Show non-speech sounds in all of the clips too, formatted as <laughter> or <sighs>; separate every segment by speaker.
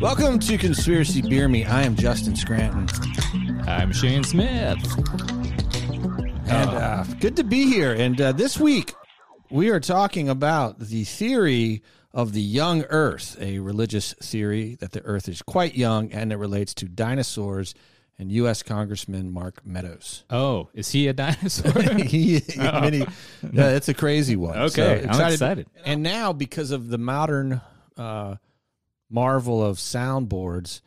Speaker 1: Welcome to Conspiracy Beer Me. I am Justin Scranton,
Speaker 2: I'm Shane Smith.
Speaker 1: and
Speaker 2: Oh.
Speaker 1: uh, good to be here. And uh, this week, we are talking about the theory of the young Earth, a religious theory that the Earth is quite young, and it relates to dinosaurs and U.S. Congressman Mark Meadows. <laughs>
Speaker 2: Oh, is he a dinosaur?
Speaker 1: He- many- yeah, that's a crazy one.
Speaker 2: <laughs> Oh. Okay, I'm excited.
Speaker 1: And now, because of the modern uh, marvel of soundboards,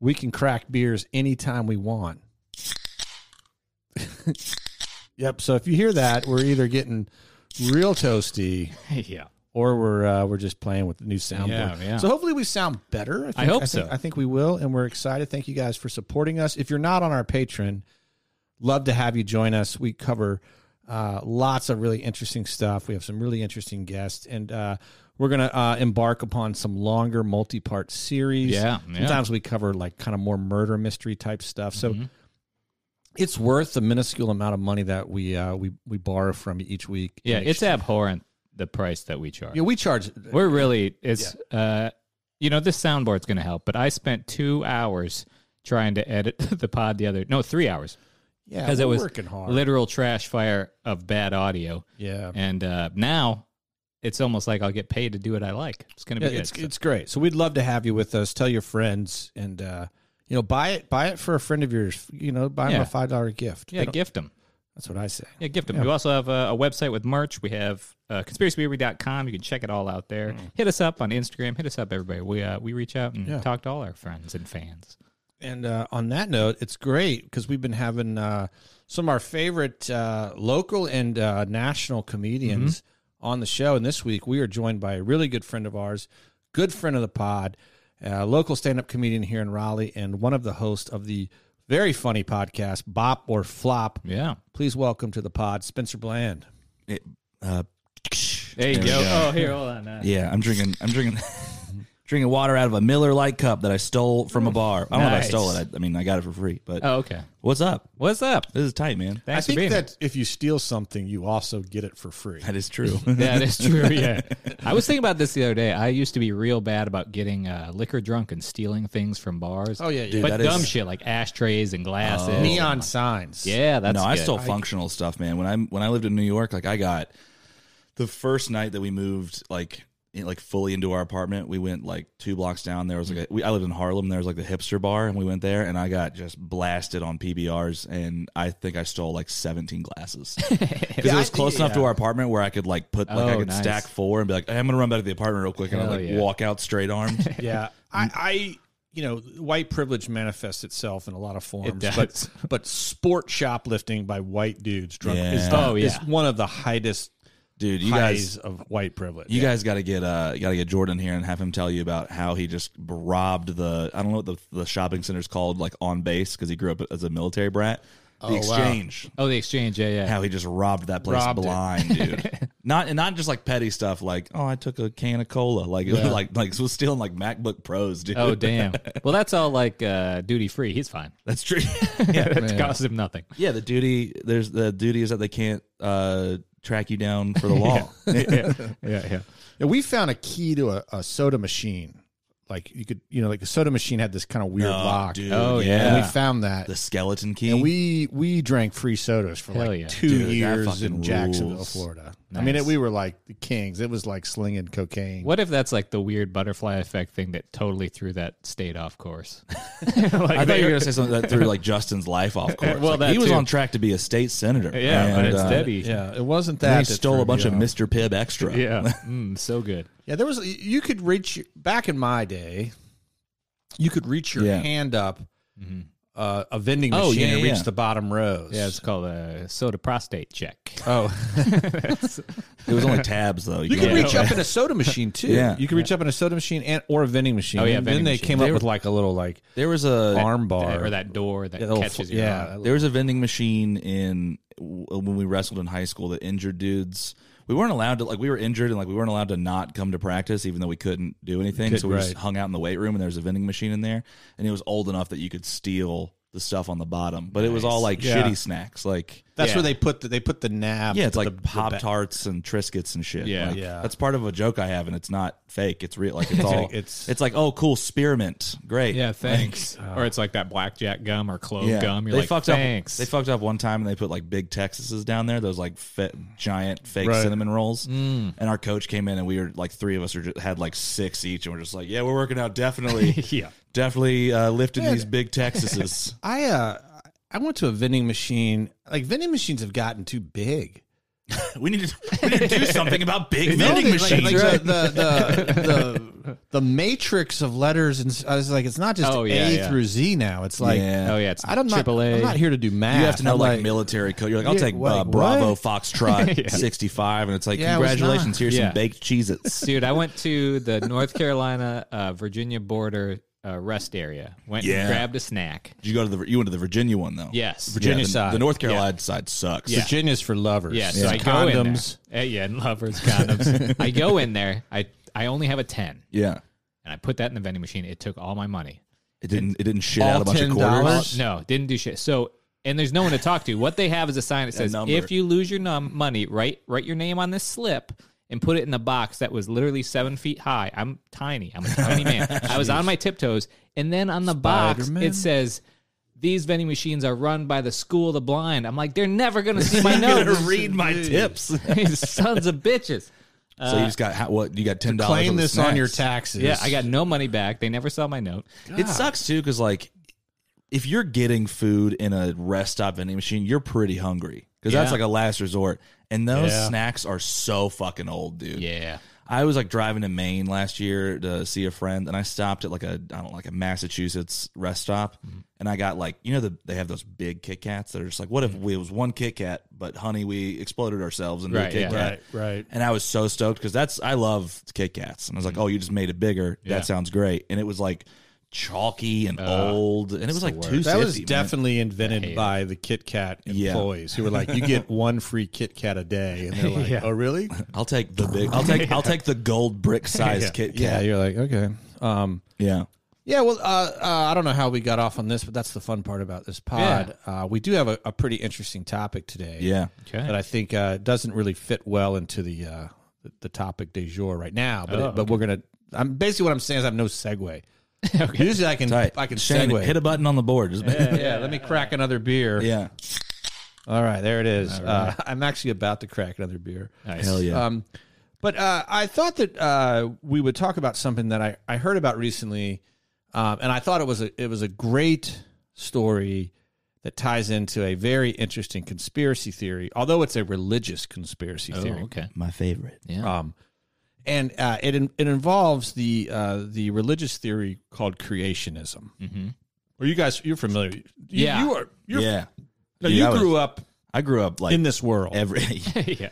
Speaker 1: we can crack beers anytime we want. <laughs> yep. So if you hear that, we're either getting real toasty
Speaker 2: yeah.
Speaker 1: or we're uh, we're just playing with the new soundboard.
Speaker 2: Yeah, yeah.
Speaker 1: So hopefully we sound better. think,
Speaker 2: I hope
Speaker 1: think-
Speaker 2: so.
Speaker 1: I think we will, and we're excited. Thank you guys for supporting us. If you're not on our Patreon, love to have you join us. We cover uh, lots of really interesting stuff. We have some really interesting guests, and uh, we're gonna uh, embark upon some longer multi-part series.
Speaker 2: Yeah, yeah.
Speaker 1: sometimes we cover like kind of more murder mystery type stuff. So.
Speaker 2: Mm-hmm.
Speaker 1: It's worth the minuscule amount of money that we uh, we we borrow from you each week.
Speaker 2: Yeah,
Speaker 1: Make
Speaker 2: it's
Speaker 1: sure-
Speaker 2: abhorrent the price that we charge.
Speaker 1: yeah, we charge
Speaker 2: We're really it's uh you know, this soundboard's gonna help, but I spent two hours trying to edit <laughs> the pod the other no, three hours.
Speaker 1: yeah
Speaker 2: Because
Speaker 1: we're
Speaker 2: it was
Speaker 1: working hard.
Speaker 2: literal trash fire of bad audio.
Speaker 1: Yeah.
Speaker 2: And uh now it's almost like I'll get paid to do what I like. It's gonna be
Speaker 1: Yeah,
Speaker 2: good.
Speaker 1: it's
Speaker 2: So-
Speaker 1: it's great. So we'd love to have you with us. Tell your friends and uh, you know buy it buy it for a friend of yours. You know buy them
Speaker 2: Yeah.
Speaker 1: a five dollar gift. They
Speaker 2: yeah,
Speaker 1: don't-
Speaker 2: gift them.
Speaker 1: that's what I say.
Speaker 2: Yeah, gift them. We also have a, a website with merch. We have uh, conspiracyweary.com. You can check it all out there. Hit us up on Instagram. Hit us up, everybody. We uh, we reach out and
Speaker 1: Yeah.
Speaker 2: talk to all our friends and fans.
Speaker 1: And uh, on that note, it's great because we've been having uh, some of our favorite uh, local and uh, national comedians
Speaker 2: Mm-hmm.
Speaker 1: on the show. And this week we are joined by a really good friend of ours, good friend of the pod, uh, local stand up comedian here in Raleigh, and one of the hosts of the very funny podcast, Bop or Flop.
Speaker 2: Yeah.
Speaker 1: Please welcome to the pod, Spencer Bland.
Speaker 3: It, uh,
Speaker 2: There you
Speaker 3: we
Speaker 2: go. Oh, here, hold on. Uh,
Speaker 3: Yeah, I'm drinking. I'm drinking. <laughs> drinking water out of a Miller Lite cup that I stole from a bar. I don't know if I
Speaker 2: Nice.
Speaker 3: stole it. I, I mean, I got it for free. But
Speaker 2: Oh, okay.
Speaker 3: what's up?
Speaker 2: What's up?
Speaker 3: This is tight, man.
Speaker 1: I
Speaker 2: Thanks for
Speaker 1: think
Speaker 2: being
Speaker 1: that if you steal something, you also get it for free.
Speaker 3: That is true.
Speaker 2: here. That is true. <laughs> Yeah. I was thinking about this the other day. I used to be real bad about getting uh, liquor drunk and stealing things from bars.
Speaker 1: Oh, yeah, yeah. Dude,
Speaker 2: but
Speaker 3: that is-
Speaker 2: dumb shit like ashtrays and glasses.
Speaker 1: Neon signs.
Speaker 2: Yeah, that's
Speaker 3: no, I
Speaker 2: good.
Speaker 3: stole functional stuff, man. When I when I lived in New York, like I got the first night that we moved, like in, like fully into our apartment, we went like two blocks down. There was like a, we, I lived in Harlem. There was like the hipster bar, and we went there, and I got just blasted on PBRs, and I think I stole like seventeen glasses because
Speaker 1: Yeah,
Speaker 3: it
Speaker 1: I
Speaker 3: was
Speaker 1: think-
Speaker 3: close enough to
Speaker 1: yeah.
Speaker 3: our apartment where I could like put like I
Speaker 2: Oh,
Speaker 3: could
Speaker 2: nice.
Speaker 3: stack four and be like, "Hey, I'm gonna run back to the apartment real quick, and I
Speaker 2: Hell
Speaker 3: like
Speaker 2: yeah.
Speaker 3: walk out straight armed.
Speaker 1: <laughs>
Speaker 2: <laughs>
Speaker 1: Yeah. I, I, you know, white privilege manifests itself in a lot of forms.
Speaker 2: It does.
Speaker 1: But, but sport shoplifting by white dudes drunk
Speaker 3: Yeah.
Speaker 1: is, the-
Speaker 2: Oh, yeah.
Speaker 1: is one of the highest
Speaker 3: Dude, you guys
Speaker 1: highs of white privilege. <laughs>
Speaker 3: You guys got to get uh got to get Jordan here and have him tell you about how he just robbed the I don't know what the, the shopping center's called like on base because he grew up as a military brat. The exchange,
Speaker 2: Oh, the exchange. Yeah, yeah.
Speaker 3: how he just robbed that place
Speaker 1: Robbed it.
Speaker 2: <laughs>
Speaker 3: blind, dude. Not and not just like petty stuff like oh I took a can of cola like <laughs> it was like like was stealing like MacBook Pros, dude.
Speaker 2: Oh, damn. Well, that's all like uh, duty free. He's fine.
Speaker 3: <laughs>
Speaker 2: <laughs>
Speaker 3: that's true.
Speaker 2: Yeah, it costs him nothing.
Speaker 3: yeah, the duty there's the duty is that they can't uh track you down for the law.
Speaker 2: yeah, yeah, yeah.
Speaker 1: Yeah, we found a key to a, a soda machine. Like you could, you know, like the soda machine had this kind of weird
Speaker 3: Oh,
Speaker 1: lock.
Speaker 3: dude,
Speaker 2: Oh,
Speaker 1: And
Speaker 2: yeah.
Speaker 1: we found that.
Speaker 3: the skeleton key.
Speaker 1: and we we drank free sodas for
Speaker 2: Hell
Speaker 1: like
Speaker 2: yeah.
Speaker 1: two
Speaker 3: Dude, that
Speaker 1: years
Speaker 3: fucking
Speaker 1: in Jacksonville,
Speaker 3: rules.
Speaker 1: Florida. I mean,
Speaker 2: Nice.
Speaker 1: it, we were like the kings. It was like slinging cocaine.
Speaker 2: What if that's like the weird butterfly effect thing that totally threw that state off course? Like
Speaker 3: I thought
Speaker 2: they-
Speaker 3: you were going to say something that threw like Justin's life off course.
Speaker 2: Well,
Speaker 3: Like,
Speaker 2: that
Speaker 3: he was
Speaker 2: too.
Speaker 3: on track to be a state senator.
Speaker 2: Yeah, but
Speaker 3: And, uh,
Speaker 2: instead he, yeah,
Speaker 1: Yeah, it wasn't
Speaker 3: then
Speaker 1: that.
Speaker 3: he
Speaker 1: that
Speaker 3: stole
Speaker 1: threw
Speaker 3: a bunch
Speaker 1: me
Speaker 3: of
Speaker 1: off.
Speaker 3: Mr. Pibb extra.
Speaker 2: Mm, so good.
Speaker 1: Yeah, there was you could reach back in my day, you could reach your
Speaker 3: Yeah.
Speaker 1: hand up uh, a vending machine
Speaker 3: Oh, yeah,
Speaker 1: and
Speaker 3: yeah,
Speaker 1: reach
Speaker 3: yeah.
Speaker 1: the bottom rows.
Speaker 2: Mm-hmm. Yeah, it's called a soda prostate check.
Speaker 1: Oh,
Speaker 3: It was only tabs though.
Speaker 1: you can
Speaker 3: can't-
Speaker 1: reach
Speaker 3: <laughs>
Speaker 1: up in a soda machine too.
Speaker 3: Yeah.
Speaker 1: you can reach up in a soda machine and or a vending machine.
Speaker 2: Oh, yeah,
Speaker 1: and
Speaker 2: vending
Speaker 1: then they
Speaker 2: machine.
Speaker 1: came
Speaker 3: They
Speaker 1: up
Speaker 3: were-
Speaker 1: with like a little like
Speaker 3: There was a
Speaker 1: arm bar
Speaker 2: or that door that
Speaker 1: Yeah, little
Speaker 2: catches
Speaker 1: fl-
Speaker 2: you.
Speaker 1: yeah,
Speaker 2: on.
Speaker 3: There was a vending machine in w- uh, when we wrestled in high school that injured dudes. We weren't allowed to like we were injured and like we weren't allowed to not come to practice even though we couldn't do anything. so we just
Speaker 1: right.
Speaker 3: hung out in the weight room and there was a vending machine in there and it was old enough that you could steal the stuff on the bottom, but it was all like
Speaker 1: Yeah.
Speaker 3: shitty snacks like
Speaker 1: That's
Speaker 2: Yeah.
Speaker 1: where they put the, they put the nab.
Speaker 3: yeah, it's
Speaker 1: to
Speaker 3: like
Speaker 1: the- the
Speaker 3: pop
Speaker 1: back.
Speaker 3: tarts and triscuits and shit.
Speaker 2: Yeah.
Speaker 3: Like,
Speaker 1: Yeah.
Speaker 3: That's part of a joke I have, and it's not fake. It's real. Like it's all.
Speaker 1: like-
Speaker 3: it's
Speaker 1: <laughs> it's-
Speaker 3: it's like oh, cool spearmint. Great.
Speaker 2: Yeah, thanks. or it's like that blackjack gum or clove
Speaker 3: Yeah.
Speaker 2: gum. You're
Speaker 3: they
Speaker 2: like,
Speaker 3: fucked
Speaker 2: thanks.
Speaker 3: up. They fucked up one time, and they put like big Texases down there. Those like fe- giant fake
Speaker 1: Right.
Speaker 3: cinnamon rolls.
Speaker 2: Mm.
Speaker 3: And our coach came in, and we were like three of us are just, had like six each, and we're just like, yeah, we're working out definitely.
Speaker 2: <laughs> Yeah.
Speaker 3: Definitely uh, lifting these big
Speaker 1: <laughs>
Speaker 3: Texases.
Speaker 1: I uh, I went to a vending machine. Like vending machines have gotten too big.
Speaker 3: we need to <laughs> we need to
Speaker 1: <laughs>
Speaker 3: do something about big
Speaker 1: No,
Speaker 3: vending
Speaker 1: they- like-
Speaker 3: machines.
Speaker 1: like the,
Speaker 2: <laughs>
Speaker 1: the, the, the, the matrix of letters, and s- I was like, it's not just
Speaker 2: Oh, yeah,
Speaker 1: A
Speaker 2: yeah.
Speaker 1: through Z now. It's like,
Speaker 3: Yeah.
Speaker 2: Oh yeah, it's
Speaker 1: I don't know.
Speaker 2: triple A.
Speaker 1: I'm not here to do math.
Speaker 3: You have to know
Speaker 1: I'm
Speaker 3: like, military code. You're like, I'll
Speaker 1: Yeah,
Speaker 3: take uh,
Speaker 1: like,
Speaker 3: Bravo
Speaker 1: what? <laughs>
Speaker 3: Foxtrot 65, and it's like,
Speaker 1: Yeah, it was
Speaker 3: congratulations,
Speaker 1: not-
Speaker 3: here's
Speaker 2: Yeah.
Speaker 3: some baked
Speaker 2: <laughs>
Speaker 3: Cheez-Its.
Speaker 2: Dude, I went to the North Carolina uh, Virginia border uh, rest area. Went
Speaker 3: Yeah.
Speaker 2: and grabbed a snack.
Speaker 3: Did you go to the you went to the Virginia one though?
Speaker 2: Yes.
Speaker 3: Virginia
Speaker 1: Virginia
Speaker 3: the,
Speaker 1: side.
Speaker 3: The North Carolina side sucks.
Speaker 2: Yeah.
Speaker 1: Virginia's for lovers.
Speaker 2: Yeah, so
Speaker 1: It's
Speaker 2: I go in there.
Speaker 1: condoms.
Speaker 2: Eh, yeah, and lovers condoms. I go in there. I I only have a ten,
Speaker 3: Yeah.
Speaker 2: and I put that in the vending machine. It took all my money.
Speaker 3: It didn't it didn't shit
Speaker 1: All
Speaker 3: out a bunch of
Speaker 1: $10?
Speaker 2: Uh,
Speaker 3: quarters.
Speaker 2: no, didn't do shit. So, and there's no one to talk to. What they have is a sign that says,
Speaker 3: number.
Speaker 2: "If you lose your num- money, write write your name on this slip." And put it in the box that was literally seven feet high. I'm tiny. I'm a tiny man. I was on my tiptoes, and then on the box
Speaker 1: Spider-Man?
Speaker 2: it says, "These vending machines are run by the school of the blind." I'm like, they're never gonna see my nose.
Speaker 3: read my tips. so
Speaker 2: <laughs> These sons of bitches.
Speaker 3: you just got how, what you got ten
Speaker 1: Uh,
Speaker 3: dollars.
Speaker 1: Claim this on your taxes.
Speaker 2: Yeah, I got no money back. They never saw my note.
Speaker 3: It sucks too because like if you're getting food in a rest stop vending machine, you're pretty hungry because that's
Speaker 2: Yeah.
Speaker 3: like a last resort. And those
Speaker 1: Yeah.
Speaker 3: snacks are so fucking old, dude.
Speaker 2: Yeah.
Speaker 3: I was like driving to Maine last year to see a friend, and I stopped at like a I don't know, like a Massachusetts rest stop,
Speaker 1: Mm-hmm.
Speaker 3: and I got like you know the they have those big Kit Kats that are just like what if
Speaker 1: Mm-hmm.
Speaker 3: we, it was one Kit Kat, but honey we exploded ourselves into a
Speaker 2: Right,
Speaker 3: Kit
Speaker 2: yeah.
Speaker 3: Kat,
Speaker 1: Right, right.
Speaker 3: And I was so stoked because that's I love Kit Kats, and I was like, oh, you just made it bigger.
Speaker 2: Yeah.
Speaker 3: That sounds great, and it was like chalky and old, and it was like two.
Speaker 1: That was definitely invented by the Kit Kat
Speaker 3: Yeah.
Speaker 1: employees who were like, you
Speaker 3: <laughs>
Speaker 1: get one free Kit Kat a day. And they're like, oh, really?
Speaker 3: I'll take the big. I'll take. I'll take the gold brick sized Kit
Speaker 1: Yeah,
Speaker 3: Kat. <laughs> Yeah.
Speaker 1: you're like, okay. Um, Yeah, well, uh, uh, I don't know how we got off on this, but that's the fun part about this pod. Uh, we do have a, a pretty interesting topic today.
Speaker 3: Yeah.
Speaker 2: Okay.
Speaker 1: That I think uh, doesn't really fit well into the uh, the- the topic de jour right now. But, it- but we're gonna. I'm basically what I'm saying is I have no <laughs> segue. Usually I can
Speaker 3: All right.
Speaker 1: I can
Speaker 3: Shane,
Speaker 1: segue.
Speaker 3: Hit a button on the board. Just-
Speaker 1: yeah, yeah, let me crack another beer.
Speaker 3: <laughs> yeah.
Speaker 1: All right, there it is. Uh, I'm actually about to crack another beer.
Speaker 3: Hell yeah.
Speaker 1: Um, but uh, I thought that uh, we would talk about something that I, I heard about recently, um, and I thought it was a it was a great story that ties into a very interesting conspiracy theory, although it's a religious conspiracy
Speaker 2: Oh,
Speaker 1: theory.
Speaker 2: okay.
Speaker 3: my favorite.
Speaker 1: Um, and uh, it in- it involves the uh, the religious theory called creationism. Mm-hmm. Are you guys you're familiar? You,
Speaker 2: Yeah.
Speaker 1: you are. You're,
Speaker 3: yeah.
Speaker 1: no,
Speaker 3: Yeah, I
Speaker 1: you
Speaker 3: was-
Speaker 1: grew up
Speaker 3: I grew up like
Speaker 1: in this world.
Speaker 3: every <laughs>
Speaker 2: yeah.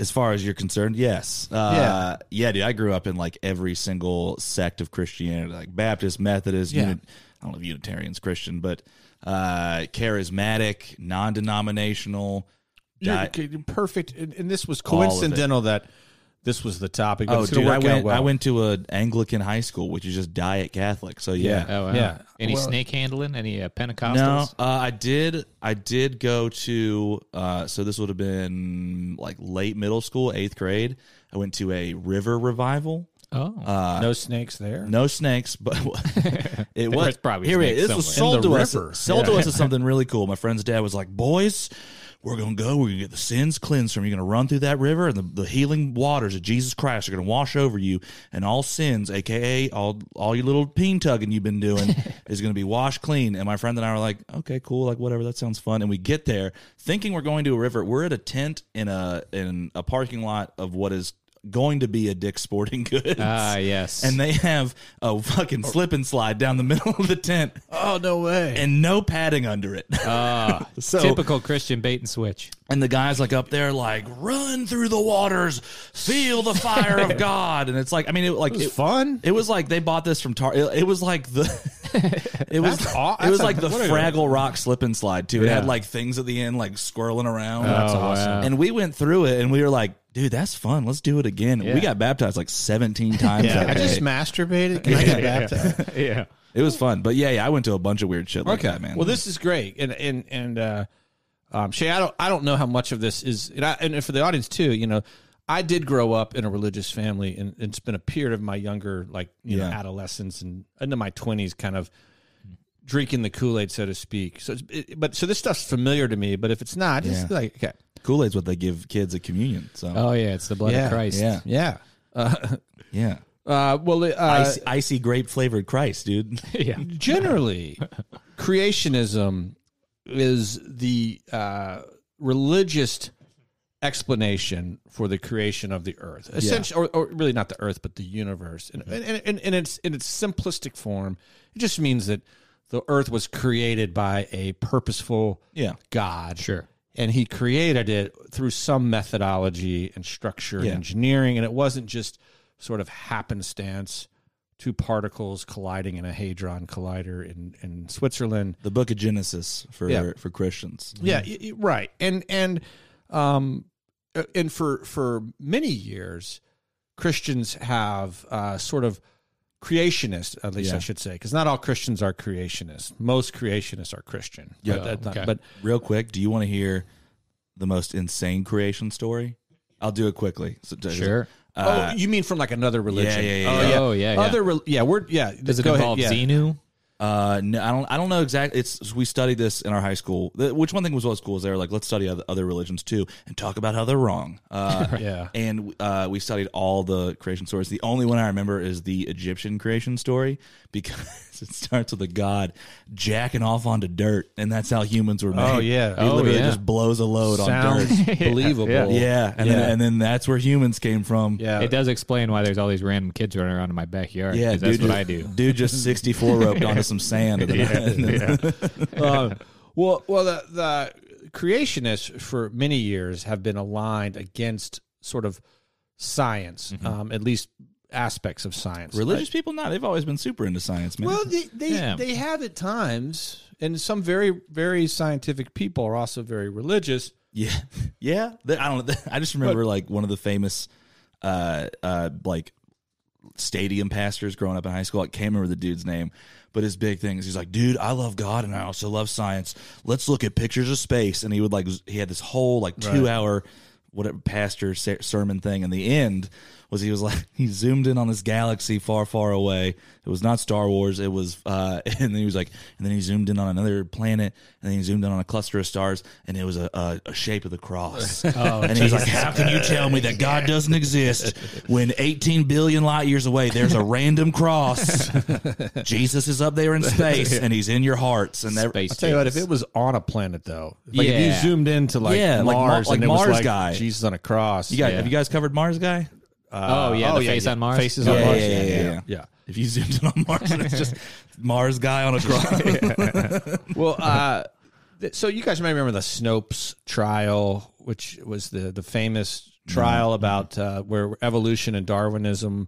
Speaker 3: as far as you're concerned, yes. Uh yeah. dude, I grew up in like every single sect of Christianity, like Baptist, Methodist,
Speaker 1: Yeah.
Speaker 3: Uni- I don't know if Unitarian's Christian, but uh charismatic, non-denominational.
Speaker 1: You're
Speaker 3: di-
Speaker 1: c- perfect. And, and this was
Speaker 3: All of it.
Speaker 1: coincidental that this was the topic. But
Speaker 3: Oh,
Speaker 1: it's gonna
Speaker 3: dude, I
Speaker 1: work out
Speaker 3: went
Speaker 1: well.
Speaker 3: I went to an Anglican high school, which is just diet Catholic. So yeah.
Speaker 2: Oh, wow.
Speaker 1: Yeah.
Speaker 2: Any
Speaker 1: Well-
Speaker 2: snake handling? Any uh, Pentecostals?
Speaker 3: No, uh, I did. I did go to. Uh, so this would have been like late middle school, eighth grade. I went to a river revival.
Speaker 2: Oh.
Speaker 1: no snakes there.
Speaker 3: No snakes, but <laughs>
Speaker 2: <laughs>
Speaker 3: it was
Speaker 2: was probably
Speaker 3: here. it
Speaker 2: snakes
Speaker 3: is. This was
Speaker 2: somewhere.
Speaker 3: sold
Speaker 1: In
Speaker 3: to
Speaker 1: the
Speaker 3: us.
Speaker 1: river.
Speaker 3: Sold to us as something really cool. My friend's dad was like, "Boys, we're gonna go. We're gonna get the sins cleansed from. you. You're gonna run through that river, and the, the healing waters of Jesus Christ are gonna wash over you, and all sins, aka all all your little peen tugging you've
Speaker 2: <laughs>
Speaker 3: been doing, is gonna be washed clean." And my friend and I were like, "Okay, cool. Like whatever. That sounds fun." And we get there thinking we're going to a river. We're at a tent in a in a parking lot of what is going to be a Dick Sporting <laughs> Goods.
Speaker 2: Ah, yes.
Speaker 3: and they have a fucking slip and slide down the middle of the tent
Speaker 1: Oh no way!
Speaker 3: and no padding under it.
Speaker 2: Ah,
Speaker 3: <laughs> So-
Speaker 2: typical Christian bait and switch.
Speaker 3: And the guy's like up there, like run through the waters, feel the
Speaker 1: <laughs>
Speaker 3: fire of God, and it's like I mean, it like
Speaker 1: it was fun.
Speaker 3: It was like they bought this from Tar. It, it was like the. <laughs> It was
Speaker 1: That's aw-
Speaker 3: it was
Speaker 1: that's a-
Speaker 3: like the
Speaker 1: what a-
Speaker 3: Fraggle Rock slip and slide too. It had
Speaker 2: Yeah.
Speaker 3: like things at the end like swirling around.
Speaker 2: That's Oh, awesome. wow.
Speaker 3: And we went through it and we were like, dude, that's fun. Let's do it again.
Speaker 2: Yeah.
Speaker 3: We got baptized like seventeen
Speaker 1: <laughs>
Speaker 3: times. that
Speaker 1: I
Speaker 3: day. <laughs>
Speaker 1: just masturbated. Can I get baptized?
Speaker 2: yeah.
Speaker 3: it was fun, but yeah, yeah, I went to a bunch of weird shit like that, man.
Speaker 1: Well, this is great, and and and uh, um, Shay, I don't I don't know how much of this is, and, I, and for the audience too, you know, I did grow up in a religious family, and it's been a period of my younger, like you know,
Speaker 3: Yeah.
Speaker 1: adolescence and into my twenties, kind of drinking the Kool Aid, so to speak. So, it's, it, but so this stuff's familiar to me, but if it's not, it's
Speaker 3: Yeah.
Speaker 1: like okay,
Speaker 3: Kool Aid's what they give kids at communion. So
Speaker 2: Oh yeah, it's the blood
Speaker 1: yeah,
Speaker 2: of Christ.
Speaker 3: yeah,
Speaker 1: yeah. Uh,
Speaker 3: yeah.
Speaker 1: uh, well, uh,
Speaker 3: <laughs> Icy, icy grape flavored Christ, dude. <laughs>
Speaker 1: <laughs>
Speaker 2: yeah.
Speaker 1: generally creationism is the uh, religious explanation for the creation of the earth essentially or, or really not the earth but the universe and, and, and, and it's in its simplistic form it just means that the earth was created by a purposeful
Speaker 3: Yeah.
Speaker 1: god
Speaker 2: Sure.
Speaker 1: and he created it through some methodology and structure and
Speaker 3: Yeah.
Speaker 1: engineering and it wasn't just sort of happenstance two particles colliding in a hadron collider in, in switzerland
Speaker 3: The Book of Genesis for
Speaker 1: Yeah.
Speaker 3: for Christians.
Speaker 1: yeah, y- y- right and and um uh, and for for many years christians have uh sort of creationist at least i
Speaker 3: Yeah.
Speaker 1: should say because not all christians are creationists most creationists are christian
Speaker 3: Yeah.
Speaker 1: but, that's not-
Speaker 2: Okay.
Speaker 1: but
Speaker 3: Real quick, do you want to hear the most insane creation story? I'll do it quickly. So,
Speaker 2: Sure.
Speaker 3: Uh,
Speaker 1: oh, you mean from like another religion?
Speaker 3: yeah, yeah,
Speaker 1: Oh,
Speaker 3: yeah.
Speaker 1: yeah.
Speaker 2: Oh, yeah, yeah.
Speaker 1: Other, rel yeah, we're yeah.
Speaker 2: Does it
Speaker 1: go
Speaker 2: involve
Speaker 1: ahead, yeah. <laughs>
Speaker 2: Xenu?
Speaker 3: Uh, no, I don't. I don't know exactly. It's we studied this in our high school. The- Which one thing was always cool is they were like, let's study other, other religions too and talk about how they're wrong. Uh,
Speaker 1: Yeah.
Speaker 3: And uh, we studied all the creation stories. The only one I remember is the Egyptian creation story <laughs> because it starts with a god jacking off onto dirt, and that's how humans were made.
Speaker 1: Oh, yeah.
Speaker 3: he
Speaker 1: Oh,
Speaker 3: literally
Speaker 2: yeah.
Speaker 3: just blows a load on dirt.
Speaker 1: Sounds believable.
Speaker 2: Yeah.
Speaker 3: Yeah, and
Speaker 1: Yeah.
Speaker 3: then and then that's where humans came from.
Speaker 1: yeah.
Speaker 2: It does explain why there's all these random kids running around in my backyard.
Speaker 3: Yeah,
Speaker 2: 'cause that's
Speaker 3: dude
Speaker 2: what I
Speaker 3: just-
Speaker 2: do.
Speaker 3: Dude just 64 roped onto some sand. <laughs> and then-
Speaker 1: Um, well, well, the, the creationists for many years have been aligned against sort of science, um, at least aspects of science.
Speaker 3: Religious people, not. They've always been super into science, man.
Speaker 1: Well, they they,
Speaker 2: Yeah.
Speaker 1: they have at times, and some very very scientific people are also very religious.
Speaker 3: <laughs> yeah, yeah. They- I don't. <laughs> I just remember like one of the famous, uh, uh, like stadium pastors growing up in high school. I can't remember the dude's name, but his big thing is he's like, dude, I love God and I also love science. Let's look at pictures of space. And he would like, he had this whole like two hour whatever pastor ser- sermon thing. And the end was he was like, <laughs> he zoomed in on this galaxy far, far away. It was not Star Wars. It was, uh, <laughs> and then he was like, and then he zoomed in on another planet and then he zoomed in on a cluster of stars and it was a, a, a shape of the
Speaker 2: <laughs>
Speaker 3: cross.
Speaker 2: Oh,
Speaker 3: and he was like, how can you tell me that God doesn't exist when 18 billion light years away, there's a
Speaker 2: <laughs>
Speaker 3: random cross. Jesus is up there in space and he's in your hearts. And that,
Speaker 2: Space
Speaker 1: I'll tell you what, if
Speaker 2: dudes.
Speaker 1: it was on a planet though, like if
Speaker 2: Yeah.
Speaker 1: you zoomed into like
Speaker 3: Yeah, like Mar-
Speaker 1: Mars,
Speaker 3: like
Speaker 1: and it
Speaker 3: Mars
Speaker 1: was like
Speaker 3: guy.
Speaker 1: Jesus on a cross,
Speaker 3: you guys,
Speaker 2: Yeah.
Speaker 3: have you guys covered Mars guy?
Speaker 1: Uh,
Speaker 2: oh yeah, the face on Mars.
Speaker 1: Faces
Speaker 3: Yeah,
Speaker 1: on Mars.
Speaker 3: yeah, yeah, yeah, yeah.
Speaker 1: yeah.
Speaker 3: If you zoomed in on Mars, and it's just Mars guy on a cross.
Speaker 1: <laughs> Well, uh, th- so you guys may remember the Snopes trial, which was the the famous trial
Speaker 2: Mm-hmm.
Speaker 1: about uh, where evolution and Darwinism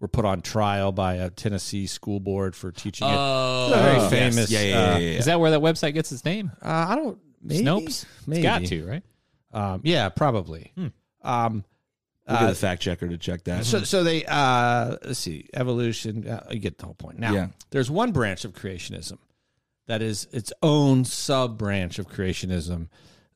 Speaker 1: were put on trial by a Tennessee school board for teaching
Speaker 2: Uh,
Speaker 1: it. Oh. Very
Speaker 3: Yes.
Speaker 1: famous.
Speaker 3: Yeah, yeah, yeah.
Speaker 1: uh,
Speaker 3: yeah,
Speaker 2: Is that where that website gets its name?
Speaker 1: uh, I don't. Maybe,
Speaker 2: Snopes.
Speaker 1: Maybe.
Speaker 2: It's got to Hmm. right.
Speaker 1: Um, yeah, probably. Um,
Speaker 3: yeah. We'll get a fact checker to check that.
Speaker 1: So, so they uh, let's see, evolution. Uh, you get the whole point. Now,
Speaker 3: Yeah.
Speaker 1: there's one branch of creationism that is its own sub branch of creationism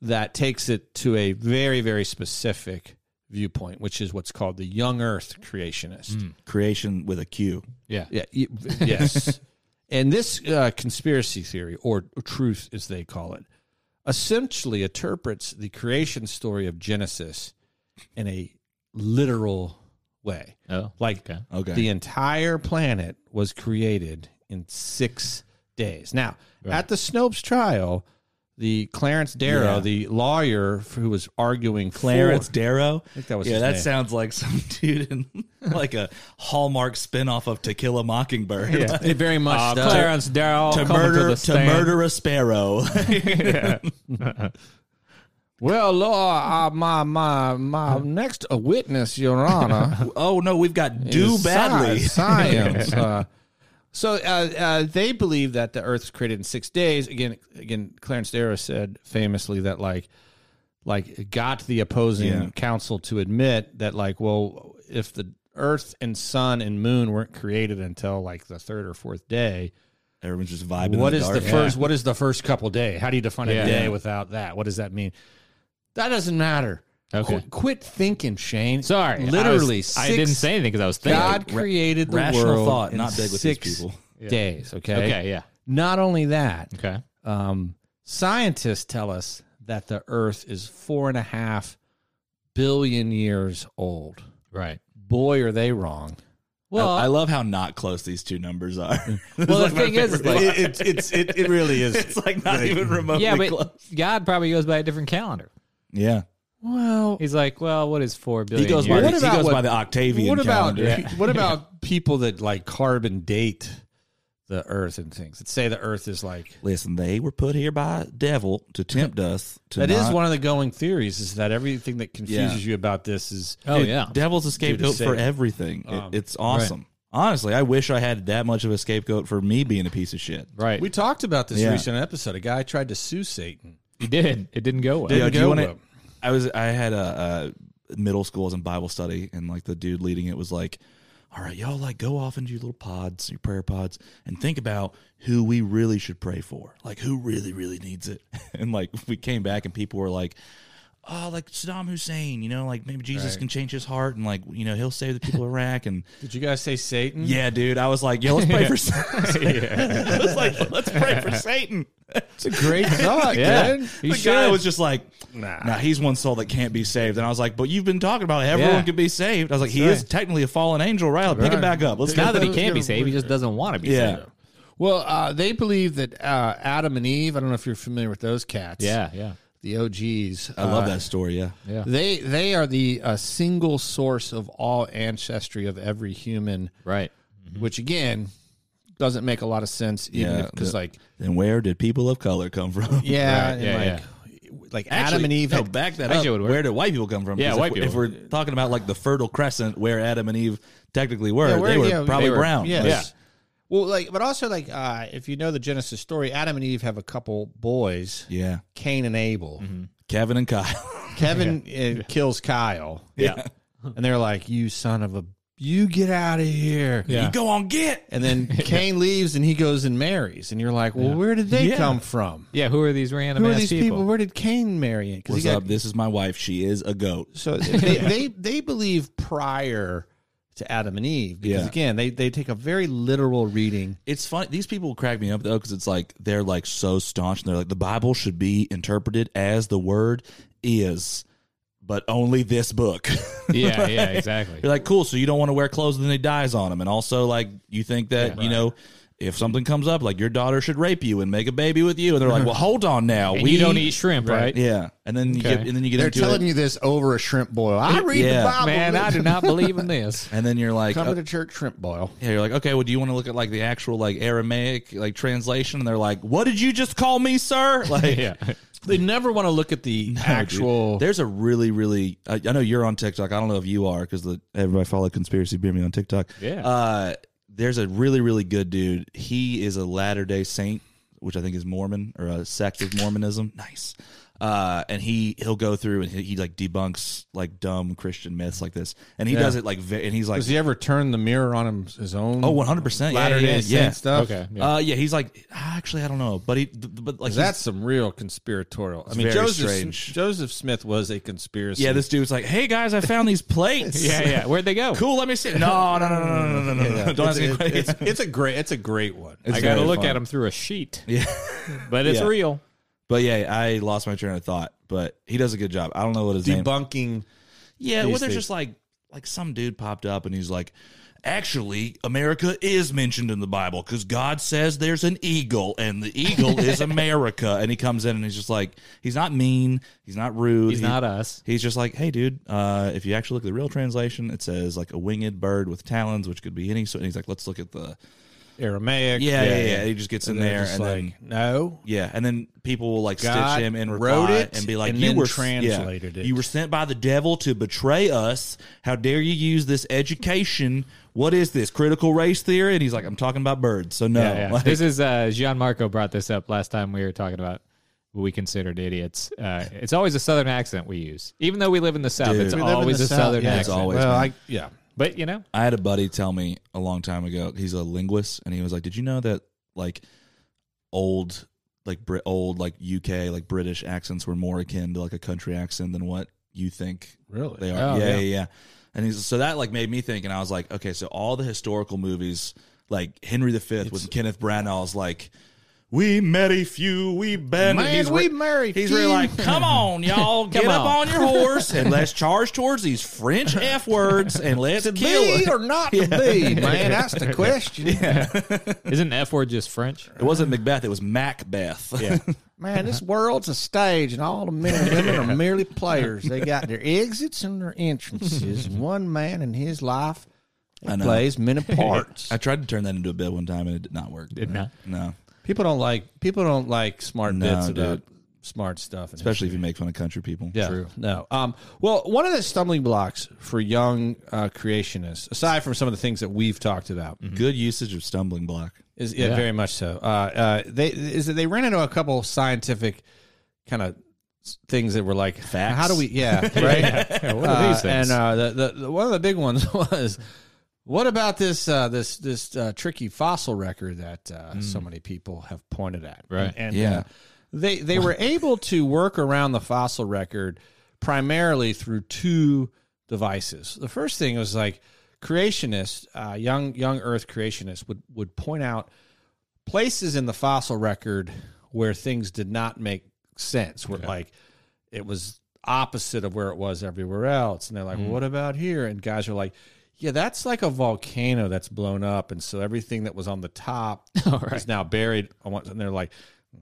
Speaker 1: that takes it to a very, very specific viewpoint, which is what's called the young Earth creationist.
Speaker 3: Creation with a Q.
Speaker 2: Yeah.
Speaker 1: Yeah. y- Yes. <laughs> and this uh, conspiracy theory, or truth as they call it, essentially interprets the creation story of Genesis in a literal way.
Speaker 2: Oh.
Speaker 1: Like
Speaker 2: Okay.
Speaker 3: Okay.
Speaker 1: the entire planet was created in six days. Now, at the Snopes trial, the Clarence Darrow,
Speaker 3: Yeah.
Speaker 1: the lawyer f- who was arguing
Speaker 3: Clarence
Speaker 1: for.
Speaker 3: Darrow. I
Speaker 1: think that was
Speaker 3: Yeah,
Speaker 1: his
Speaker 3: that
Speaker 1: name.
Speaker 3: sounds like some <laughs> dude in like a Hallmark spinoff of To Kill a Mockingbird. <laughs>
Speaker 1: Yeah, <laughs> it very much
Speaker 3: Ah,
Speaker 2: Uh,
Speaker 1: does.
Speaker 2: Clarence Darrow
Speaker 3: To
Speaker 2: coming
Speaker 3: murder
Speaker 2: the
Speaker 3: to,
Speaker 2: stand.
Speaker 3: murder a sparrow. <laughs>
Speaker 1: Well, Law, uh, my my my next uh, witness, Your
Speaker 3: <laughs>
Speaker 1: Honor,
Speaker 3: oh no, we've got do
Speaker 1: is
Speaker 2: <laughs>
Speaker 3: badly.
Speaker 1: sci- science. uh, so uh, uh, they believe that the Earth's created in six days. Again, again, Clarence Darrow said famously that like like got the opposing
Speaker 3: Yeah.
Speaker 1: council to admit that like well if the Earth and Sun and Moon weren't created until like the third or fourth day,
Speaker 3: <laughs> Everyone's just vibing.
Speaker 1: what
Speaker 3: in
Speaker 1: is
Speaker 3: the,
Speaker 1: the,
Speaker 3: dark.
Speaker 1: first what is the first couple day how do you define a
Speaker 2: Yeah.
Speaker 1: day
Speaker 3: Yeah.
Speaker 1: without that what does that mean that doesn't matter
Speaker 2: Okay.
Speaker 1: Qu- quit thinking shane
Speaker 2: Sorry,
Speaker 1: literally
Speaker 2: I, was- I
Speaker 1: six-
Speaker 2: didn't say anything because I was thinking.
Speaker 1: god created the
Speaker 3: rational
Speaker 1: world
Speaker 3: thought,
Speaker 1: in
Speaker 3: not big with these
Speaker 1: six
Speaker 3: people.
Speaker 1: days okay
Speaker 2: Okay, yeah,
Speaker 1: not only that
Speaker 2: okay.
Speaker 1: um, scientists tell us that the earth is four and a half billion years old
Speaker 2: Right.
Speaker 1: boy are they wrong
Speaker 2: Well,
Speaker 3: I, I love how not close these two numbers are. <laughs>
Speaker 2: well, the thing is, is like,
Speaker 1: it, it's, it, it really is
Speaker 3: it's like not even <laughs> remotely
Speaker 2: yeah, but
Speaker 3: close.
Speaker 2: God probably goes by a different calendar.
Speaker 3: Yeah,
Speaker 1: well
Speaker 2: He's like, well, what is four billion?
Speaker 3: he goes by
Speaker 2: years?
Speaker 1: What
Speaker 3: the, he
Speaker 1: about
Speaker 3: goes
Speaker 1: what-
Speaker 3: by the Octavian
Speaker 1: what about
Speaker 3: calendar.
Speaker 1: pe-
Speaker 3: <laughs>
Speaker 1: what about people that like carbon date the earth and things that say the earth is like
Speaker 3: Listen, they were put here by devil to tempt us. To
Speaker 1: That is
Speaker 3: not-
Speaker 1: one of the going theories is that everything that confuses
Speaker 3: Yeah.
Speaker 1: you about this is
Speaker 2: Oh yeah. Um,
Speaker 3: Devil's a scapegoat
Speaker 1: say
Speaker 3: for
Speaker 1: it.
Speaker 3: everything. It- it's awesome. Honestly, I wish I had that much of a scapegoat for me being a piece of shit.
Speaker 2: Right.
Speaker 1: we talked about this
Speaker 3: Yeah.
Speaker 1: recent episode a guy tried to sue satan
Speaker 2: he did. It didn't go well.
Speaker 1: Didn't
Speaker 3: Yo, do
Speaker 1: go
Speaker 3: you want
Speaker 1: well.
Speaker 3: to? I was. I had a, a middle school I was in Bible study, and like the dude leading it was like, "All right, y'all, like go off into your little pods, your prayer pods, and think about who we really should pray for. Like who really, really needs it." <laughs> And like we came back, and people were like. Oh, like Saddam Hussein, you know, like maybe Jesus can change his heart and like you know he'll save the people of Iraq and
Speaker 1: did you guys say satan
Speaker 2: Mm-hmm.
Speaker 3: yeah, dude, I was like, yo, let's
Speaker 2: <laughs>
Speaker 3: pray for <laughs> Satan. I was like, let's pray
Speaker 2: <laughs>
Speaker 3: for Satan.
Speaker 1: it's a great thought
Speaker 2: Yeah.
Speaker 1: dude.
Speaker 2: You
Speaker 3: the guy
Speaker 2: should.
Speaker 3: was just like, nah. he's one soul that can't be saved. And I was like, but you've been talking about it. everyone
Speaker 2: Yeah.
Speaker 3: can be saved. I was like, he
Speaker 1: right.
Speaker 3: is technically a fallen angel, right? Like, Pick it back up. Let's
Speaker 2: It's not
Speaker 3: go.
Speaker 2: that he can't be saved. He just doesn't want to be
Speaker 3: Yeah.
Speaker 2: saved.
Speaker 1: well uh, they believe that uh, adam and eve i don't know if you're familiar with those cats
Speaker 2: Yeah. Yeah.
Speaker 1: the og's
Speaker 3: I love that story. Yeah.
Speaker 2: Yeah.
Speaker 1: they they are the uh, single source of all ancestry of every human
Speaker 2: Right.
Speaker 1: which again doesn't make a lot of sense even
Speaker 3: Yeah,
Speaker 1: because
Speaker 3: the-
Speaker 1: like
Speaker 3: Then where did people of color come from? <laughs>
Speaker 1: yeah,
Speaker 2: Right,
Speaker 1: and
Speaker 2: yeah,
Speaker 1: like like adam and eve
Speaker 3: No,
Speaker 1: had-
Speaker 3: back that
Speaker 2: Actually, it
Speaker 3: up.
Speaker 2: would work.
Speaker 3: Where did white people come from?
Speaker 2: Yeah,
Speaker 3: 'Cause if,
Speaker 2: white
Speaker 3: we-
Speaker 2: people.
Speaker 3: If we're talking about like the Fertile Crescent, where Adam and Eve technically were,
Speaker 1: Yeah,
Speaker 3: they
Speaker 1: where-
Speaker 3: were
Speaker 1: yeah,
Speaker 3: probably
Speaker 1: they were-
Speaker 3: brown.
Speaker 1: yes.
Speaker 3: Like,
Speaker 1: well like but also like uh if you know the genesis story adam and eve have a couple boys
Speaker 3: yeah.
Speaker 1: cain and abel
Speaker 3: Kevin and Kyle. <laughs>
Speaker 1: kevin uh, kills kyle
Speaker 2: Yeah.
Speaker 1: and they're like you son of a you get out of here
Speaker 2: Yeah.
Speaker 3: go on, get.
Speaker 1: and then Cain leaves and he goes and marries. And you're like, well, where did they
Speaker 3: Yeah.
Speaker 1: come from?
Speaker 2: Yeah. Who are these random
Speaker 1: Who are
Speaker 2: ass
Speaker 1: these people? Where did Cain marry? Because
Speaker 3: What's up? This is my wife. She is a goat.
Speaker 1: So they, they they believe prior to Adam and Eve because
Speaker 3: Yeah.
Speaker 1: again they they take a very literal reading.
Speaker 3: It's funny. These people crack me up though because it's like they're like so staunch and they're like the Bible should be interpreted as the word is, but only this book. <laughs>
Speaker 1: <laughs>
Speaker 2: Yeah. Yeah. Exactly.
Speaker 3: You're like cool. So you don't want to wear clothes and then it dies on them, and also like you think that you know. If something comes up, like your daughter should rape you and make a baby with you, and they're like, "Well, hold on now,
Speaker 2: Uh-huh. And you don't eat shrimp, right?
Speaker 3: yeah." And then you
Speaker 2: Okay.
Speaker 3: get, and then you get
Speaker 1: They're
Speaker 3: into
Speaker 1: telling
Speaker 3: it,
Speaker 1: you this over a shrimp boil. I read
Speaker 3: Yeah.
Speaker 1: the Bible,
Speaker 2: Man, I do not believe in this.
Speaker 3: and then you're like,
Speaker 1: Come
Speaker 3: "Oh,
Speaker 1: to church shrimp boil.
Speaker 3: Yeah, you're like, okay, well, do you want to look at like the actual like Aramaic like translation? And they're like, what did you just call me, sir? <laughs>
Speaker 2: <laughs>
Speaker 3: Like,
Speaker 2: Yeah.
Speaker 1: They never want to look at
Speaker 2: <laughs>
Speaker 1: the actual.
Speaker 3: there's a really, really. I, I know you're on TikTok. I don't know if you are because the everybody follow conspiracy beer me on TikTok.
Speaker 2: Yeah.
Speaker 3: Uh, there's a really, really good dude. He is a Latter Day Saint, which I think is Mormon or a sect of Mormonism. Nice. Uh, and he he'll go through and he, he like debunks like dumb Christian myths like this, and he does it like ve- and he's like
Speaker 1: Does he ever turn the mirror on him, his own?
Speaker 3: oh 100 percent yeah
Speaker 1: Latter Day
Speaker 3: yeah,
Speaker 1: Saint
Speaker 3: yeah.
Speaker 1: stuff.
Speaker 2: Okay. Yeah.
Speaker 3: Uh, yeah, he's like actually I don't know, but he th- but like
Speaker 1: That's some real conspiratorial. I mean,
Speaker 3: very
Speaker 1: Joseph
Speaker 3: strange.
Speaker 1: Joseph Smith was a conspiracy.
Speaker 3: he's-
Speaker 1: <laughs>
Speaker 3: yeah, this dude's like, hey guys, I found these plates.
Speaker 2: <laughs> yeah. Yeah. Where'd they go?
Speaker 3: cool. Let me see. <laughs> No, no, no, no, no, no, no, no, no. Don't
Speaker 1: it's,
Speaker 3: ask me.
Speaker 1: it- <laughs>
Speaker 3: questions.
Speaker 1: it's, it's a great it's a great one.
Speaker 3: It's
Speaker 2: I got to
Speaker 3: very
Speaker 2: look
Speaker 3: fun.
Speaker 2: at them through a sheet. Yeah. But it's
Speaker 3: Yeah.
Speaker 2: real.
Speaker 3: But yeah, I lost my train of thought. But he does a good job. I don't know what his name.
Speaker 1: Debunking
Speaker 3: Yeah, well,
Speaker 1: these
Speaker 3: there's
Speaker 1: things.
Speaker 3: just like like some dude popped up and he's like, actually, America is mentioned in the Bible because God says there's an eagle, and the eagle is <laughs> America. And he comes in and he's just like, he's not mean, he's not rude,
Speaker 2: He's
Speaker 3: he-
Speaker 2: not us.
Speaker 3: He's just like, hey, dude. Uh, if you actually look at the real translation, it says like a winged bird with talons, which could be any. So and he's like, let's look at the
Speaker 1: Aramaic.
Speaker 3: yeah, yeah, yeah. He just gets in
Speaker 1: they're
Speaker 3: there
Speaker 1: just
Speaker 3: and then
Speaker 1: like, no.
Speaker 3: yeah, and then people will like
Speaker 1: God
Speaker 3: stitch him and reply
Speaker 1: wrote it
Speaker 3: and be like,
Speaker 1: and
Speaker 3: "You
Speaker 1: then
Speaker 3: were
Speaker 1: translated
Speaker 3: yeah,
Speaker 1: it."
Speaker 3: You were sent by the devil to betray us. How dare you use this education? What is this critical race theory?" And he's like, "I'm talking about birds, so no."
Speaker 2: Yeah, yeah.
Speaker 3: <laughs> Like,
Speaker 2: this is uh, Gianmarco brought this up last time we were talking about what we considered idiots. Uh, it's always a southern accent we use, even though we live in the south. it's
Speaker 3: Dude.
Speaker 1: We live in
Speaker 2: always
Speaker 1: the
Speaker 2: a
Speaker 1: South,
Speaker 2: southern
Speaker 1: yeah,
Speaker 3: It's
Speaker 2: accent.
Speaker 3: always
Speaker 1: Well,
Speaker 3: been-
Speaker 1: I, yeah.
Speaker 2: But you know,
Speaker 3: I had a buddy tell me a long time ago. He's a linguist, and he was like, "Did you know that like old, like Brit, old like UK, like British accents were more akin to like a country accent than what you think
Speaker 1: Really?
Speaker 3: they are?
Speaker 2: Oh,
Speaker 3: yeah,
Speaker 2: yeah.
Speaker 3: yeah, yeah." And he's so that like made me think, and I was like, "Okay, so all the historical movies, like Henry V with Kenneth Branagh's, like." We met a few, we bet.
Speaker 1: Man, we married
Speaker 3: He's really
Speaker 1: few.
Speaker 3: like, come on, y'all, get up
Speaker 2: on."
Speaker 3: on your horse and let's charge towards these French F words and let's
Speaker 1: To
Speaker 3: kill
Speaker 1: be
Speaker 3: it.
Speaker 1: or
Speaker 3: <laughs>
Speaker 1: not to be, man. That's the question.
Speaker 2: isn't F word just French?
Speaker 3: It wasn't Macbeth. It was Macbeth. Yeah.
Speaker 1: Man, this world's a stage, and all the men and women are merely players. They got their exits and their
Speaker 3: <laughs>
Speaker 1: entrances, and one man in his life
Speaker 3: I know.
Speaker 1: plays many parts.
Speaker 3: <laughs> <laughs> I tried to turn that into a bit one time and it did not work.
Speaker 2: Did not.
Speaker 3: No.
Speaker 1: people don't like people don't like smart
Speaker 3: No,
Speaker 1: bits about
Speaker 3: dude.
Speaker 1: smart stuff, and
Speaker 3: Especially if you make fun of country people.
Speaker 1: Yeah, no. Um, well, one of the stumbling blocks for young uh, creationists, aside from some of the things that we've talked about,
Speaker 3: Good usage of stumbling block.
Speaker 1: Is yeah, very much so. Uh, uh, they is that they ran into a couple scientific kind of things that were like
Speaker 3: Facts?
Speaker 1: How do we? Yeah, <laughs>
Speaker 3: <laughs>
Speaker 1: right.
Speaker 2: what are
Speaker 1: Uh,
Speaker 2: these things?
Speaker 1: And uh, the, the, the one of the big ones <laughs> was. What about this uh, this this uh, tricky fossil record that uh, so many people have pointed at?
Speaker 2: Mm. Right.
Speaker 1: And
Speaker 3: Yeah.
Speaker 1: uh, they they were able to work around the fossil record primarily through two devices. The first thing was like creationists, uh, young young Earth creationists would would point out places in the fossil record where things did not make sense, where like it was opposite of where it was everywhere else. And they're like,
Speaker 2: Mm-hmm.
Speaker 1: what about here? And guys are like, yeah, that's like a volcano that's blown up. And so everything that was on the
Speaker 2: <laughs>
Speaker 1: top is now buried. I want- And they're like,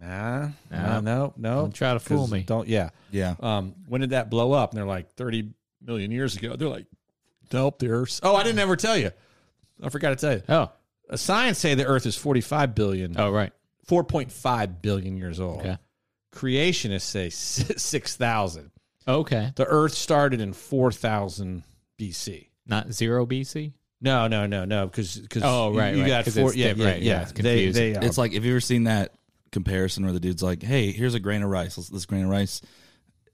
Speaker 1: nah, nah, no, no.
Speaker 2: Don't try to fool
Speaker 1: 'Cause
Speaker 2: me.
Speaker 1: Don't, yeah.
Speaker 3: Yeah.
Speaker 1: Um, when did that blow up? And they're like, 30 million years ago. They're like, nope, the Earth's. Oh, I didn't ever tell you. I forgot to tell you.
Speaker 2: Oh,
Speaker 1: Uh, Science say the Earth is 45 billion
Speaker 2: oh right.
Speaker 1: 4.5 billion years old.
Speaker 2: Okay.
Speaker 1: Creationists say <laughs> si- 6,000.
Speaker 2: Okay,
Speaker 1: The Earth started in 4,000 BC.
Speaker 2: not zero BC.
Speaker 1: No, no, no, no, because because
Speaker 2: Oh, right,
Speaker 1: you
Speaker 2: right,
Speaker 1: got
Speaker 2: 'cause
Speaker 1: four,
Speaker 2: it's
Speaker 1: yeah,
Speaker 2: diff-
Speaker 1: yeah,
Speaker 2: right, yeah,
Speaker 1: yeah.
Speaker 2: it's
Speaker 1: they,
Speaker 2: confusing.
Speaker 1: they, uh,
Speaker 3: It's like, have you ever seen that comparison where the dude's like, hey, here's a grain of rice. This, this grain of rice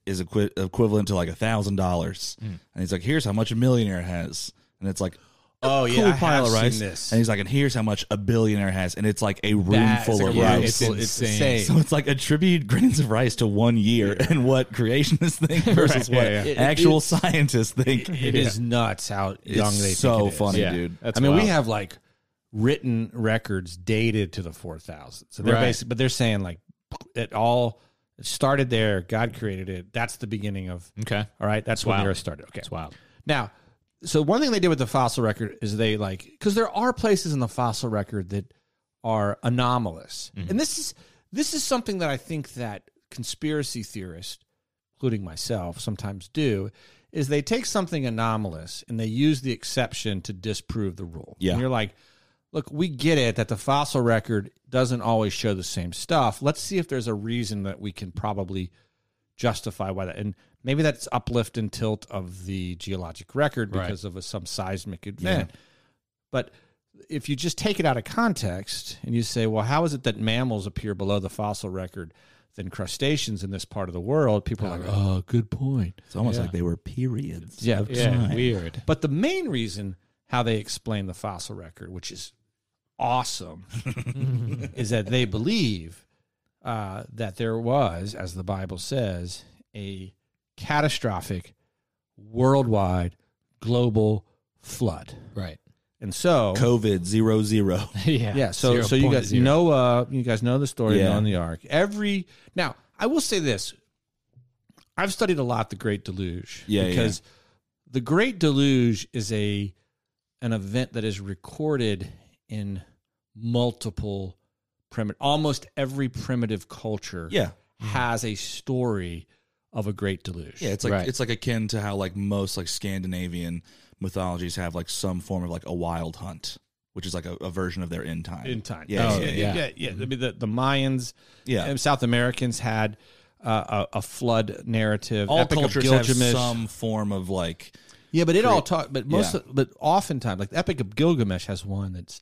Speaker 3: is equi- equivalent to like a thousand dollars.
Speaker 1: Hmm.
Speaker 3: And he's like, here's how much a millionaire has. And it's like,
Speaker 1: oh yeah,
Speaker 3: cool
Speaker 1: I
Speaker 3: pile
Speaker 1: have
Speaker 3: of
Speaker 1: seen
Speaker 3: rice.
Speaker 1: this.
Speaker 3: And he's like, and here's how much a billionaire has. And it's like a room
Speaker 1: That is
Speaker 3: full
Speaker 1: a
Speaker 3: of
Speaker 1: room
Speaker 3: rice.
Speaker 2: It's
Speaker 1: full-
Speaker 2: insane.
Speaker 3: So it's like attribute grains of rice to one year and what creationists think
Speaker 1: <laughs>
Speaker 3: versus what
Speaker 2: yeah,
Speaker 1: yeah.
Speaker 3: actual scientists think.
Speaker 1: It is nuts how
Speaker 3: It's
Speaker 1: young they
Speaker 3: so
Speaker 1: think it is.
Speaker 3: funny,
Speaker 2: Yeah.
Speaker 3: dude.
Speaker 2: That's
Speaker 1: I mean, we
Speaker 2: wild.
Speaker 1: have like written records dated to the 4000s. So they're
Speaker 2: Right.
Speaker 1: basically, but they're saying like it all it started there. God created it. That's the beginning
Speaker 3: Mm.
Speaker 1: of.
Speaker 2: Okay,
Speaker 1: All right, that's when
Speaker 2: Wow.
Speaker 1: the Earth started. Okay,
Speaker 2: it's wild.
Speaker 1: Now, so one thing they did with the fossil record is they like because there are places in the fossil record that are anomalous, and this is this is something that I think that conspiracy theorists, including myself, sometimes do, is they take something anomalous and they use the exception to disprove the rule.
Speaker 3: Yeah.
Speaker 1: and you're like. Look, we get it that the fossil record doesn't always show the same stuff. Let's see if there's a reason that we can probably justify why that and maybe that's uplift and tilt of the geologic record
Speaker 2: Right.
Speaker 1: because of a, some seismic event but if you just take it out of context and you say well how is it that mammals appear below the fossil record than crustaceans in this part of the world people are like
Speaker 3: Uh-huh.
Speaker 1: oh good point
Speaker 3: It's almost like they were periods.
Speaker 1: yeah
Speaker 2: Yeah, weird.
Speaker 1: but the main reason how they explain the fossil record, which is awesome, is that they believe uh, that there was, as the Bible says, a catastrophic worldwide global flood.
Speaker 2: Right. <laughs>
Speaker 1: And so,
Speaker 3: COVID
Speaker 1: <laughs>
Speaker 3: zero zero.
Speaker 2: yeah.
Speaker 1: yeah, so so you guys
Speaker 2: 0.0.
Speaker 1: know uh you guys know the story
Speaker 3: Yeah.
Speaker 1: on the ark. Every now, I will say this. I've studied a lot the Great Deluge
Speaker 3: Yeah, yeah.
Speaker 1: because the Great Deluge is a an event that is recorded in multiple primitive, almost every primitive culture
Speaker 3: Yeah. Mm-hmm.
Speaker 1: has a story of a great deluge.
Speaker 3: Yeah, it's like
Speaker 2: Right.
Speaker 3: it's like akin to how like most like Scandinavian mythologies have like some form of like a wild hunt, which is like a, a version of their end time.
Speaker 1: in time.
Speaker 3: Yeah,
Speaker 1: Oh,
Speaker 3: yeah,
Speaker 1: yeah, yeah. I mean, the, the Mayans,
Speaker 3: Yeah.
Speaker 1: and South Americans had uh, a, a flood narrative.
Speaker 3: All
Speaker 1: Epic of
Speaker 3: cultures have
Speaker 1: Gilgamesh.
Speaker 3: some form of like
Speaker 1: Yeah, but it all talk. But most,
Speaker 3: Yeah.
Speaker 1: of, but oftentimes, like the Epic of Gilgamesh has one that's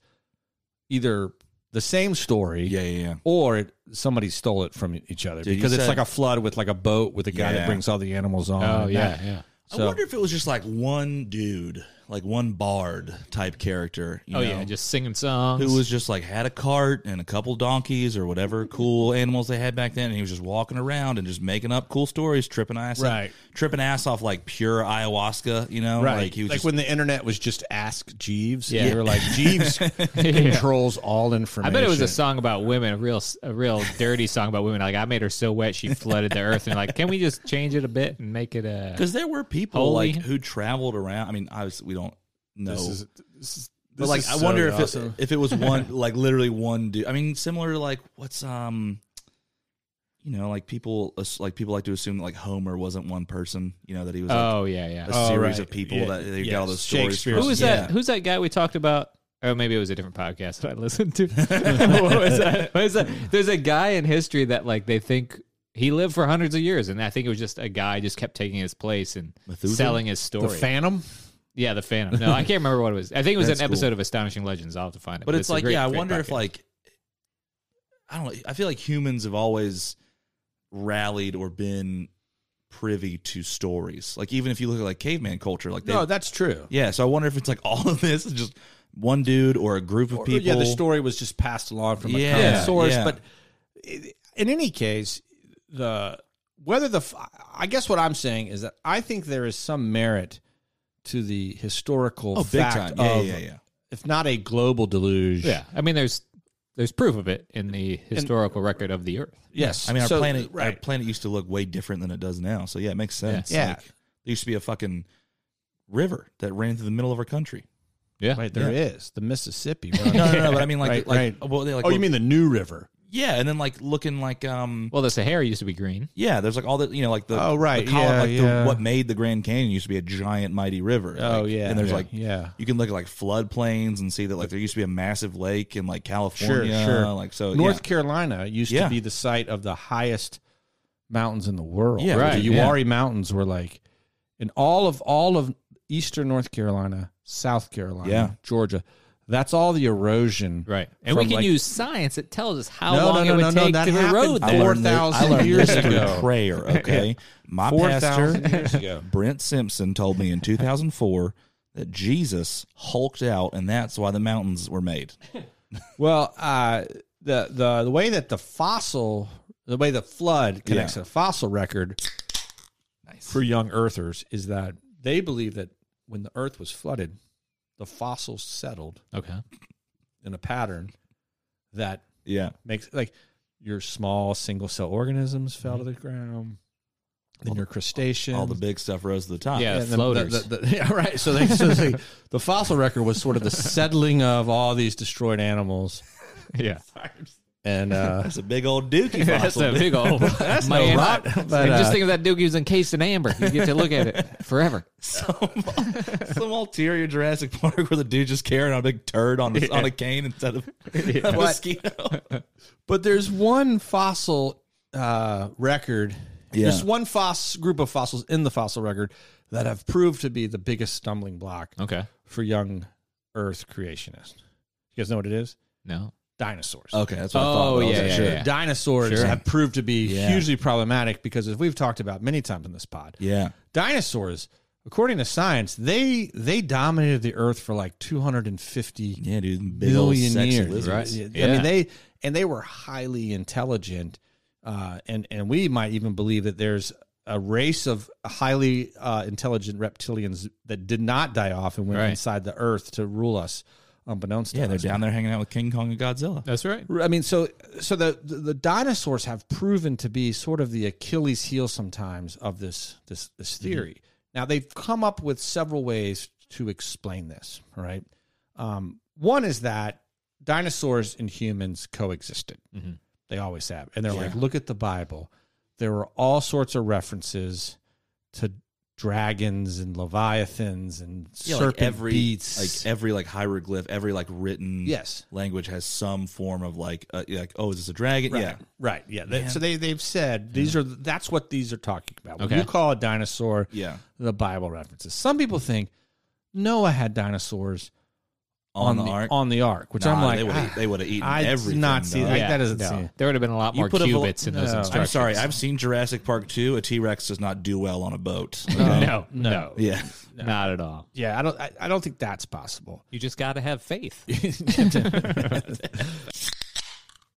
Speaker 1: either the same story,
Speaker 3: yeah, yeah, yeah.
Speaker 1: or it, somebody stole it from each other
Speaker 3: Dude, you
Speaker 1: because it's
Speaker 3: said-
Speaker 1: like a flood with like a boat with a guy that
Speaker 3: Yeah.
Speaker 1: brings all the animals on.
Speaker 2: Oh
Speaker 1: and
Speaker 2: yeah,
Speaker 1: that.
Speaker 2: yeah.
Speaker 3: I
Speaker 1: So-
Speaker 3: wonder if it was just like one dude, like one bard type character. You
Speaker 2: oh
Speaker 3: know,
Speaker 2: yeah, just singing songs.
Speaker 3: who was just like had a cart and a couple donkeys or whatever cool animals they had back then, and he was just walking around and just making up cool stories, tripping ass,
Speaker 1: Right.
Speaker 3: Tripping ass off like pure ayahuasca, you know,
Speaker 1: Right,
Speaker 3: Oh, Like he was just,
Speaker 1: when the internet was just Ask Jeeves.
Speaker 2: Yeah.
Speaker 1: Yeah, they were
Speaker 3: <laughs>
Speaker 1: like Jeeves controls all
Speaker 2: I
Speaker 1: information.
Speaker 2: bet it was a song about women, a real, a real dirty song about women. Like I made her so wet she flooded the earth, and like, can we just change it a bit and make it
Speaker 3: <laughs>
Speaker 2: a?
Speaker 3: because there were people
Speaker 2: Holy-
Speaker 3: like who traveled around. I mean, obviously we don't know.
Speaker 1: This is, this is,
Speaker 3: but like, I wonder if it, if it
Speaker 1: <laughs>
Speaker 3: was one, like literally one dude. I mean, similar to like what's um, you know, like people like people like to assume that like Homer wasn't one person. You know that he was like,
Speaker 2: oh yeah,
Speaker 3: a
Speaker 2: yeah.
Speaker 1: Oh,
Speaker 3: series
Speaker 1: right.
Speaker 3: of people
Speaker 1: Yeah.
Speaker 3: that they
Speaker 1: Yes.
Speaker 3: got all those stories.
Speaker 1: Shakespeare.
Speaker 3: from.
Speaker 2: Who was
Speaker 3: Yeah.
Speaker 2: that? Who's that guy we talked about? Or maybe it was a different podcast that I listened
Speaker 3: <laughs>
Speaker 2: to. what was that? What was that? There's a guy in history that like they think he lived for hundreds of years, and I think it was just a guy just kept taking his place and
Speaker 3: Methuselah?
Speaker 2: selling his
Speaker 1: the
Speaker 2: story.
Speaker 1: Phantom.
Speaker 2: yeah, the Phantom. No, I can't remember what it was. I think it was
Speaker 3: That's
Speaker 2: an episode
Speaker 3: cool.
Speaker 2: of Astonishing Legends. I'll have to find it.
Speaker 3: But, it's,
Speaker 2: a
Speaker 3: like,
Speaker 2: great-
Speaker 3: yeah, I
Speaker 2: great
Speaker 3: wonder if
Speaker 2: podcast.
Speaker 3: like I don't know. I feel like humans have always rallied or been privy to stories. Like even if you look at like caveman culture, like they,
Speaker 1: No, that's true.
Speaker 3: yeah. So I wonder if it's like <laughs> all of this is just one dude or a group of
Speaker 1: Or-
Speaker 3: people.
Speaker 1: Yeah, the story was just passed along from a
Speaker 3: Yeah,
Speaker 1: common source.
Speaker 3: yeah.
Speaker 1: But i- in any case, the whether the f- I guess what I'm saying is that I think there is some merit to the historical
Speaker 3: Oh, big
Speaker 1: fact
Speaker 3: time. Yeah,
Speaker 1: of
Speaker 3: yeah, yeah.
Speaker 1: if not a global deluge.
Speaker 2: yeah. I mean, there's there's proof of it in the historical record of the Earth.
Speaker 1: Yes.
Speaker 3: I mean, our
Speaker 1: So-
Speaker 3: planet, our
Speaker 1: Right.
Speaker 3: planet used to look way different than it does now. So yeah, it makes sense.
Speaker 1: Yeah.
Speaker 3: Like, there used to be a fucking river that ran through the middle of
Speaker 1: <laughs>
Speaker 3: our country.
Speaker 2: Yeah,
Speaker 1: right. There is the <laughs> Mississippi. Right?
Speaker 3: No, no, no. But <laughs> I mean, like,
Speaker 1: Right,
Speaker 3: like,
Speaker 1: right.
Speaker 3: well, they, like,
Speaker 1: oh, you
Speaker 3: look-
Speaker 1: mean the New River?
Speaker 3: yeah? And then like looking like, um,
Speaker 2: Well, the Sahara used to be green.
Speaker 3: Yeah, there's like all the you know like the
Speaker 1: Oh, right,
Speaker 3: the column,
Speaker 1: yeah,
Speaker 3: like
Speaker 1: yeah.
Speaker 3: The, what made the Grand Canyon used to be a giant mighty river.
Speaker 1: Oh,
Speaker 3: like,
Speaker 1: yeah,
Speaker 3: and there's
Speaker 1: yeah,
Speaker 3: like
Speaker 1: yeah.
Speaker 3: you can look at like floodplains and see that like there used to be a massive lake in like California. Like so
Speaker 1: North
Speaker 3: yeah.
Speaker 1: Carolina used to
Speaker 3: Yeah.
Speaker 1: be the site of the highest mountains in the world.
Speaker 3: Yeah,
Speaker 2: Right,
Speaker 1: The
Speaker 2: yeah.
Speaker 1: Uwari Mountains were like in all of all of eastern North Carolina, South Carolina,
Speaker 3: Yeah.
Speaker 1: Georgia. That's all the erosion.
Speaker 2: Right. And
Speaker 1: from,
Speaker 2: we can
Speaker 1: like-
Speaker 2: use science. It tells us how
Speaker 1: No,
Speaker 2: long
Speaker 1: no,
Speaker 2: it would
Speaker 1: no, no,
Speaker 2: take
Speaker 1: that
Speaker 2: to
Speaker 1: happened
Speaker 2: erode
Speaker 3: I
Speaker 2: that.
Speaker 1: four
Speaker 3: learned thi- I
Speaker 1: 4,000
Speaker 3: learned
Speaker 1: years
Speaker 3: this through
Speaker 1: ago. <laughs>
Speaker 3: prayer. Okay, my
Speaker 1: 4,000
Speaker 3: pastor
Speaker 1: years <laughs> ago.
Speaker 3: <laughs> Brent Simpson told me in 2004 that Jesus hulked out, and that's why the mountains were made.
Speaker 1: Well, uh, the the the way that the fossil, the way the flood connects
Speaker 3: Yeah.
Speaker 1: to the fossil record for young Earthers is that they believe that when the Earth was flooded, the fossils settled
Speaker 2: Okay.
Speaker 1: in a pattern that
Speaker 3: Yeah,
Speaker 1: makes like your small single cell organisms fell to the ground, then your crustaceans,
Speaker 3: all the big stuff rose to the top.
Speaker 2: Yeah.
Speaker 1: and the-
Speaker 2: floaters.
Speaker 1: the- <laughs> the- yeah, right. So, they, so they, the fossil record was sort of the settling of all these destroyed animals,
Speaker 2: Yeah.
Speaker 1: and uh,
Speaker 3: That's a big old dookie
Speaker 2: That's
Speaker 3: fossil. <laughs>
Speaker 2: a big old that's man.
Speaker 1: rot, but,
Speaker 2: just
Speaker 1: uh,
Speaker 2: think of that dookie was encased in amber. You get to look at it forever.
Speaker 3: some, some ulterior Jurassic Park where the dude just carrying a big turd on, a on a cane
Speaker 1: <laughs>
Speaker 3: instead of a mosquito.
Speaker 1: <laughs>
Speaker 3: <laughs>
Speaker 1: But there's one fossil uh, record.
Speaker 3: Yeah.
Speaker 1: There's one foss group of fossils in the fossil record that have proved to be the biggest stumbling block
Speaker 2: Okay.
Speaker 1: for young Earth creationists. You guys know what it is?
Speaker 2: No.
Speaker 1: Dinosaurs.
Speaker 3: Okay, that's
Speaker 2: what I thought, Oh, but I yeah, wasn't yeah, sure. yeah.
Speaker 1: Dinosaurs
Speaker 2: Sure.
Speaker 1: have proved to be
Speaker 3: Yeah.
Speaker 1: hugely problematic because, as we've talked about many times in this pod,
Speaker 3: Yeah.
Speaker 1: dinosaurs, according to science, they they dominated the Earth for like 250
Speaker 3: Yeah, dude. Big old
Speaker 1: billion
Speaker 3: sexy
Speaker 1: years,
Speaker 3: lizards.
Speaker 1: right? I
Speaker 2: Yeah.
Speaker 1: mean, they and they were highly intelligent, uh, and and we might even believe that there's a race of highly uh, intelligent reptilians that did not die off and went
Speaker 2: Right.
Speaker 1: inside the earth to rule us, unbeknownst
Speaker 3: Yeah,
Speaker 1: to
Speaker 3: they're
Speaker 1: us.
Speaker 3: down there hanging out with King Kong and Godzilla.
Speaker 2: That's right.
Speaker 1: I mean, so so the, the the dinosaurs have proven to be sort of the
Speaker 3: Mm-hmm.
Speaker 1: Achilles heel sometimes of this this this theory. Now they've come up with several ways to explain this, all right? Um, one is that dinosaurs and humans coexisted.
Speaker 3: Mm-hmm.
Speaker 2: Mhm.
Speaker 1: They always have. And they're like, look at the Bible. There were all sorts of references to dragons and leviathans and
Speaker 3: Yeah,
Speaker 1: serpent
Speaker 3: like every
Speaker 1: beasts.
Speaker 3: like every like hieroglyph, every like written
Speaker 1: Yes.
Speaker 3: language has some form of like uh, like oh is this a dragon?
Speaker 1: Right.
Speaker 3: Yeah,
Speaker 1: Right. Yeah. They- so they they've said these are that's what these are talking about. When
Speaker 2: Okay.
Speaker 1: you call a dinosaur
Speaker 3: yeah.
Speaker 1: the Bible references. Some people think Noah had dinosaurs
Speaker 3: On, the, ark,
Speaker 1: on the ark, which
Speaker 3: Nah,
Speaker 1: I'm like
Speaker 3: they would've-
Speaker 1: ah,
Speaker 3: they would have eaten
Speaker 1: I did
Speaker 3: everything.
Speaker 1: not see
Speaker 3: dog.
Speaker 1: that. That doesn't seem-
Speaker 2: There would have been a lot more
Speaker 3: put a vol-
Speaker 2: cubits in those
Speaker 1: No. I'm
Speaker 2: instructions.
Speaker 3: I'm sorry, I've seen Jurassic Park two. A T Rex does not do well on
Speaker 1: <laughs>
Speaker 3: a boat.
Speaker 2: <laughs>
Speaker 3: Okay?
Speaker 2: no, no,
Speaker 3: yeah,
Speaker 2: not at all.
Speaker 1: yeah, I don't I, I don't think that's possible.
Speaker 2: You just got to have faith.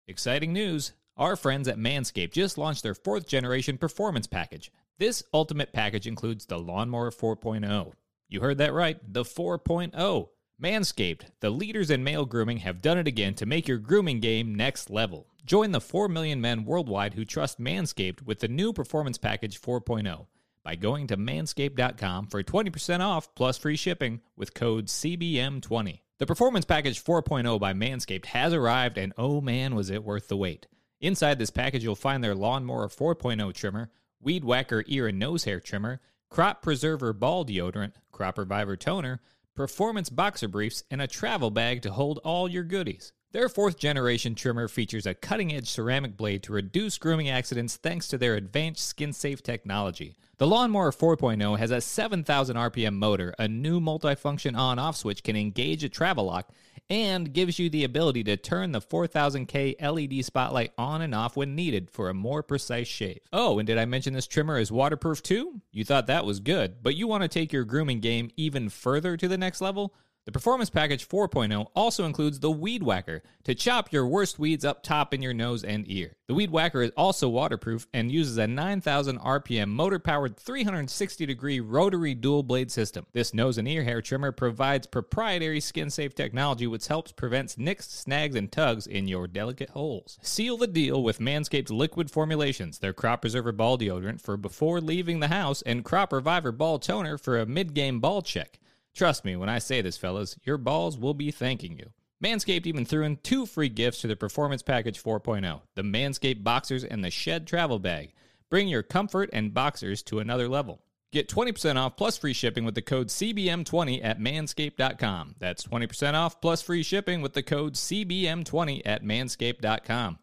Speaker 2: Exciting news! Our friends at Manscaped just launched their fourth generation performance package. This ultimate package includes the Lawnmower 4.0. You heard that right, the 4.0. Manscaped, the leaders in male grooming, have done it again to make your grooming game next level. Join the 4 million men worldwide who trust Manscaped with the new Performance Package oh. 4.0 by going to manscaped.com for 20% off plus free shipping with code CBM20. The Performance Package 4.0 by Manscaped has arrived, and oh man, was it worth the wait. Inside this package, you'll find their Lawnmower 4.0 trimmer, Weed Whacker ear and nose hair trimmer, Crop Preserver ball deodorant, Crop Reviver toner, performance boxer briefs, and a travel bag to hold all your goodies. Their fourth generation trimmer features a cutting edge ceramic blade to reduce grooming accidents thanks to their advanced skin safe technology. The Lawnmower 4.0 has a 7,000 RPM motor, a new multifunction on off switch can engage a travel lock, and gives you the ability to turn the 4000K LED E spotlight on and off when needed for a more precise shave. Oh, and did I mention this trimmer is waterproof too? You thought that was good, but you want to take your grooming game even further to the next level? The Performance Package 4.0 also includes the Weed Whacker to chop your worst weeds up top in your nose and ear. The Weed Whacker is also waterproof and uses a 9,000 RPM motor powered 360 degree rotary dual blade system. This nose and ear hair trimmer provides proprietary skin safe technology which helps prevents nicks, snags, and tugs in your delicate holes. Seal the deal with Manscaped's liquid formulations, their Crop Preserver Ball Deodorant for before leaving the house, and Crop Reviver Ball Toner for a mid game ball check. Trust me when I say this, fellas, your balls will be thanking you. Manscaped even threw in two free gifts to the Performance Package 4.0 the Manscaped Boxers and the Shed Travel Bag. Bring your comfort and boxers to another level. Get 20% off plus free shipping with the code CBM20 at manscaped.com. That's 20% off plus free shipping with the code CBM20 at manscaped.com.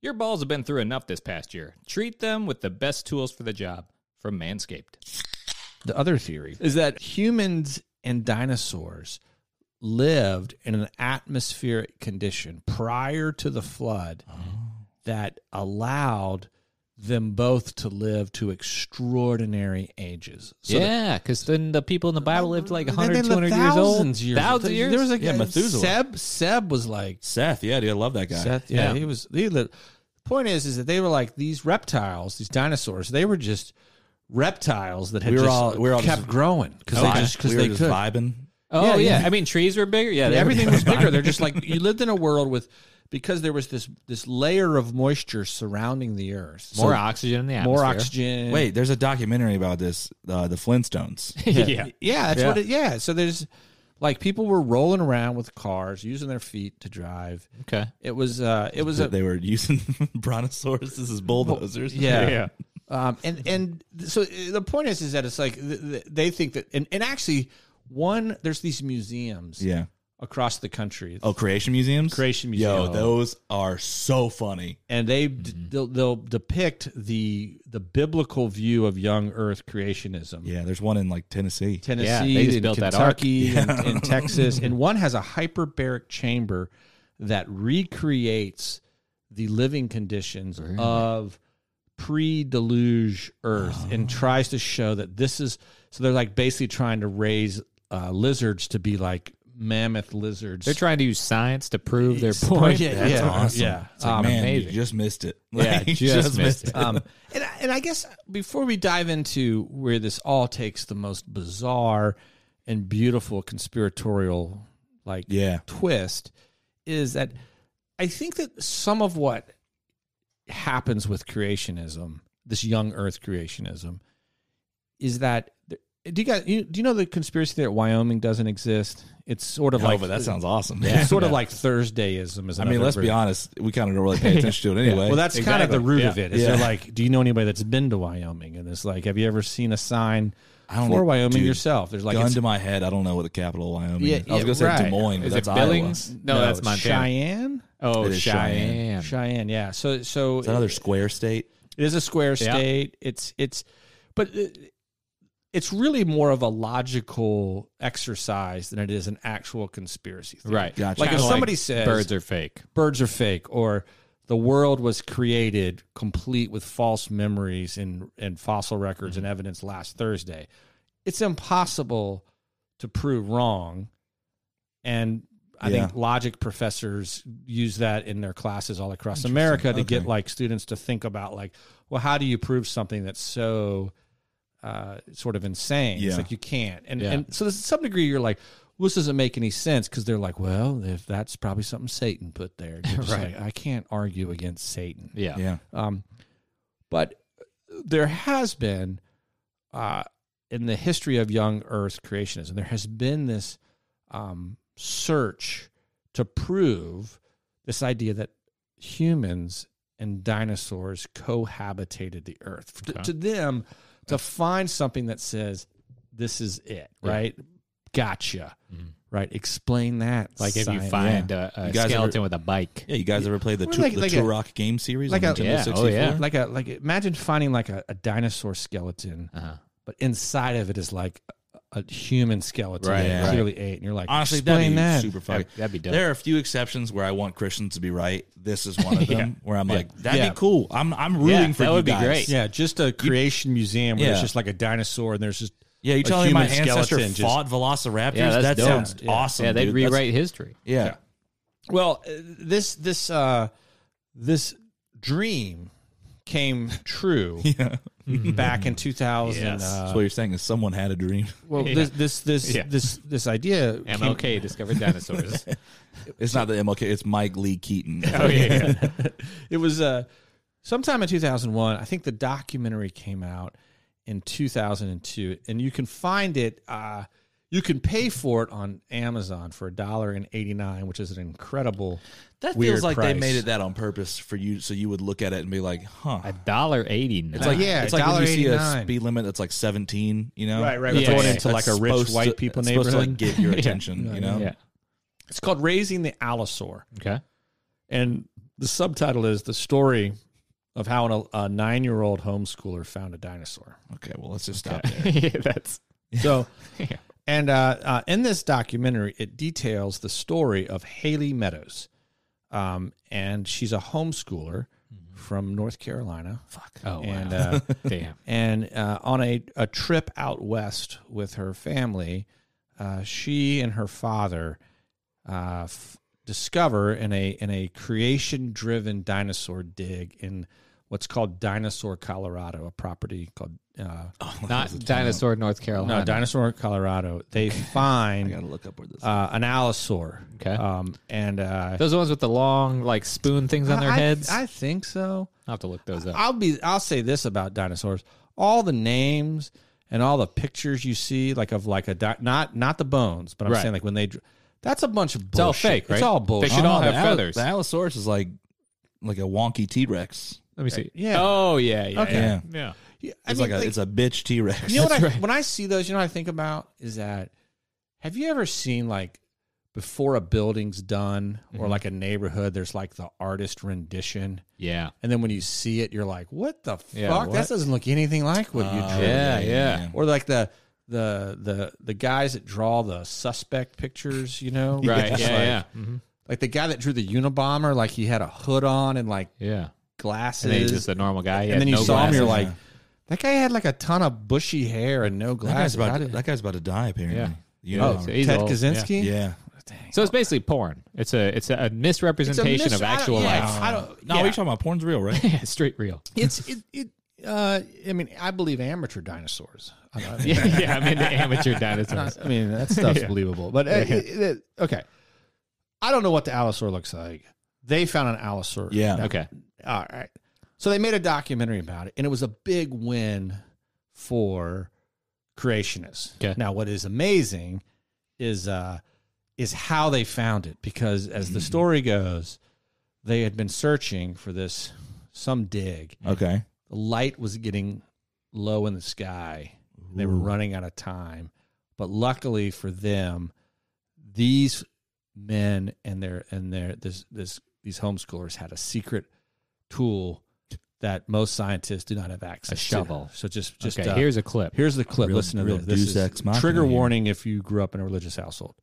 Speaker 2: Your balls have been through enough this past year. Treat them with the best tools for the job from Manscaped.
Speaker 1: The other theory is that humans and dinosaurs lived in an atmospheric condition prior to the flood
Speaker 3: Oh.
Speaker 1: that allowed them both to live to extraordinary ages. So that-
Speaker 2: yeah, because then the people in the Bible lived like
Speaker 1: They-
Speaker 2: 100,
Speaker 1: they lived
Speaker 2: 200 years old.
Speaker 1: thousands years.
Speaker 2: Thousands of years?
Speaker 1: There was like
Speaker 3: Yeah, Methuselah.
Speaker 1: Seb, Seb was like
Speaker 3: Seth. Yeah, dude, I love that guy.
Speaker 1: Seth. Yeah,
Speaker 2: Yeah.
Speaker 1: he was. He, the point is, is that they were like these reptiles, these dinosaurs. They were just reptiles that had
Speaker 3: We were
Speaker 1: just
Speaker 3: all- we were all
Speaker 1: kept
Speaker 3: just-
Speaker 1: growing because they
Speaker 3: Okay.
Speaker 1: just because
Speaker 3: we were
Speaker 1: they
Speaker 3: just
Speaker 1: could.
Speaker 3: vibing.
Speaker 2: oh,
Speaker 1: yeah,
Speaker 2: yeah,
Speaker 1: yeah.
Speaker 2: I mean, trees were bigger. Yeah, they
Speaker 1: Everything was
Speaker 2: were-
Speaker 1: bigger. They're just
Speaker 3: <laughs>
Speaker 1: like you lived in a world with because there was this this layer of moisture surrounding the earth.
Speaker 2: More oxygen in the atmosphere.
Speaker 1: more oxygen.
Speaker 3: Wait, there's a documentary about this, uh, the Flintstones.
Speaker 2: yeah.
Speaker 1: <laughs> Yeah, that's what it yeah. So there's like people were rolling around with cars, using their feet to drive.
Speaker 2: Okay.
Speaker 1: It was uh it was a
Speaker 3: that they were using <laughs> brontosaurus as bulldozers. <laughs>
Speaker 1: yeah. Um, and and so the point is, is that it's like th- th- they think that, and, and actually, one there's these museums
Speaker 3: yeah.
Speaker 1: across the country,
Speaker 3: Oh, creation museums.
Speaker 1: Creation
Speaker 3: Yo,
Speaker 1: museum.
Speaker 3: those are so funny.
Speaker 1: and they d- they'll, they'll depict the the biblical view of young Earth creationism.
Speaker 3: Yeah, there's one in like Tennessee.
Speaker 1: Tennessee,
Speaker 2: Yeah, they just
Speaker 1: and
Speaker 2: built that ark.
Speaker 1: Kentucky,
Speaker 2: <laughs>
Speaker 1: and, and Texas, and one has a hyperbaric chamber that recreates the living conditions of pre-deluge Earth, and
Speaker 2: Oh.
Speaker 1: tries to show that this is. So they're like basically trying to raise uh, lizards to be like mammoth lizards.
Speaker 2: They're trying to use science to prove their
Speaker 1: <laughs>
Speaker 2: point.
Speaker 1: Yeah,
Speaker 3: That's
Speaker 1: yeah,
Speaker 3: awesome.
Speaker 1: yeah.
Speaker 3: It's like,
Speaker 1: Um,
Speaker 3: man, you
Speaker 2: amazing.
Speaker 3: just missed it. <laughs>
Speaker 2: Yeah,
Speaker 3: Like,
Speaker 2: just missed it.
Speaker 1: um, and, I- and I guess before we dive into where this all takes the most bizarre and beautiful conspiratorial like
Speaker 3: Yeah.
Speaker 1: twist is that I think that some of what happens with creationism, this young earth creationism, is that th- do you guys you, do you know the conspiracy theory that Wyoming doesn't exist? It's sort of
Speaker 3: Oh,
Speaker 1: like
Speaker 3: but that sounds awesome.
Speaker 1: It's
Speaker 3: <laughs>
Speaker 1: sort of like Thursdayism. Is
Speaker 3: I mean,
Speaker 1: another
Speaker 3: let's be
Speaker 1: version.
Speaker 3: honest. We kind of don't
Speaker 1: <laughs>
Speaker 3: really pay attention to it anyway.
Speaker 1: Well, that's kind of the root of
Speaker 2: Yeah.
Speaker 1: it. Is
Speaker 3: Yeah.
Speaker 1: they're like, do you know anybody that's been to Wyoming? And it's like, have you ever seen a sign
Speaker 3: I don't
Speaker 1: for
Speaker 3: know,
Speaker 1: Wyoming
Speaker 3: dude.
Speaker 1: yourself? There's like,
Speaker 3: gun
Speaker 1: it's-
Speaker 3: to my head. I don't know what the capital of Wyoming.
Speaker 1: Yeah,
Speaker 3: is. I was
Speaker 1: yeah,
Speaker 3: gonna say
Speaker 1: right.
Speaker 3: Des Moines. But
Speaker 2: Is
Speaker 3: that's
Speaker 2: it
Speaker 3: Iowa.
Speaker 2: Billings? No, that's Montana.
Speaker 1: Cheyenne.
Speaker 2: Oh,
Speaker 3: It is
Speaker 2: Cheyenne.
Speaker 3: Cheyenne.
Speaker 1: Cheyenne, yeah. So, so
Speaker 3: Is that another square state?
Speaker 1: It is a square
Speaker 2: Yeah.
Speaker 1: state. It's it's, but it- it's really more of a logical exercise than it is an actual conspiracy. Theory.
Speaker 2: Right.
Speaker 3: Gotcha.
Speaker 1: Like if
Speaker 2: Kinda
Speaker 1: somebody says
Speaker 2: birds are fake.
Speaker 1: birds are fake or the world was created complete with false memories and, and fossil records
Speaker 3: Mm-hmm.
Speaker 1: and evidence last Thursday. It's impossible to prove wrong. And I think
Speaker 3: Yeah.
Speaker 1: logic professors use that in their classes all across America to get
Speaker 3: Okay.
Speaker 1: like students to think about like, well, how do you prove something that's so uh, sort of insane? It's
Speaker 3: Yeah.
Speaker 1: like you can't. And
Speaker 2: Yeah.
Speaker 1: and so to some degree you're like, well, this doesn't make any sense because they're like, well, if that's probably something Satan put there. And you're just
Speaker 2: Right.
Speaker 1: like, I can't argue against Satan.
Speaker 2: Yeah.
Speaker 3: Yeah.
Speaker 1: Um, but there has been, uh, in the history of young Earth creationism, there has been this um, search to prove this idea that humans and dinosaurs cohabitated the Earth. To-
Speaker 2: Okay.
Speaker 1: to them, to find something that says, this is it,
Speaker 2: Yeah.
Speaker 1: right? Gotcha.
Speaker 2: Mhm.
Speaker 1: Right? Explain that.
Speaker 2: Like if you
Speaker 1: science.
Speaker 2: find a,
Speaker 3: You
Speaker 2: a
Speaker 3: guys
Speaker 2: skeleton with a bike.
Speaker 3: Yeah. You guys ever played the,
Speaker 1: What,
Speaker 3: two,
Speaker 1: like-
Speaker 3: the
Speaker 1: like a-
Speaker 3: Turok game series?
Speaker 1: like
Speaker 3: on
Speaker 1: a-
Speaker 3: Nintendo
Speaker 2: Yeah, oh,
Speaker 3: 64?
Speaker 2: yeah.
Speaker 1: like a like imagine finding like a, a dinosaur skeleton
Speaker 2: Uh-huh.
Speaker 1: but inside of it is like a, a human skeleton
Speaker 2: Right,
Speaker 1: that
Speaker 3: right.
Speaker 1: clearly ate and you're like
Speaker 3: Honestly, that'd
Speaker 1: explain
Speaker 3: be
Speaker 1: that
Speaker 3: super fucking.
Speaker 2: That'd be dope.
Speaker 3: There are a few exceptions where I want Christians to be right. This is <laughs> one of them where I'm like, that'd
Speaker 1: Yeah.
Speaker 3: be cool. I'm I'm rooting
Speaker 2: Yeah,
Speaker 3: for
Speaker 2: that
Speaker 3: you
Speaker 2: would be
Speaker 3: guys.
Speaker 2: great.
Speaker 1: yeah just a creation museum where
Speaker 3: Yeah.
Speaker 1: there's just like a dinosaur and there's just
Speaker 3: Yeah, you
Speaker 1: a
Speaker 3: telling me my
Speaker 1: human
Speaker 3: ancestor
Speaker 1: skeleton just-
Speaker 3: fought velociraptors?
Speaker 2: Yeah, that's
Speaker 3: that
Speaker 2: dope.
Speaker 3: sounds
Speaker 1: Yeah.
Speaker 3: awesome.
Speaker 2: yeah, they'd
Speaker 3: dude. That's-
Speaker 2: rewrite history.
Speaker 3: Yeah.
Speaker 1: well uh, this this uh this dream came true
Speaker 3: <laughs> Yeah.
Speaker 1: back in 2000
Speaker 2: Yes.
Speaker 1: uh,
Speaker 3: <laughs> That's what you're saying is someone had a <laughs> dream.
Speaker 1: well
Speaker 2: Yeah.
Speaker 1: this this this
Speaker 2: Yeah.
Speaker 1: this this idea came-
Speaker 2: MLK discovered dinosaurs.
Speaker 3: It's not the MLK. It's Mike Lee <laughs> Keaton.
Speaker 2: oh yeah.
Speaker 1: <laughs> it was uh, sometime in 2001. I think the documentary came out in 2002, and you can find it. Uh, you can pay for it on Amazon for a dollar and eighty nine, which is an incredible.
Speaker 3: That
Speaker 1: weird
Speaker 3: feels like
Speaker 1: price.
Speaker 3: they made it that on purpose for you, so you would look at it and be like, "Huh."
Speaker 2: A <laughs> dollar eighty. nine.
Speaker 3: It's like
Speaker 1: Yeah,
Speaker 3: it's like when you see a
Speaker 1: $1.89.
Speaker 3: speed limit that's like 17. You know,
Speaker 1: Right, right,
Speaker 2: right. Going
Speaker 1: into, like, a
Speaker 3: That's
Speaker 1: rich
Speaker 3: supposed
Speaker 1: white
Speaker 3: to-
Speaker 1: people
Speaker 3: it's supposed to, like,
Speaker 1: neighborhood.
Speaker 3: get <laughs> your attention. You know,
Speaker 2: yeah.
Speaker 1: It's called Raising the Allosaur,
Speaker 2: Okay.
Speaker 1: and the subtitle is the story of how an, a nine year old homeschooler found a dinosaur.
Speaker 3: Okay, well, let's just stop
Speaker 2: <laughs>
Speaker 3: there.
Speaker 2: yeah, that's
Speaker 1: So.
Speaker 2: <laughs> yeah.
Speaker 1: And uh, uh, in this documentary, it details the story of Haley Meadows. Um, and she's a homeschooler from North Carolina. Fuck.
Speaker 2: Mm-hmm. Oh, wow.
Speaker 1: and
Speaker 2: <laughs>
Speaker 1: uh,
Speaker 2: damn.
Speaker 1: and uh, on a, a trip out west with her family, uh, she and her father uh, f- discover in a in a creation driven dinosaur dig in what's called Dinosaur, Colorado, a property called uh,
Speaker 2: Not dinosaur North Carolina.
Speaker 1: no Dinosaur, Colorado. They find
Speaker 3: I gotta look up where this.
Speaker 1: uh, an allosaur.
Speaker 2: Okay.
Speaker 1: Um, and uh,
Speaker 2: Those are the ones with the long like spoon things on their
Speaker 1: I-
Speaker 2: heads. I,
Speaker 1: I, think so.
Speaker 2: will have to look those up.
Speaker 1: I'll be. I'll say this about dinosaurs: all the names and all the pictures you see, like of like a di- not not the bones, but I'm
Speaker 2: Right.
Speaker 1: saying like when they. dr- That's a bunch of bullshit.
Speaker 2: all fake,
Speaker 1: It's
Speaker 2: right?
Speaker 1: all
Speaker 2: They
Speaker 1: bullshit.
Speaker 2: should
Speaker 3: Oh,
Speaker 2: all
Speaker 3: no,
Speaker 2: have
Speaker 3: the Allo-
Speaker 2: feathers.
Speaker 3: The Allosaurus is like like a wonky T Rex.
Speaker 2: Let me see.
Speaker 1: Yeah.
Speaker 2: Oh yeah. Yeah.
Speaker 1: Okay.
Speaker 2: Yeah. yeah.
Speaker 1: Yeah, I
Speaker 3: It's
Speaker 1: mean,
Speaker 3: like a
Speaker 1: like,
Speaker 3: it's a bitch T Rex.
Speaker 1: you know what? I, When I see those, you know what I think about is that. Have you ever seen like before a building's done or like a neighborhood? There's like the artist rendition.
Speaker 2: Yeah.
Speaker 1: And then when you see it, you're like, "What the
Speaker 2: Yeah,
Speaker 1: fuck?
Speaker 2: what? Uh,
Speaker 1: That doesn't look anything like what you
Speaker 3: Oh,
Speaker 1: drew."
Speaker 2: Yeah, yeah.
Speaker 1: Or like the the the the guys that draw the suspect pictures, you know? <laughs>
Speaker 2: Right. Yeah.
Speaker 1: Just
Speaker 2: Yeah.
Speaker 1: like,
Speaker 2: Mhm.
Speaker 1: Like the guy that drew the Unabomber, like he had a hood on and like
Speaker 2: Yeah.
Speaker 1: glasses,
Speaker 2: And then he's just a normal guy. He
Speaker 1: And
Speaker 2: had
Speaker 1: then you
Speaker 2: no
Speaker 1: saw him, you're
Speaker 2: glasses.
Speaker 1: like, "That guy had like a ton of bushy hair and no
Speaker 3: that guy's
Speaker 1: glasses."
Speaker 3: about
Speaker 1: How
Speaker 3: to,
Speaker 1: did-
Speaker 3: that guy's about to die apparently.
Speaker 2: Yeah.
Speaker 3: You
Speaker 1: oh,
Speaker 3: know?
Speaker 2: so he's
Speaker 1: Ted
Speaker 2: old.
Speaker 1: Kaczynski.
Speaker 3: yeah.
Speaker 1: Dang.
Speaker 2: So it's basically porn. It's a it's a, a misrepresentation
Speaker 1: mis-
Speaker 2: of
Speaker 1: I don't-
Speaker 2: actual
Speaker 1: yeah,
Speaker 2: life.
Speaker 1: I don't.
Speaker 3: No,
Speaker 1: yeah.
Speaker 3: we're talking about porn's real, right?
Speaker 2: Yeah, <laughs> straight
Speaker 1: <laughs>
Speaker 2: real.
Speaker 1: it's it. it uh, I mean, I believe amateur dinosaurs.
Speaker 2: <laughs>
Speaker 1: I- I-
Speaker 2: Yeah, yeah. I mean the amateur dinosaurs.
Speaker 1: I mean, that stuff's believable. But uh, it- it- okay, I don't know what the allosaur looks like. They found an allosaur.
Speaker 3: <laughs> Yeah.
Speaker 1: Now,
Speaker 2: Okay.
Speaker 1: All right. So they made a documentary about it, and it was a big win for creation is.
Speaker 2: Okay.
Speaker 1: Now, what is amazing is uh, is how they found it because, as the story goes, they had been searching for this some dig.
Speaker 3: Okay.
Speaker 1: The light was getting low in the sky. They were running out of time, but luckily for them, these men and their and their this this these homeschoolers had a secret tool that most scientists do not have access
Speaker 2: A shovel.
Speaker 1: to. So just just
Speaker 2: okay,
Speaker 1: uh,
Speaker 2: here's a clip.
Speaker 1: Here's the clip.
Speaker 3: Real-
Speaker 1: Listen to
Speaker 3: real
Speaker 1: this. this
Speaker 3: deus ex machina
Speaker 1: trigger
Speaker 3: here.
Speaker 1: warning if you grew up in a religious household.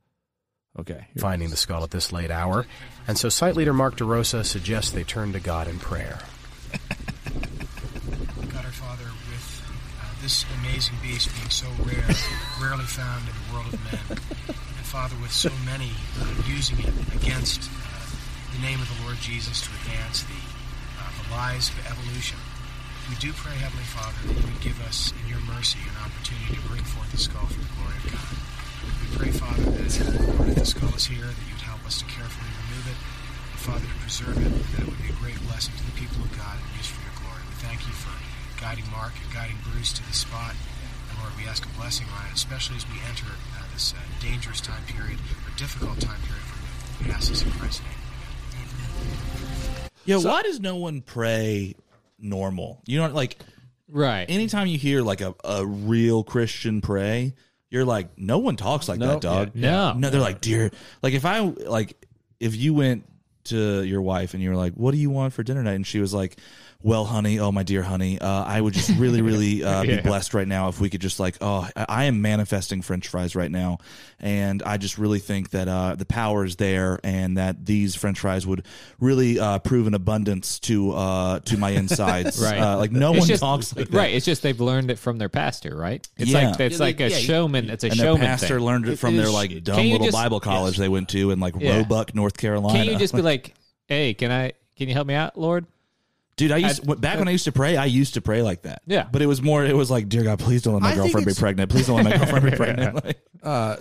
Speaker 1: Okay. here-
Speaker 4: finding the skull at this late hour, and so site leader Mark DeRosa suggests they turn to God in prayer.
Speaker 5: <laughs> God our Father, with uh, this amazing beast being so rare, rarely found in the world of men, and Father, with so many uh, using it against uh, the name of the Lord Jesus to advance the, uh, the lies of evolution, we do pray, Heavenly Father, that you would give us, in your mercy, an opportunity to bring forth the skull for the glory of God. We pray, Father, that Lord, if the skull is here, that you'd help us to carefully remove it, and Father, to preserve it, and that it would be a great blessing to the people of God and used for your glory. We thank you for guiding Mark and guiding Bruce to this spot. And Lord, we ask a blessing on it, especially as we enter uh, this uh, dangerous time period or difficult time period for removal. We ask this in Christ's name.
Speaker 3: Yeah. why does no one pray normal? You know, like
Speaker 2: right.
Speaker 3: anytime you hear like a, a real Christian pray, you're like, no one talks like that,
Speaker 1: Nope.
Speaker 3: dog.
Speaker 2: Yeah. No.
Speaker 3: No, they're like, dear, like if I like if you went to your wife and you were like, what do you want for dinner tonight? And she was like, well, honey, oh my dear honey, uh, I would just
Speaker 2: <laughs>
Speaker 3: really, really uh, be blessed right now if we could just like, oh, I, I am manifesting French fries right now, and I just really think that uh, the power is there, and that these French fries would really uh, prove an abundance to uh, to my
Speaker 2: <laughs>
Speaker 3: insides.
Speaker 2: Right.
Speaker 3: Uh, like no
Speaker 2: It's
Speaker 3: one
Speaker 2: just-
Speaker 3: talks like that.
Speaker 2: Right, it's just they've learned it from their pastor, right? It's
Speaker 3: Yeah.
Speaker 2: like it's like a
Speaker 1: yeah, you-
Speaker 2: showman. It's a
Speaker 3: and the
Speaker 2: showman
Speaker 3: pastor
Speaker 2: thing.
Speaker 3: learned it from their
Speaker 1: is-
Speaker 3: like dumb
Speaker 2: Can you
Speaker 3: little
Speaker 2: just-
Speaker 3: Bible college they went to in like
Speaker 2: Yeah.
Speaker 3: Roebuck, North Carolina.
Speaker 2: Can you just
Speaker 3: <laughs>
Speaker 2: be like, "Hey, can I? Can you help me out, Lord?"
Speaker 3: dude? I used to- back when I used to pray, I used to pray like that.
Speaker 2: Yeah.
Speaker 3: but it was more. It was like, dear God, please don't let my
Speaker 1: I think
Speaker 3: girlfriend be
Speaker 1: it's-
Speaker 3: pregnant. Please don't let my
Speaker 2: <laughs>
Speaker 3: girlfriend be pregnant. Like,
Speaker 1: Uh,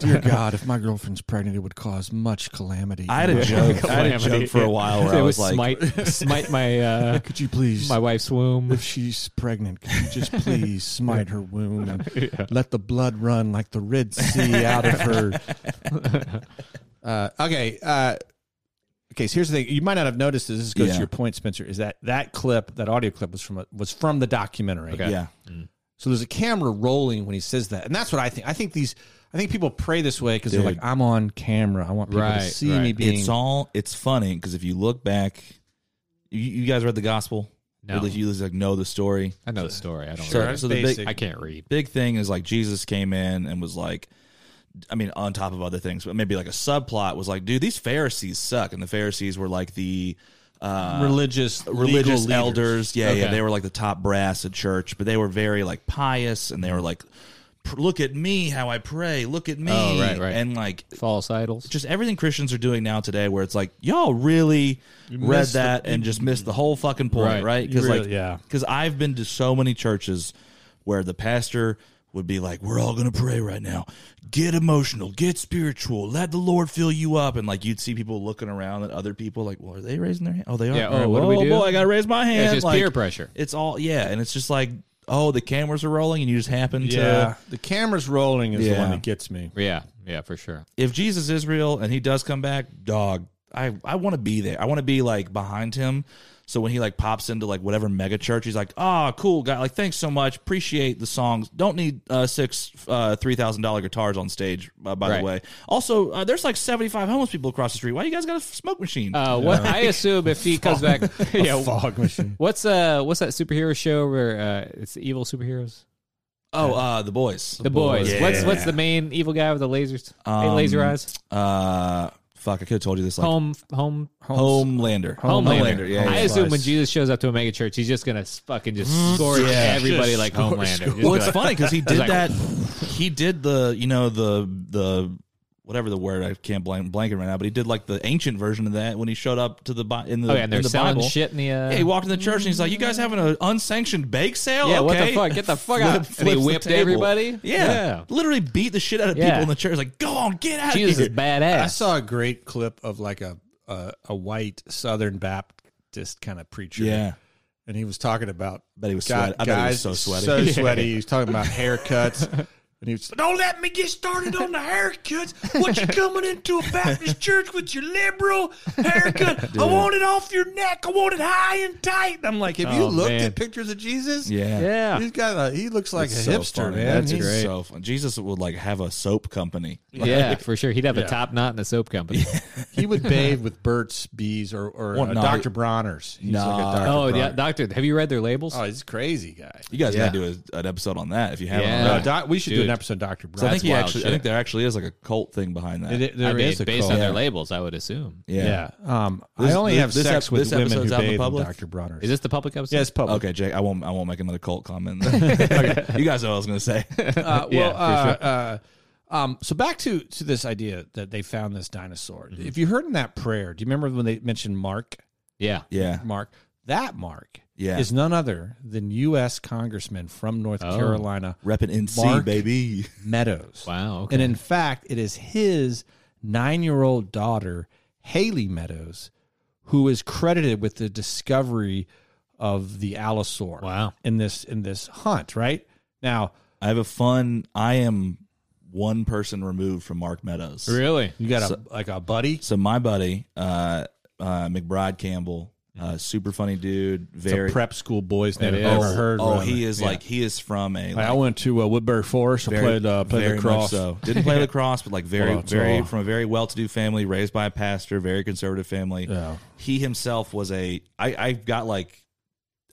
Speaker 1: dear God, if my girlfriend's pregnant, it would cause much calamity.
Speaker 3: I had a joke. I had a
Speaker 2: Calamity.
Speaker 3: joke for a while where
Speaker 2: it
Speaker 3: I was like, <laughs>
Speaker 2: smite, smite my uh,
Speaker 1: Could you please,
Speaker 2: my wife's womb.
Speaker 1: if she's pregnant, could you just <laughs> please smite her wound <laughs> and let the blood run like the Red Sea out of her? <laughs> uh, okay. Uh, okay. So here's the thing. You might not have noticed this. This goes
Speaker 3: Yeah.
Speaker 1: to your point, Spencer. Is that that clip, that audio clip, was from a, was from the documentary?
Speaker 2: Okay.
Speaker 3: yeah,
Speaker 1: So there's a camera rolling when he says that, and that's what I think. I think these, I think people pray this way because they're
Speaker 3: Dude.
Speaker 1: like, "I'm on camera. I want people
Speaker 2: Right,
Speaker 1: to see
Speaker 2: right.
Speaker 1: me
Speaker 2: It's
Speaker 1: being."
Speaker 3: it's all it's funny because if you look back, you, you guys read the gospel.
Speaker 2: No.
Speaker 3: Or you like know the story.
Speaker 2: I know the story. I don't.
Speaker 1: Sure.
Speaker 2: read it.
Speaker 3: So the big,
Speaker 1: Basic.
Speaker 2: I can't read.
Speaker 3: big thing is like Jesus came in and was like, I mean, on top of other things, but maybe like a subplot was like, dude, these Pharisees suck, and the Pharisees were like the uh,
Speaker 1: religious, legal
Speaker 3: religious
Speaker 1: leaders.
Speaker 3: elders. Yeah, yeah,
Speaker 2: Okay.
Speaker 3: they were like the top brass at church, but they were very like pious, and they were like, "Pr- look at me, how I pray, look at me,
Speaker 2: Oh, right, right.
Speaker 3: and like
Speaker 2: False idols.
Speaker 3: just everything Christians are doing now today, where it's like y'all really read
Speaker 1: missed the-
Speaker 3: that and just missed the whole fucking point,
Speaker 2: Right.
Speaker 3: right?
Speaker 1: You
Speaker 3: Because
Speaker 1: really-
Speaker 3: like,
Speaker 1: yeah.
Speaker 3: because I've been to so many churches where the pastor would be like, "We're all gonna pray right now. Get emotional, get spiritual, let the Lord fill you up." And like you'd see people looking around at other people, like, "Well, are they raising their hand? Oh, they are.
Speaker 2: Yeah,
Speaker 3: All right,
Speaker 2: oh, what do we do?
Speaker 3: boy, I gotta raise my hand.
Speaker 2: it's just
Speaker 3: Like,
Speaker 2: peer pressure.
Speaker 3: It's all yeah, and it's just like, oh, the cameras are rolling, and you just happen
Speaker 1: Yeah,
Speaker 3: to.
Speaker 1: the camera's rolling is the one
Speaker 3: Yeah.
Speaker 1: that gets me.
Speaker 2: Yeah, yeah, for sure.
Speaker 3: if Jesus is real and he does come back, dog, I, I want to be there. I want to be like behind him. So when he like pops into like whatever mega church, he's like, ah, cool guy. Like, thanks so much. Appreciate the songs. Don't need uh, six uh, three thousand dollar guitars on stage. Uh, by
Speaker 2: Right.
Speaker 3: the way, also uh, there's like seventy five homeless people across the street. Why you guys got a smoke machine?
Speaker 2: Uh, what I assume if
Speaker 3: <laughs>
Speaker 2: he comes back, <laughs> yeah.
Speaker 1: Fog machine.
Speaker 2: What's uh what's that superhero show where uh, it's the evil superheroes?
Speaker 3: oh, uh, the boys.
Speaker 2: The boys.
Speaker 3: Yeah.
Speaker 2: What's what's the main evil guy with the lasers? Hey,
Speaker 3: Um,
Speaker 2: laser eyes.
Speaker 3: Uh, fuck, I could have told you this. Like,
Speaker 2: Home home
Speaker 3: Oh, Homelander.
Speaker 2: Homelander.
Speaker 3: Yeah, yeah.
Speaker 2: I assume when Jesus shows up to a mega church, he's just gonna fucking just scorch everybody like Homelander. Just be
Speaker 3: Well, it's
Speaker 2: like, <laughs>
Speaker 3: funny because he did
Speaker 2: like-
Speaker 3: that. He did the you know the the whatever the word I can't blank blanket right now, but he did like the ancient version of that when he showed up to the Bi- in the
Speaker 2: Oh yeah, and they're
Speaker 3: in the
Speaker 2: selling
Speaker 3: Bible.
Speaker 2: shit in the. Uh,
Speaker 3: Yeah, he walked in the church and he's like, "You guys having an unsanctioned bake sale?
Speaker 2: Yeah, what the
Speaker 3: Okay."
Speaker 2: fuck? Get the fuck
Speaker 3: <laughs> Flip-
Speaker 2: out. And he
Speaker 3: flips the
Speaker 2: whipped
Speaker 3: table.
Speaker 2: everybody?
Speaker 3: Yeah.
Speaker 2: Yeah.
Speaker 3: literally beat the shit out of
Speaker 2: Yeah.
Speaker 3: people in the church. Like, go on, get out
Speaker 2: Jesus
Speaker 3: of
Speaker 2: is
Speaker 3: <laughs> here.
Speaker 2: badass.
Speaker 1: I saw a great clip of like a a, a white Southern Baptist kind of preacher.
Speaker 3: Yeah.
Speaker 1: and he was talking about
Speaker 3: bet he was
Speaker 1: guy-
Speaker 3: sweat- I bet he was so sweaty. <laughs>
Speaker 1: So sweaty. He was talking about haircuts. <laughs> And he was, don't let me get started on the haircuts. What you coming into a Baptist church with your liberal haircut? I want it off your neck. I want it high and tight. And I'm like, have you
Speaker 2: Oh,
Speaker 1: looked
Speaker 2: man.
Speaker 1: at pictures of Jesus?
Speaker 3: Yeah.
Speaker 2: Yeah.
Speaker 1: He's got a, he looks like
Speaker 3: That's
Speaker 1: a
Speaker 3: so
Speaker 1: hipster,
Speaker 3: funny.
Speaker 1: man.
Speaker 3: That's
Speaker 1: He's-
Speaker 3: great. so fun. Jesus would like have a soap company.
Speaker 2: Yeah, for sure. He'd have a top knot in a soap company.
Speaker 1: <laughs> He would bathe with Burt's Bees or, or
Speaker 3: Well,
Speaker 1: uh,
Speaker 3: no.
Speaker 1: Dr. Bronner's. He's like a
Speaker 3: No.
Speaker 1: Dr.
Speaker 2: oh, yeah.
Speaker 1: Bronner.
Speaker 2: Doctor, have you read their labels?
Speaker 1: Oh, he's a crazy guy.
Speaker 3: You guys
Speaker 1: Yeah.
Speaker 3: gotta do a, an episode on that if you haven't.
Speaker 2: Yeah.
Speaker 3: already.
Speaker 1: No, doc, we should do
Speaker 2: Dude.
Speaker 1: an episode of Dr. Bronner.
Speaker 3: So I think he
Speaker 2: wild
Speaker 3: actually, I
Speaker 2: shit.
Speaker 3: think there actually is like a cult thing behind that.
Speaker 1: It- there
Speaker 2: I mean,
Speaker 1: is a
Speaker 2: based
Speaker 1: cult.
Speaker 2: on their labels, I would assume.
Speaker 3: yeah.
Speaker 1: Yeah. Um, I
Speaker 3: This-
Speaker 1: only
Speaker 3: this-
Speaker 1: have
Speaker 3: this
Speaker 1: sex
Speaker 3: ep-
Speaker 1: with
Speaker 3: this
Speaker 1: women who
Speaker 3: episode's out in the
Speaker 1: bathe in
Speaker 3: public?
Speaker 1: Dr. Bronner's.
Speaker 2: Is this the public episode?
Speaker 1: Yeah, it's public.
Speaker 3: Okay, Jake. I won't. I won't make another cult comment. okay. You guys know what I was gonna say.
Speaker 1: Uh, well,
Speaker 2: Yeah,
Speaker 1: uh, uh, um, so back to to this idea that they found this dinosaur.
Speaker 2: Mm-hmm.
Speaker 1: If you heard in that prayer, do you remember when they mentioned Mark?
Speaker 2: Yeah.
Speaker 3: Yeah.
Speaker 1: Mark. That Mark
Speaker 3: Yeah.
Speaker 1: is none other than U.S. Congressman from North
Speaker 2: Oh.
Speaker 1: Carolina,
Speaker 3: Reppin' NC,
Speaker 1: Mark.
Speaker 3: baby.
Speaker 1: Meadows.
Speaker 2: Wow. Okay.
Speaker 1: And in fact, it is his nine year old daughter, Haley Meadows, who is credited with the discovery of the Allosaur.
Speaker 2: Wow.
Speaker 1: In this in this hunt, right? Now,
Speaker 3: I have a fun. I am one person removed from Mark Meadows.
Speaker 2: really?
Speaker 1: you got a like a buddy.
Speaker 3: So my buddy, uh, uh, McBride Campbell, uh, super funny dude. Very
Speaker 1: It's a prep school boys name
Speaker 2: It
Speaker 1: I've
Speaker 2: is.
Speaker 1: never heard.
Speaker 3: Oh,
Speaker 1: of.
Speaker 3: he is
Speaker 1: Yeah.
Speaker 3: like he is from a.
Speaker 1: Like, I
Speaker 3: like,
Speaker 1: went to uh, Woodbury Forest and played uh, played
Speaker 3: very
Speaker 1: lacrosse.
Speaker 3: much so didn't play
Speaker 2: <laughs>
Speaker 3: lacrosse, but like very,
Speaker 1: Well, it's
Speaker 3: very
Speaker 1: all-
Speaker 3: from a very well-to-do family, raised by a pastor, very conservative family.
Speaker 1: Yeah.
Speaker 3: He himself was a. I I got like.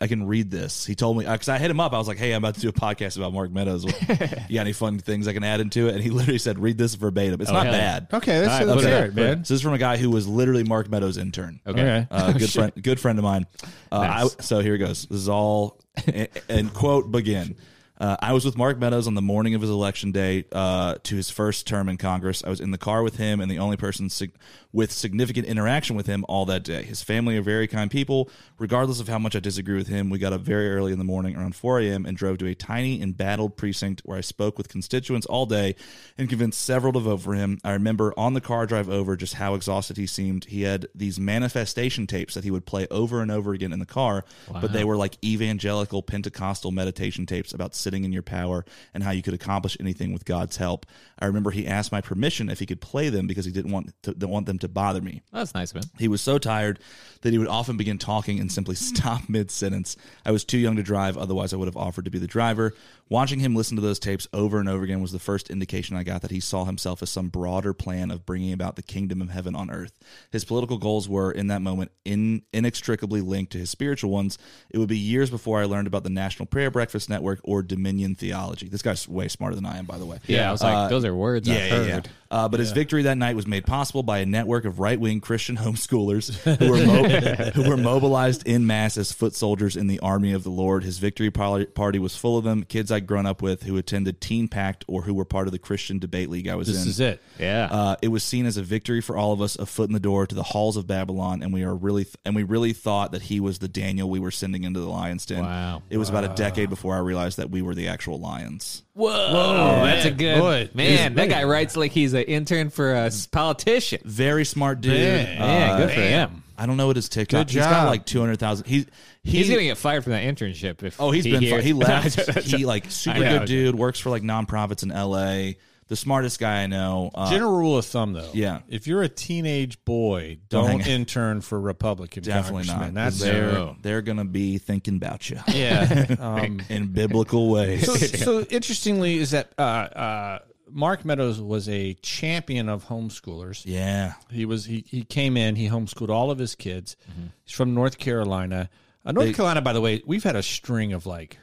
Speaker 3: I can read this. He told me because I hit him up. I was like, "Hey, I'm about to do a podcast about Mark Meadows.
Speaker 2: <laughs>
Speaker 3: you got any fun things I can add into it?" And he literally said, "Read this verbatim. It's
Speaker 2: Oh,
Speaker 3: not
Speaker 2: hell yeah.
Speaker 3: bad."
Speaker 1: Okay,
Speaker 2: All
Speaker 1: that's,
Speaker 2: right,
Speaker 1: that's
Speaker 2: put it
Speaker 1: all
Speaker 2: up,
Speaker 1: right,
Speaker 2: put it
Speaker 1: man.
Speaker 3: This is from a guy who was literally Mark Meadows' intern.
Speaker 2: Okay.
Speaker 1: Okay. <laughs>
Speaker 3: Uh, good friend, good friend of mine. Uh,
Speaker 2: Nice.
Speaker 3: I, so here it goes. This is all and, and quote begin. Uh, I was with Mark Meadows on the morning of his election day uh, to his first term in Congress. I was in the car with him and the only person sig- with significant interaction with him all that day. His family are very kind people. Regardless of how much I disagree with him, we got up very early in the morning, around 4 a.m., and drove to a tiny embattled precinct where I spoke with constituents all day and convinced several to vote for him. I remember on the car drive over just how exhausted he seemed. He had these manifestation tapes that he would play over and over again in the car, but they were like evangelical Pentecostal meditation tapes about sitting in your power and how you could accomplish anything with God's help. I remember he asked my permission if he could play them because he didn't want to, didn't want them to bother me.
Speaker 2: That's nice, man.
Speaker 3: He was so tired that he would often begin talking and simply <laughs> stop mid sentence. I was too young to drive, otherwise, I would have offered to be the driver. Watching him listen to those tapes over and over again was the first indication I got that he saw himself as some broader plan of bringing about the kingdom of heaven on earth. His political goals were, in that moment, in, inextricably linked to his spiritual ones. It would be years before I learned about the National Prayer Breakfast Network or Dominion Theology. This guy's way smarter than I am, by the way.
Speaker 2: Yeah, I was like, those are words I've heard.
Speaker 3: Uh, but his victory that night was made possible by a network of right wing Christian homeschoolers who were, mo- who were mobilized in mass as foot soldiers in the army of the Lord. His victory par- party was full of them kids I'd grown up with who attended Teen Pact or who were part of the Christian debate league I was in.
Speaker 1: This is it.
Speaker 2: Yeah.
Speaker 3: Uh, it was seen as a victory for all of us, a foot in the door to the halls of Babylon, and we are really th- and we really thought that he was the Daniel we were sending into the lion's den.
Speaker 2: Wow.
Speaker 3: It was about a decade before I realized that we were the actual lions.
Speaker 2: Whoa, that's a good
Speaker 1: boy.
Speaker 2: man.
Speaker 1: He's
Speaker 2: That
Speaker 1: big.
Speaker 2: guy writes like he's an intern for a s- politician.
Speaker 3: Very smart dude.
Speaker 2: Yeah,
Speaker 3: Uh,
Speaker 2: good for him.
Speaker 3: I don't know what his TikTok.
Speaker 1: Good
Speaker 3: He's got
Speaker 1: job.
Speaker 3: like two hundred thousand. He's he,
Speaker 2: He's gonna get fired from that internship if
Speaker 3: oh he's
Speaker 2: he
Speaker 3: been fi-
Speaker 2: hears- <laughs>
Speaker 3: he left. he like super
Speaker 2: know.
Speaker 3: good dude. Works for like nonprofits in L.A. The smartest guy I know. Uh,
Speaker 1: General rule of thumb, though.
Speaker 3: Yeah.
Speaker 1: If you're a teenage boy,
Speaker 3: Don't hang
Speaker 1: don't
Speaker 3: out.
Speaker 1: intern for Republican
Speaker 3: definitely not.
Speaker 1: congressmen. That's
Speaker 3: they're
Speaker 2: No.
Speaker 3: they're gonna be thinking about you
Speaker 1: <laughs>
Speaker 3: <laughs>
Speaker 1: yeah. Um,
Speaker 3: in biblical
Speaker 1: <laughs>
Speaker 3: ways.
Speaker 1: so, so interestingly, is that uh, uh, Mark Meadows was a champion of homeschoolers.
Speaker 3: yeah,
Speaker 1: He was he he came in. He homeschooled all of his kids. He's from North Carolina. Uh, North Carolina, by the way, we've had a string of like,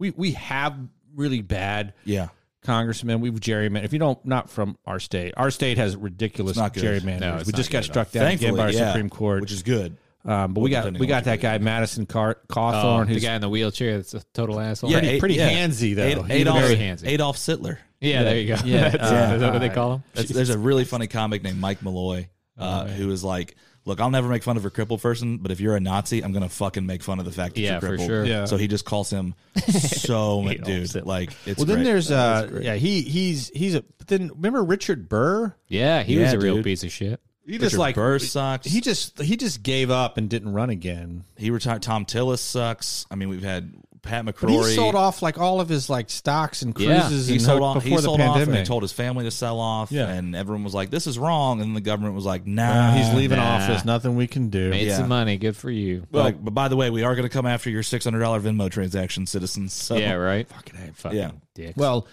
Speaker 1: we we have really bad
Speaker 3: yeah.
Speaker 1: congressmen. We've gerrymandered. If you don't, not from our state. Our state has ridiculous
Speaker 3: not good.
Speaker 1: gerrymandering.
Speaker 2: No, it's
Speaker 1: we
Speaker 2: not
Speaker 1: just got
Speaker 2: good.
Speaker 1: struck down again
Speaker 3: Thankfully,
Speaker 1: by our
Speaker 3: yeah,
Speaker 1: Supreme Court.
Speaker 3: which is good.
Speaker 1: um, but we got
Speaker 3: depending
Speaker 1: we
Speaker 3: on
Speaker 1: got
Speaker 3: what
Speaker 1: that guy Madison Car-
Speaker 2: Oh,
Speaker 1: Cawthorn,
Speaker 2: the
Speaker 1: who's
Speaker 2: guy in the wheelchair that's a total asshole.
Speaker 1: pretty,
Speaker 3: Yeah,
Speaker 1: pretty
Speaker 3: yeah.
Speaker 1: handsy though.
Speaker 3: Ad-
Speaker 1: He was
Speaker 3: Adolf,
Speaker 2: very handsy.
Speaker 3: Adolf Sittler.
Speaker 2: Yeah, there you go.
Speaker 1: Yeah.
Speaker 2: That's-
Speaker 1: Yeah.
Speaker 2: <laughs> is that what they call him?
Speaker 3: That's, there's a really funny comic named Mike Malloy
Speaker 2: Oh,
Speaker 3: uh, who is like, look, I'll never make fun of a crippled person, but if you're a Nazi, I'm gonna fucking make fun of the fact that
Speaker 2: Yeah,
Speaker 3: you're
Speaker 2: for
Speaker 3: crippled.
Speaker 2: sure.
Speaker 1: Yeah.
Speaker 3: So he just calls
Speaker 2: <laughs>
Speaker 3: him so much, dude.
Speaker 2: Sittler.
Speaker 3: Like, it's
Speaker 1: well, then
Speaker 3: great.
Speaker 1: there's uh, yeah, he he's he's a. But then remember Richard Burr?
Speaker 2: Yeah, he
Speaker 3: Yeah,
Speaker 2: was a real
Speaker 3: dude.
Speaker 2: piece of shit.
Speaker 1: He just
Speaker 3: Richard
Speaker 1: like
Speaker 3: Burr sucks.
Speaker 1: He just he just gave up and didn't run again.
Speaker 3: He retired. Tom Tillis sucks. I mean, we've had Pat McCrory.
Speaker 1: But he sold off like all of his like stocks and
Speaker 2: Yeah,
Speaker 1: cruises
Speaker 3: He
Speaker 1: and
Speaker 3: sold
Speaker 1: ho-
Speaker 3: off.
Speaker 1: before
Speaker 3: He
Speaker 1: the
Speaker 3: sold off, and
Speaker 1: pandemic.
Speaker 3: he told his family to sell off.
Speaker 1: Yeah.
Speaker 3: and everyone was like, "This is wrong." And the government was like, "Nah,
Speaker 1: Uh, he's leaving
Speaker 2: Nah.
Speaker 1: office. Nothing we can do.
Speaker 2: Made
Speaker 3: Yeah.
Speaker 2: some money. Good for you.
Speaker 3: But, but by the way, we are going to come after your six hundred dollar Venmo transaction, citizens. So
Speaker 2: yeah, right. Fucking, hey, fucking
Speaker 3: Yeah.
Speaker 2: dicks.
Speaker 1: Well,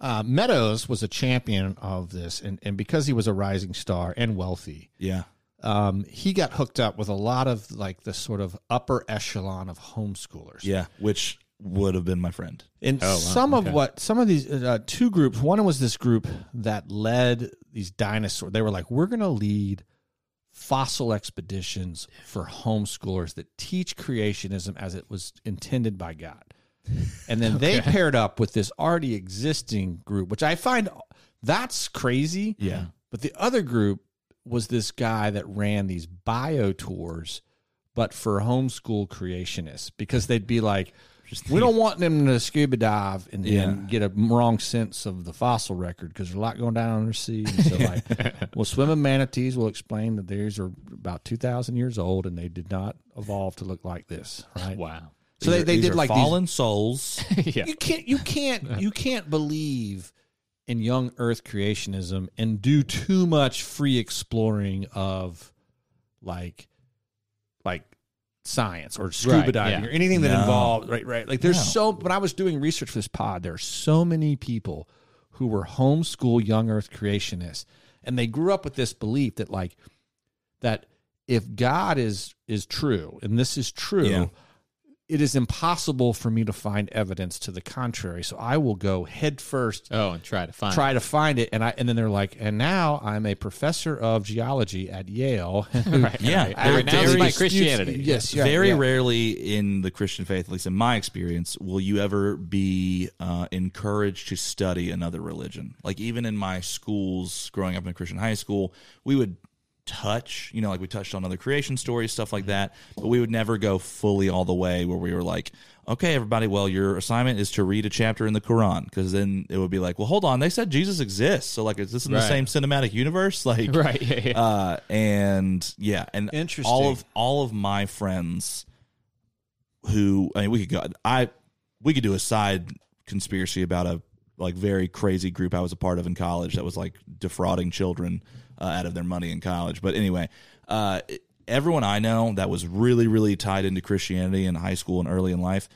Speaker 1: uh, Meadows was a champion of this, and, and because he was a rising star and wealthy,
Speaker 3: yeah,
Speaker 1: um, he got hooked up with a lot of like the sort of upper echelon of homeschoolers.
Speaker 3: yeah. Which would have been my friend.
Speaker 1: And some of what some of these uh, two groups. One was this group that led these dinosaurs. They were like, we're going to lead fossil expeditions for homeschoolers that teach creationism as it was intended by God. And then they paired up with this already existing group, which I find that's crazy.
Speaker 3: Yeah.
Speaker 1: But the other group was this guy that ran these bio tours, but for homeschool creationists, because they'd be like, we don't want them to scuba dive and, and get a wrong sense of the fossil record because there's a lot going down under sea. And so, like,
Speaker 3: <laughs>
Speaker 1: well, swimming manatees will explain that theirs are about 2,000 years old and they did not evolve to look like this, right?
Speaker 2: wow.
Speaker 1: So they,
Speaker 3: These are-
Speaker 1: they
Speaker 3: these
Speaker 1: did
Speaker 3: are
Speaker 1: like these <laughs>
Speaker 3: fallen souls.
Speaker 2: yeah.
Speaker 1: you can't you can't you can't believe in young earth creationism and do too much free exploring of like like science or scuba
Speaker 2: Right,
Speaker 1: diving
Speaker 2: yeah.
Speaker 1: or anything that
Speaker 3: No.
Speaker 1: involved right right like there's
Speaker 3: No.
Speaker 1: so when i was doing research for this pod there are so many people who were homeschool young earth creationists and they grew up with this belief that like that if god is is true and this is true
Speaker 3: Yeah.
Speaker 1: it is impossible for me to find evidence to the contrary so i will go head first
Speaker 2: Oh, and try to find.
Speaker 1: try to find it and i and then they're like and now i'm a professor of geology at
Speaker 3: <laughs>
Speaker 1: yale <laughs> right.
Speaker 3: Yeah,
Speaker 2: I renounce my Christianity.
Speaker 1: yes yeah,
Speaker 3: Very
Speaker 1: yeah.
Speaker 3: rarely in the Christian faith, at least in my experience, will you ever be uh, encouraged to study another religion. Like even in my schools, growing up in a Christian high school, we would touch, you know, like we touched on other creation stories, stuff
Speaker 1: Mm-hmm.
Speaker 3: like that, but we would never go fully all the way where we were like, okay, everybody, well, your assignment is to read a chapter in the Quran because then it would be like, well, hold on, they said Jesus exists, so like, is this in the
Speaker 2: Right.
Speaker 3: same cinematic universe? <laughs>
Speaker 2: <laughs>
Speaker 3: Like,
Speaker 2: Right. Yeah.
Speaker 1: <laughs>
Speaker 2: yeah.
Speaker 3: uh, and yeah, and
Speaker 1: Interesting.
Speaker 3: All of all of my friends who I mean, we could go. I we could do a side conspiracy about a like very crazy group I was a part of in college that was like defrauding children uh, out of their money in college. But anyway, uh, everyone I know that was really really tied into Christianity in high school and early in life.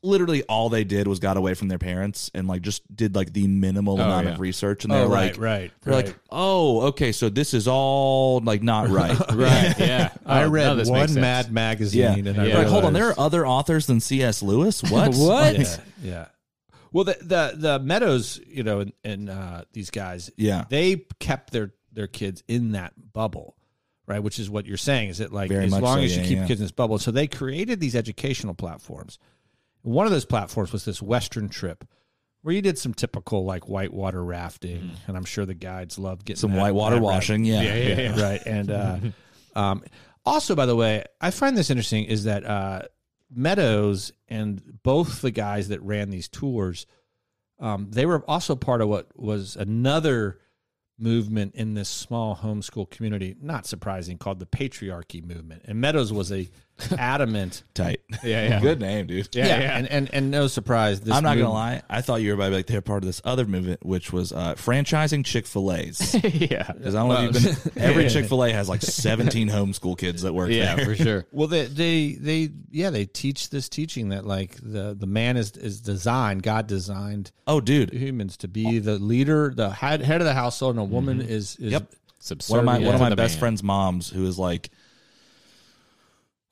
Speaker 3: Literally, all they did was got away from their parents and like just did like the minimal
Speaker 2: Oh,
Speaker 3: amount
Speaker 2: yeah.
Speaker 3: of research, and
Speaker 1: Oh,
Speaker 3: they're
Speaker 1: right,
Speaker 3: like,
Speaker 1: right,
Speaker 3: they're
Speaker 1: right.
Speaker 3: like, oh, okay, so this is all like not <laughs> right.
Speaker 2: right. <laughs> Yeah.
Speaker 1: I
Speaker 2: Oh, now
Speaker 1: read
Speaker 2: this makes
Speaker 1: one
Speaker 2: sense.
Speaker 1: Mad magazine,
Speaker 3: Yeah.
Speaker 1: and I
Speaker 3: Like, hold on,
Speaker 1: realized-
Speaker 3: there are other authors than C.S. <laughs> Lewis? What?
Speaker 2: What?
Speaker 1: Yeah, yeah. Well, the the the Meadows, you know, and, and uh, these guys,
Speaker 3: Yeah.
Speaker 1: they kept their their kids in that bubble, right? Which is what you're saying. Is it like
Speaker 3: Very
Speaker 1: as
Speaker 3: much
Speaker 1: long
Speaker 3: so,
Speaker 1: as you
Speaker 3: yeah,
Speaker 1: keep
Speaker 3: yeah.
Speaker 1: kids in this bubble? So they created these educational platforms. One of those platforms was this Western trip. Where you did some typical like whitewater rafting, and I'm sure the guides loved getting
Speaker 3: Mm-hmm. Some
Speaker 1: that-
Speaker 3: whitewater
Speaker 1: that rabbit
Speaker 3: washing. Yeah.
Speaker 2: Yeah. Yeah. yeah.
Speaker 1: right and
Speaker 3: <laughs>
Speaker 1: uh, um, also by the way i find this interesting is that uh, meadows and both the guys that ran these tours um, they were also part of what was another movement in this small homeschool community not surprising called the patriarchy movement and meadows was
Speaker 3: <laughs>
Speaker 1: a adamant
Speaker 3: Tight.
Speaker 2: <laughs> Yeah, yeah.
Speaker 3: Good name, dude.
Speaker 2: Yeah. Yeah.
Speaker 1: And, and and no surprise this
Speaker 3: <laughs> I'm not
Speaker 1: move-
Speaker 3: gonna lie. I thought you were about to be like they're part of this other movement, which was uh, franchising Chick
Speaker 2: <laughs>
Speaker 3: Fil A's.
Speaker 2: yeah.
Speaker 3: Because I don't know if you've been. Every Chick Fil A has like 17 homeschool kids that work
Speaker 2: <laughs> Yeah.
Speaker 3: there.
Speaker 2: For
Speaker 3: <laughs>
Speaker 2: sure.
Speaker 1: Well, they, they, they, yeah, they teach this teaching that like the the man is is designed. God designed
Speaker 3: Oh, dude.
Speaker 1: humans to be the leader, the head, head of the household, and a woman is, is
Speaker 3: Mm-hmm. Yep. One
Speaker 2: Subservient
Speaker 3: of my one of my
Speaker 2: to the
Speaker 3: best
Speaker 2: man.
Speaker 3: friend's moms, who is like.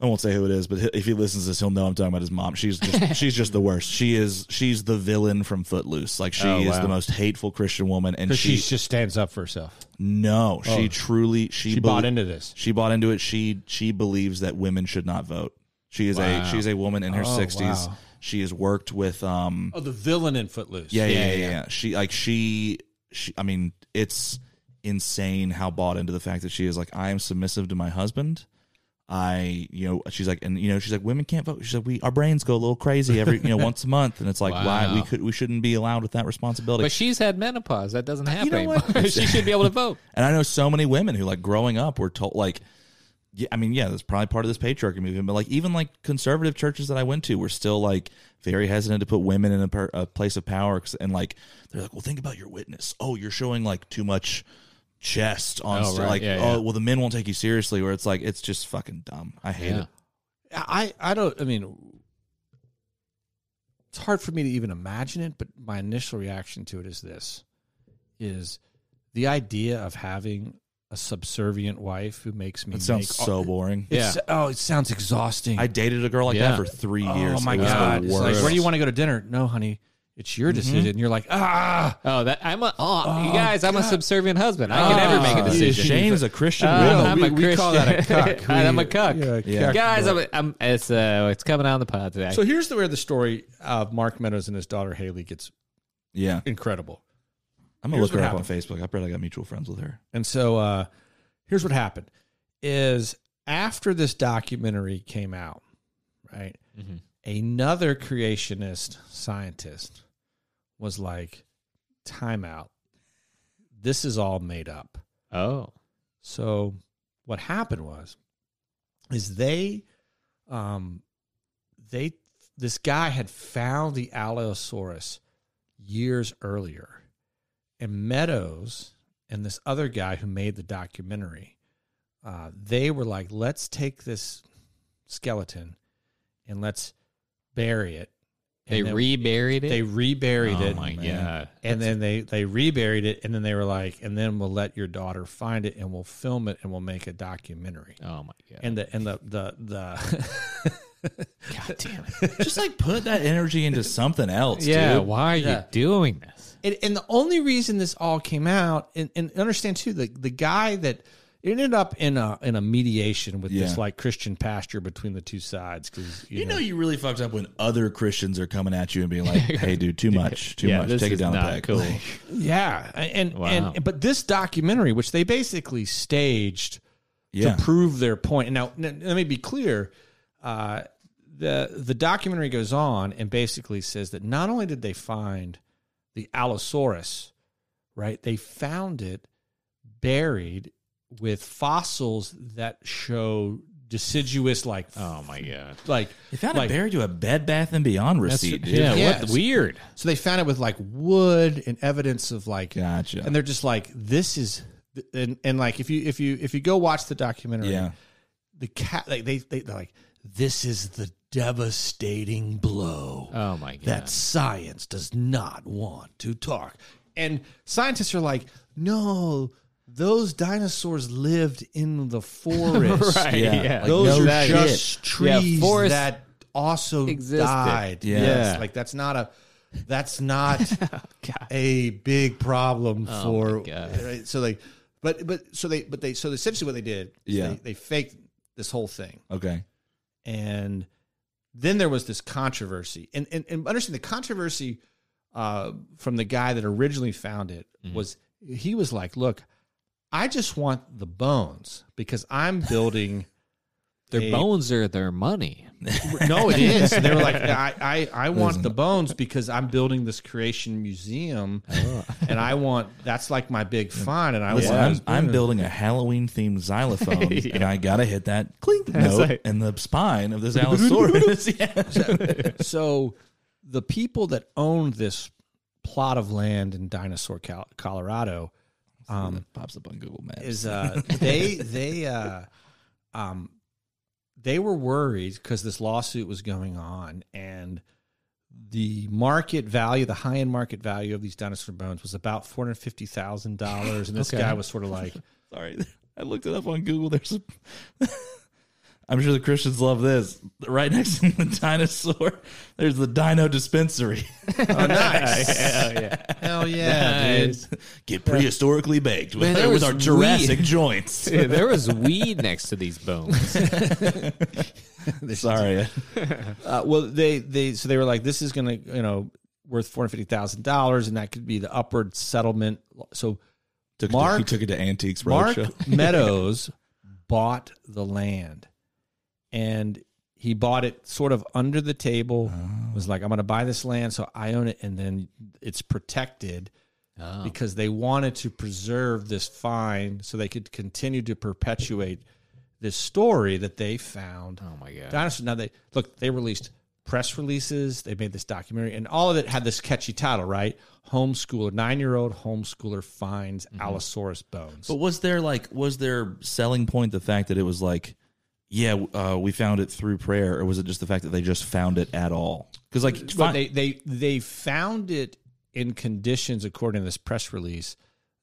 Speaker 3: I won't say who it is, but he- if he listens to this, he'll know I'm talking about his mom.
Speaker 1: <laughs>
Speaker 3: She's just, she's just the worst. She is she's the villain from Footloose. Like she
Speaker 2: Oh,
Speaker 3: is
Speaker 2: wow.
Speaker 3: the most hateful Christian woman, and
Speaker 1: 'Cause she
Speaker 3: she
Speaker 1: just stands up for herself.
Speaker 3: No, she truly she,
Speaker 1: She
Speaker 3: belie-
Speaker 1: bought into this.
Speaker 3: She bought into it. She she believes that women should not vote. She is a she is a woman in her
Speaker 1: Oh,
Speaker 3: sixties.
Speaker 1: wow.
Speaker 3: She has worked with um
Speaker 1: Oh, the villain in Footloose.
Speaker 3: yeah, yeah, yeah, yeah, She like she she I mean, it's insane how bought into the fact that she is like I am submissive to my husband. I, you know, she's like, and you know, she's like, women can't vote. She's like, we, our brains go a little crazy every, <laughs> you know, once a month, and it's like, why we
Speaker 2: Wow.
Speaker 3: could, we shouldn't be allowed with that responsibility.
Speaker 2: But she's had menopause. That doesn't happen
Speaker 3: know what?
Speaker 2: anymore. <laughs> she should be able to vote.
Speaker 3: And I know so many women who like growing up were told like yeah, I mean, yeah, that's probably part of this patriarchy movement, but like even like conservative churches that I went to were still like very hesitant to put women in a, per- a place of power 'cause- and like they're like, "Well, think about your witness. Oh, you're showing like too much chest on
Speaker 2: Oh,
Speaker 3: sta-
Speaker 2: right.
Speaker 3: like
Speaker 2: Yeah,
Speaker 3: oh,
Speaker 2: yeah.
Speaker 3: well the men won't take you seriously." Where it's like it's just fucking dumb. <laughs> I hate
Speaker 2: Yeah.
Speaker 3: it.
Speaker 1: I I don't. I mean, it's hard for me to even imagine it. But my initial reaction to it is this: is the idea of having a subservient wife who makes me
Speaker 3: It sounds
Speaker 1: make-
Speaker 3: so boring.
Speaker 1: It's, Oh, it sounds exhausting.
Speaker 3: I dated a girl like
Speaker 2: Yeah.
Speaker 3: that for 3
Speaker 1: oh
Speaker 3: years.
Speaker 1: my
Speaker 3: It was the
Speaker 1: god! It's like,
Speaker 3: worst.
Speaker 1: where do you want to go to dinner? No, honey, it's your decision. You're like ah.
Speaker 2: Oh, that I'm a. Oh, you guys, I'm a
Speaker 1: God.
Speaker 2: subservient husband. I can never make a
Speaker 1: Ah,
Speaker 2: decision.
Speaker 3: Shane is a Christian.
Speaker 2: Uh,
Speaker 3: widow.
Speaker 2: I'm
Speaker 1: we,
Speaker 2: a
Speaker 1: we call that a
Speaker 2: Christian.
Speaker 1: <laughs> cuck.
Speaker 2: I'm
Speaker 1: We-
Speaker 2: a cuck.
Speaker 3: Yeah.
Speaker 2: Guys, I'm, I'm it's uh, it's coming out on the pod today.
Speaker 1: So here's the, where the story of Mark Meadows and his daughter Haley gets
Speaker 3: yeah.
Speaker 1: incredible.
Speaker 3: I'm gonna
Speaker 1: Here's
Speaker 3: look her
Speaker 1: what
Speaker 3: up on Facebook. I bet I got mutual friends with her.
Speaker 1: And so uh, here's what happened is after this documentary came out, right? Another creationist scientist was like, time out. This is all made up.
Speaker 2: oh,
Speaker 1: So what happened was is they um they this guy had found the Allosaurus years earlier. And Meadows and this other guy who made the documentary, uh, they were like, let's take this skeleton and let's bury it.
Speaker 2: they
Speaker 1: And then-
Speaker 2: reburied it.
Speaker 1: they reburied
Speaker 2: oh
Speaker 1: it
Speaker 2: my god.
Speaker 1: and then they they reburied it and then they were like and then we'll let your daughter find it and we'll film it and we'll make a documentary
Speaker 2: Oh my god.
Speaker 1: <laughs> and the and the the the <laughs>
Speaker 2: god damn it.
Speaker 3: Just like put that energy into something
Speaker 2: <laughs>
Speaker 3: else.
Speaker 2: Yeah,
Speaker 3: dude.
Speaker 2: why are
Speaker 1: Yeah.
Speaker 2: you doing this?
Speaker 1: and, and the only reason this all came out and, and understand too the the guy that it ended up in a in a mediation with
Speaker 3: Yeah.
Speaker 1: this like Christian pasture between the two sides because you,
Speaker 3: You
Speaker 1: know,
Speaker 3: know you really fucked up when other Christians are coming at you and
Speaker 2: <laughs>
Speaker 3: being like, "Hey, dude,
Speaker 1: <laughs>
Speaker 3: too much, too
Speaker 2: yeah,
Speaker 3: much.
Speaker 2: this
Speaker 3: Take it
Speaker 2: is
Speaker 3: down a
Speaker 2: not
Speaker 3: peg."
Speaker 2: cool.
Speaker 3: Like,
Speaker 1: yeah and
Speaker 2: Wow.
Speaker 1: and but this documentary which they basically staged
Speaker 3: yeah,
Speaker 1: to prove their point. And Now, n- let me be clear. Uh, the the documentary goes on and basically says that not only did they find the Allosaurus, right? They found it buried with fossils that show deciduous, like
Speaker 2: <laughs> Oh
Speaker 3: <laughs>
Speaker 2: my god.
Speaker 1: like
Speaker 3: they found
Speaker 1: like-
Speaker 3: it buried to a Bed Bath and Beyond receipt, dude.
Speaker 2: Yeah,
Speaker 1: Yes.
Speaker 2: what weird.
Speaker 1: So they found it with like wood and evidence of like
Speaker 3: Gotcha.
Speaker 1: and they're just like this is and and like if you if you if you go watch the documentary,
Speaker 3: yeah,
Speaker 1: the cat like they, they they're like this is the devastating blow
Speaker 2: Oh my god.
Speaker 1: that science does not want to talk and scientists are like no those dinosaurs lived in
Speaker 2: <laughs>
Speaker 1: the forest
Speaker 2: right.
Speaker 3: Yeah.
Speaker 2: Yeah.
Speaker 3: Like,
Speaker 1: those
Speaker 3: no
Speaker 1: are
Speaker 3: shit.
Speaker 1: just
Speaker 2: Yeah,
Speaker 1: trees
Speaker 2: forest
Speaker 1: that also
Speaker 2: existed.
Speaker 1: died
Speaker 3: Yeah. Oh,
Speaker 1: yes like that's not a that's
Speaker 3: <laughs>
Speaker 1: not
Speaker 2: God.
Speaker 1: a big problem for
Speaker 2: God.
Speaker 1: right? so like but but so they but they so essentially what they did is
Speaker 3: Yeah.
Speaker 1: they, they faked this whole thing
Speaker 3: okay,
Speaker 1: and then there was this controversy and and, and understand the controversy uh, from the guy that originally found it
Speaker 3: Mm-hmm.
Speaker 1: was he was like look i just want the bones because i'm building
Speaker 2: Their
Speaker 1: Hey.
Speaker 2: bones are their money.
Speaker 1: no
Speaker 3: <laughs>
Speaker 1: it is they were like i i, I want the bones because i'm building this creation museum and i want that's like my big find and i
Speaker 3: Oh. listen,
Speaker 1: want
Speaker 3: I'm, I'm building a Halloween
Speaker 2: <laughs>
Speaker 3: themed xylophone, and I gotta hit that clink note
Speaker 2: like-
Speaker 3: in the spine of this Allosaurus. <laughs> yeah.
Speaker 1: so the people that owned this plot of land in dinosaur Col- colorado um,
Speaker 3: pops up on Google Maps.
Speaker 1: is uh they they uh um they were worried because this lawsuit was going on and the market value the high end market value of these dinosaur bones was about $450,000 and this
Speaker 2: Okay.
Speaker 1: guy was sort of like
Speaker 3: Sorry, <laughs> I looked it up on Google. There's a. <laughs> I'm sure the Christians love this. Right next to the dinosaur, there's the Dino <laughs> Dispensary.
Speaker 1: oh nice
Speaker 2: Hell yeah. <laughs>
Speaker 1: hell yeah dude
Speaker 3: <laughs> Get prehistorically baked with,
Speaker 2: there
Speaker 3: with
Speaker 2: was
Speaker 3: our Jurassic
Speaker 2: weed.
Speaker 3: <laughs> joints.
Speaker 2: Dude, there was weed next to
Speaker 1: <laughs>
Speaker 2: these bones.
Speaker 3: Sorry,
Speaker 1: Uh, well, they they so they were like, this is gonna you know worth four hundred fifty thousand dollars, and that could be the upward settlement. So
Speaker 3: took
Speaker 1: Mark-
Speaker 2: <laughs>
Speaker 3: it to, he took it to Antiques
Speaker 1: Mark
Speaker 3: Roadshow.
Speaker 1: Meadows bought the land and he bought it sort of under the table.
Speaker 2: Oh.
Speaker 1: Was like, I'm going to buy this land, so I own it, and then it's protected
Speaker 2: Oh.
Speaker 1: because they wanted to preserve this find so they could continue to perpetuate this story that they found.
Speaker 2: Oh my god.
Speaker 1: Dinosaur. Now they look. They released press releases. They made this documentary, and all of it had this catchy title, right? Homeschooler, nine-year-old homeschooler finds
Speaker 2: Mm-hmm.
Speaker 1: Allosaurus bones.
Speaker 3: But was there like was their selling point the fact that it was like, yeah, uh, we found it through prayer, or was it just the fact that they just found it at all? Because like,
Speaker 1: But
Speaker 3: fi-
Speaker 1: they they they found it in conditions, according to this press release,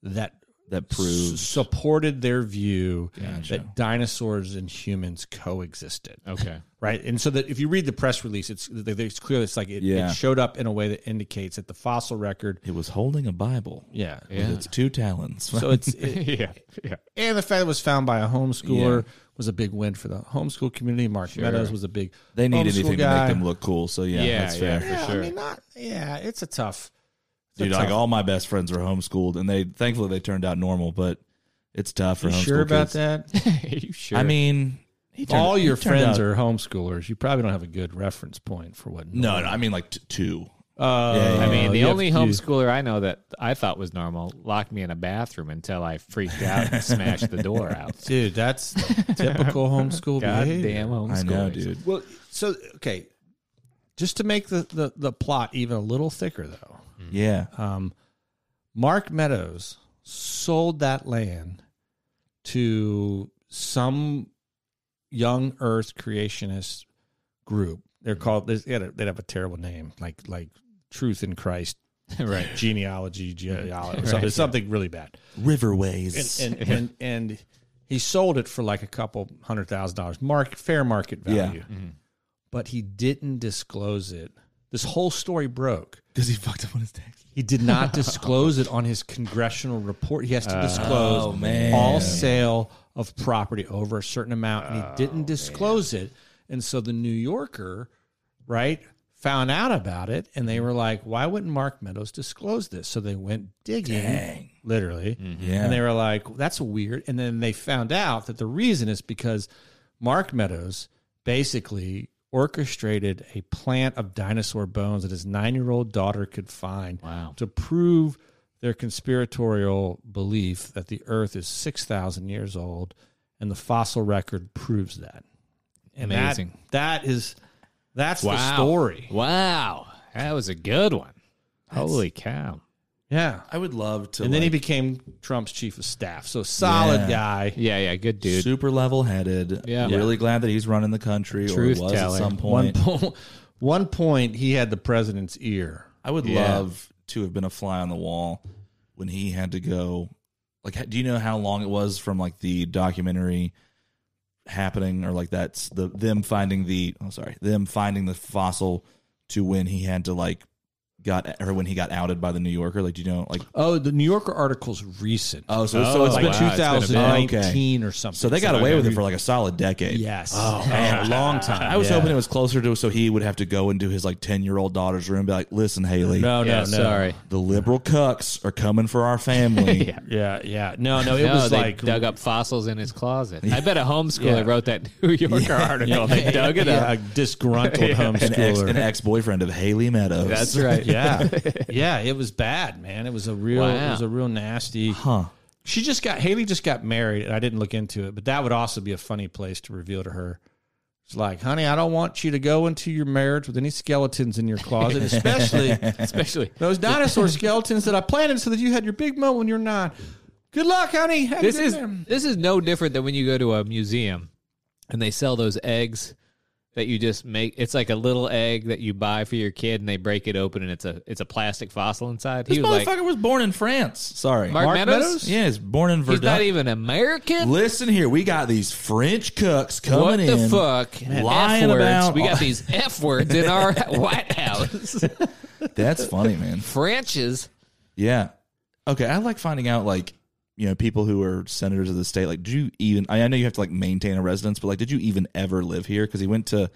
Speaker 1: that
Speaker 3: that proves
Speaker 1: s- supported their view
Speaker 3: Gotcha.
Speaker 1: that dinosaurs and humans coexisted.
Speaker 3: Oh.
Speaker 2: Okay. <laughs>
Speaker 1: right? And so that if you read the press release, it's it's clear. It's like it,
Speaker 3: Yeah.
Speaker 1: it showed up in a way that indicates that the fossil record.
Speaker 3: it was holding a Bible.
Speaker 1: Yeah.
Speaker 3: with its two talons.
Speaker 1: So it's it,
Speaker 2: <laughs> yeah. Yeah.
Speaker 1: and the fact that it was found by a homeschooler was a big win for the homeschool community. Mark Meadows was a big
Speaker 3: they need
Speaker 1: homeschool
Speaker 3: anything
Speaker 1: guy.
Speaker 3: to make them look cool. So yeah,
Speaker 2: Yeah,
Speaker 3: that's fair.
Speaker 2: yeah.
Speaker 1: Yeah,
Speaker 2: for sure.
Speaker 1: I mean, not yeah. It's a tough. it's a
Speaker 3: Dude,
Speaker 1: tough-
Speaker 3: like all my best friends were homeschooled, and they thankfully they turned out normal. But it's tough for
Speaker 1: You
Speaker 3: homeschool
Speaker 1: sure about
Speaker 3: kids.
Speaker 1: that?
Speaker 2: Are you sure?
Speaker 3: I mean, he turned-
Speaker 1: All
Speaker 3: he
Speaker 1: your
Speaker 3: turned
Speaker 1: friends
Speaker 3: out-
Speaker 1: are homeschoolers. You probably don't have a good reference point for what.
Speaker 3: no, no. I mean like t- two.
Speaker 1: Uh,
Speaker 3: Yeah, yeah,
Speaker 2: I mean,
Speaker 1: you
Speaker 2: the
Speaker 1: have-
Speaker 2: only
Speaker 1: you-
Speaker 2: homeschooler I know that I thought was normal locked me in a bathroom until I freaked out and smashed the door out.
Speaker 1: dude, that's
Speaker 3: <laughs>
Speaker 1: typical homeschool Mm-hmm. behavior.
Speaker 2: Goddamn homeschooling.
Speaker 3: I know, dude.
Speaker 1: Well, so okay, just to make the the, the plot even a little thicker, though,
Speaker 3: Yeah,
Speaker 1: Uh, Mark Meadows sold that land to some young Earth creationist group. They're called. They had a, they'd have a terrible name, like like Truth in Christ,
Speaker 2: right.
Speaker 1: genealogy, geology, or something, something really bad.
Speaker 3: riverways.
Speaker 1: And and, and and he sold it for like a couple hundred thousand dollars, mark fair market
Speaker 3: Yeah.
Speaker 1: value. But he didn't disclose it. This whole story broke.
Speaker 3: Because he fucked up on his text.
Speaker 1: He did
Speaker 3: <laughs>
Speaker 1: not disclose it on his congressional report. He has to disclose
Speaker 3: Oh, man.
Speaker 1: all sale of property over a certain amount,
Speaker 3: Oh,
Speaker 1: and he didn't disclose it. And so the New Yorker, right, found out about it, and they were like, "Why wouldn't Mark Meadows disclose this?" So they went digging, literally,
Speaker 3: Yeah.
Speaker 1: and they were like, "That's weird." And then they found out that the reason is because Mark Meadows basically orchestrated a plant of dinosaur bones that his nine-year-old daughter could find
Speaker 2: Wow.
Speaker 1: to prove their conspiratorial belief that the Earth is six thousand years old, and the fossil record proves that. And that-
Speaker 2: Amazing.
Speaker 1: that is that's the story.
Speaker 2: Wow. That was a good one. Holy cow.
Speaker 1: Yeah.
Speaker 3: I would love to.
Speaker 1: And then he
Speaker 3: like,
Speaker 1: became Trump's chief of staff. So solid
Speaker 3: Yeah.
Speaker 1: guy.
Speaker 2: Yeah, yeah, good dude.
Speaker 3: super level-headed.
Speaker 2: Yeah.
Speaker 3: really glad that he's running the country
Speaker 2: Truth
Speaker 3: or was
Speaker 2: teller.
Speaker 3: at some
Speaker 1: One
Speaker 3: point.
Speaker 1: po- <laughs> one point he had the president's ear.
Speaker 3: I would
Speaker 2: Yeah.
Speaker 3: love to have been a fly on the wall when he had to go. Like, do you know how long it was from like the documentary happening, or like that's the them finding the oh sorry them finding the fossil to when he had to like got or when he got outed by the New Yorker? Like, do you know like
Speaker 1: Oh, the New Yorker article's recent.
Speaker 3: oh so, so it's
Speaker 1: like
Speaker 3: been Oh,
Speaker 2: wow, it's been a bit.
Speaker 1: 2019 or something.
Speaker 3: so they got away with it for like a solid decade.
Speaker 1: Yes. <laughs>
Speaker 3: a long time. I was hoping it was closer to so he would have to go into his like ten year old daughter's room, and be like, "Listen, Haley,
Speaker 1: No, no,
Speaker 2: yeah,
Speaker 1: no.
Speaker 2: sorry.
Speaker 3: the liberal cucks are coming for our <laughs> family."
Speaker 1: Yeah, yeah. No, no, it
Speaker 2: no,
Speaker 1: was
Speaker 2: they
Speaker 1: like
Speaker 2: dug up fossils in his closet. I bet a homeschooler
Speaker 1: Yeah.
Speaker 2: wrote that <laughs> New Yorker article. They dug
Speaker 1: <laughs>
Speaker 2: it
Speaker 1: yeah,
Speaker 2: up.
Speaker 1: a disgruntled
Speaker 3: an ex
Speaker 1: homeschooler.
Speaker 3: an ex boyfriend of Haley Meadows.
Speaker 2: That's right.
Speaker 1: yeah. Yeah, it was bad, man. It was a real it
Speaker 2: Wow.
Speaker 1: was a real nasty.
Speaker 3: Huh.
Speaker 1: She just got Haley just got married, and I didn't look into it, but that would also be a funny place to reveal to her. It's like, honey, I don't want you to go into your marriage with any skeletons in your closet, <laughs> <laughs> especially
Speaker 2: <laughs> Especially
Speaker 1: those dinosaur skeletons that I planted so that you had your big moment when you're nine. Good luck, honey. Have a
Speaker 2: this
Speaker 1: good
Speaker 2: is
Speaker 1: day.
Speaker 2: this is no different than when you go to a museum and they sell those eggs that you just make. It's like a little egg that you buy for your kid, and they break it open, and it's a it's a plastic fossil inside.
Speaker 3: This
Speaker 2: he was
Speaker 3: motherfucker
Speaker 2: like
Speaker 3: was born in France. Sorry.
Speaker 2: Mark,
Speaker 1: Mark
Speaker 2: Meadows.
Speaker 1: Meadows?
Speaker 3: yeah, he's born in
Speaker 2: He's not
Speaker 3: Verdun.
Speaker 2: even American.
Speaker 3: Listen here, we got these French cucks coming
Speaker 2: what the
Speaker 3: in.
Speaker 2: fuck?
Speaker 3: lying
Speaker 2: F words.
Speaker 3: about-
Speaker 2: we got
Speaker 3: <laughs>
Speaker 2: these F words in our White House. <laughs>
Speaker 3: That's funny, man.
Speaker 2: Frenches.
Speaker 3: Yeah. Okay, I like finding out like you know people who are senators of the state. Like, did you even? I I know you have to like maintain a residence, but like, did you even ever live here? Because he went to.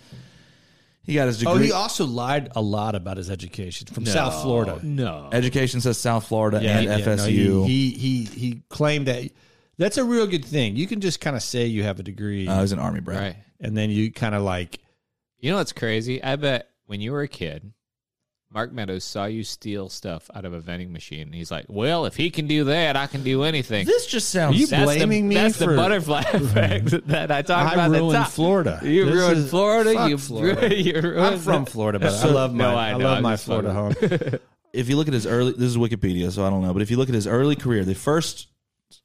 Speaker 3: He got his
Speaker 1: Oh,
Speaker 3: degree.
Speaker 1: he also lied a lot about his education from South Florida.
Speaker 2: No.
Speaker 3: Education says South Florida and
Speaker 1: no,
Speaker 3: FSU.
Speaker 1: he, he he he claimed that That's a real good thing. You can just kind of say you have a degree,
Speaker 3: Uh, I was an army brat.
Speaker 2: Right.
Speaker 1: and then you kind of like
Speaker 2: You know what's crazy? I bet when you were a kid, Mark Meadows saw you steal stuff out of a vending machine. And he's like, well, if he can do that, I can do anything.
Speaker 3: This just sounds.
Speaker 1: You
Speaker 2: that's
Speaker 1: blaming me
Speaker 2: the, That's
Speaker 1: for- <laughs>
Speaker 2: the butterfly effect that I talked
Speaker 1: I
Speaker 2: about. at the
Speaker 1: ruined
Speaker 2: top.
Speaker 1: Florida.
Speaker 2: You
Speaker 1: This
Speaker 2: ruined
Speaker 1: is-
Speaker 2: Florida.
Speaker 1: fuck
Speaker 2: You,
Speaker 1: Florida.
Speaker 2: <laughs> you ruined
Speaker 1: I'm from Florida, but I love my
Speaker 2: No,
Speaker 1: I,
Speaker 2: I know.
Speaker 1: love
Speaker 2: I'm
Speaker 1: my
Speaker 2: just
Speaker 1: Florida home.
Speaker 2: <laughs>
Speaker 3: if you look at his early, this is Wikipedia, so I don't know, but if you look at his early career, the first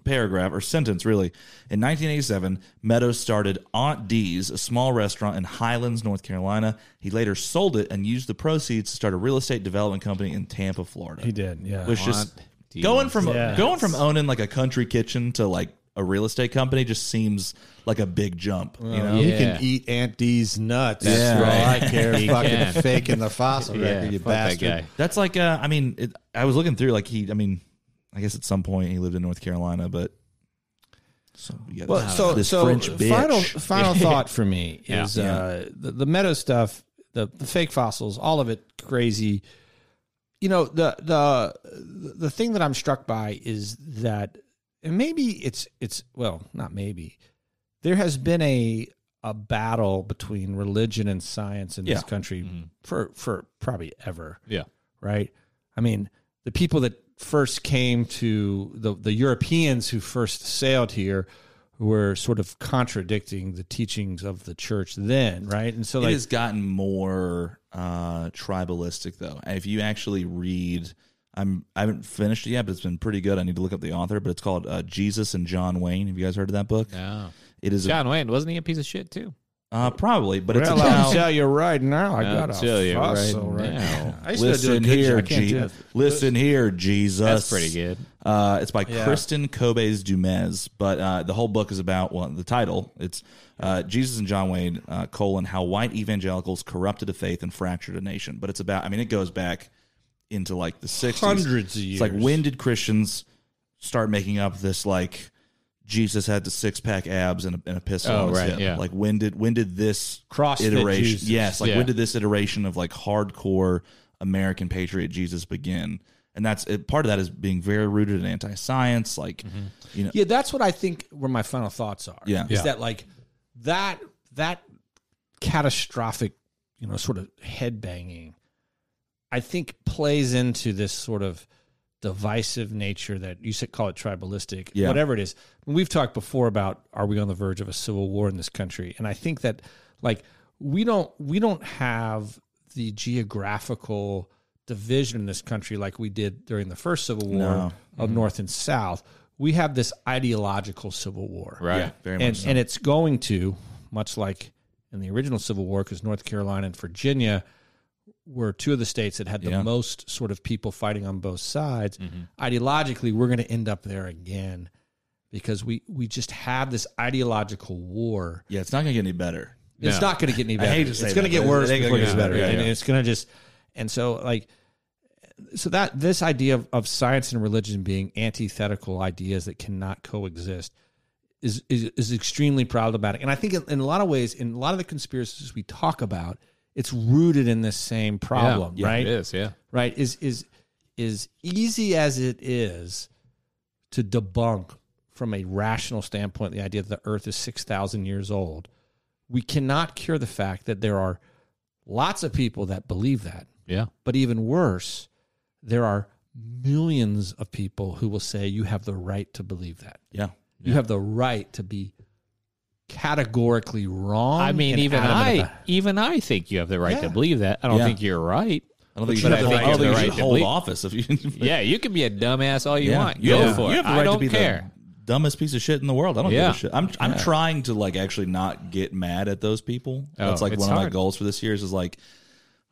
Speaker 3: paragraph or sentence really in 1987 meadows started aunt d's a small restaurant in highlands north carolina he later sold it and used the proceeds to start a real estate development company in tampa florida
Speaker 1: He did, yeah.
Speaker 3: was just
Speaker 2: Aunt D's.
Speaker 3: going from
Speaker 1: Yeah.
Speaker 3: going from owning like a country kitchen to like a real estate company just seems like a big jump you know
Speaker 1: You
Speaker 2: Yeah.
Speaker 1: can eat Aunt D's nuts. That's
Speaker 3: Yeah.
Speaker 2: <laughs>
Speaker 1: all I care. fucking faking the fossil
Speaker 2: Yeah,
Speaker 1: record, you
Speaker 2: fuck that
Speaker 1: bastard.
Speaker 2: guy.
Speaker 3: That's like, uh, I mean, it, I was looking through, like he, I mean, I guess at some point he lived in North Carolina, but so we got
Speaker 1: Well, so
Speaker 3: this
Speaker 1: so
Speaker 3: French bitch. <laughs>
Speaker 1: final final thought for me
Speaker 2: Yeah.
Speaker 1: is uh, the, the meadow stuff, the, the fake fossils, all of it crazy. You know the the the thing that I'm struck by is that and maybe it's it's well not maybe there has been a a battle between religion and science in
Speaker 3: Yeah. Mm-hmm.
Speaker 1: this country for for probably ever
Speaker 2: Yeah.
Speaker 1: right? I mean, the people that first came to the, the Europeans who first sailed here were sort of contradicting the teachings of the church then, right? And so,
Speaker 3: it
Speaker 1: like,
Speaker 3: has gotten more uh, tribalistic though. And if you actually read, I'm I haven't finished it yet, but it's been pretty good. I need to look up the author, but it's called uh, Jesus and John Wayne. Have you guys heard of that book?
Speaker 2: No.
Speaker 3: It is
Speaker 2: John Wayne, wasn't he a piece of shit too?
Speaker 3: uh, probably, but it's
Speaker 1: well, I'll
Speaker 3: about.
Speaker 1: tell you right now, I got
Speaker 2: I'll tell
Speaker 1: a
Speaker 2: you
Speaker 1: fossil
Speaker 2: right
Speaker 1: right,
Speaker 2: now.
Speaker 1: now. <laughs> I used to do a
Speaker 3: Listen
Speaker 1: good
Speaker 3: here,
Speaker 1: job. I can't do
Speaker 3: Je-
Speaker 1: it.
Speaker 3: listen here, Jesus.
Speaker 2: That's pretty good.
Speaker 3: Uh, it's by Kristen Cobes Dumez, but uh, the whole book is about well, the title. It's uh, Jesus and John Wayne: uh, colon How White Evangelicals Corrupted a Faith and Fractured a Nation. But it's about, I mean, it goes back into like the sixties,
Speaker 1: Hundreds of
Speaker 3: It's like
Speaker 1: years.
Speaker 3: when did Christians start making up this like Jesus had the six pack abs and a, and a pistol?
Speaker 2: Oh,
Speaker 3: on his
Speaker 2: right,
Speaker 3: hip?
Speaker 2: yeah.
Speaker 3: Like when did when did this
Speaker 1: CrossFit
Speaker 3: iteration?
Speaker 1: Jesus.
Speaker 3: Yes, like
Speaker 2: Yeah.
Speaker 3: when did this iteration of like hardcore American patriot Jesus begin? And that's it, part of that is being very rooted in anti-science, like
Speaker 2: Mm-hmm.
Speaker 3: you know,
Speaker 1: Yeah, that's what I think where my final thoughts are.
Speaker 3: Yeah.
Speaker 1: Is
Speaker 3: Yeah.
Speaker 1: that like that that catastrophic, you know, sort of headbanging I think plays into this sort of divisive nature that you said call it tribalistic,
Speaker 3: Yeah.
Speaker 1: whatever it is. We've talked before about are we on the verge of a civil war in this country? And I think that like we don't we don't have the geographical division in this country like we did during the first civil war
Speaker 3: No. Mm-hmm.
Speaker 1: of North and South. We have this ideological civil war
Speaker 2: Right.
Speaker 3: yeah, very
Speaker 1: and,
Speaker 3: much. so.
Speaker 1: and it's going to much like in the original civil war because north carolina and virginia were two of the states that had the
Speaker 3: Yeah. Mm-hmm.
Speaker 1: most sort of people fighting on both sides ideologically we're going to end up there again because we we just have this ideological war
Speaker 3: yeah, it's not gonna get any better.
Speaker 1: it's not going to get any better.
Speaker 3: hate to say
Speaker 1: it's going
Speaker 3: that,
Speaker 1: to get
Speaker 3: but it
Speaker 1: worse
Speaker 3: ain't gonna
Speaker 1: before it
Speaker 3: get
Speaker 1: gets
Speaker 3: better,
Speaker 1: better,
Speaker 3: yeah,
Speaker 1: and
Speaker 3: yeah.
Speaker 1: it's going to just and so like so that this idea of, of science and religion being antithetical ideas that cannot coexist is is, is extremely problematic, and I think in, in a lot of ways, in a lot of the conspiracies we talk about, it's rooted in this same problem,
Speaker 3: Yeah,
Speaker 1: right?
Speaker 2: It is, yeah.
Speaker 1: right is is is easy as it is to debunk from a rational standpoint the idea that the earth is 6000 years old we cannot cure the fact that there are lots of people that believe that
Speaker 2: Yeah.
Speaker 1: but even worse there are millions of people who will say you have the right to believe that
Speaker 3: Yeah,
Speaker 1: you have the right to be categorically wrong
Speaker 2: I mean,
Speaker 1: and
Speaker 2: even
Speaker 1: adamant
Speaker 2: I,
Speaker 1: about-
Speaker 2: even I think you have the right
Speaker 1: Yeah.
Speaker 2: to believe that. I don't
Speaker 3: Yeah.
Speaker 2: think you're right.
Speaker 3: I don't think
Speaker 2: But
Speaker 3: you should,
Speaker 2: I think
Speaker 3: I
Speaker 2: you
Speaker 3: don't
Speaker 2: have
Speaker 3: think
Speaker 2: the
Speaker 3: you
Speaker 2: right
Speaker 3: should
Speaker 2: to
Speaker 3: hold
Speaker 2: believe-
Speaker 3: office if you.
Speaker 2: Yeah, you can be a dumbass all you
Speaker 3: Yeah.
Speaker 2: want.
Speaker 3: You
Speaker 2: Go
Speaker 3: have,
Speaker 2: for it.
Speaker 3: You have the
Speaker 2: I
Speaker 3: right
Speaker 2: don't
Speaker 3: to be
Speaker 2: care.
Speaker 3: the dumbest piece of shit in the world. I don't
Speaker 2: Yeah.
Speaker 3: give a shit. I'm I'm trying to like actually not get mad at those people.
Speaker 2: Oh,
Speaker 3: That's like
Speaker 2: it's
Speaker 3: one of my
Speaker 2: hard.
Speaker 3: goals for this year is, is like,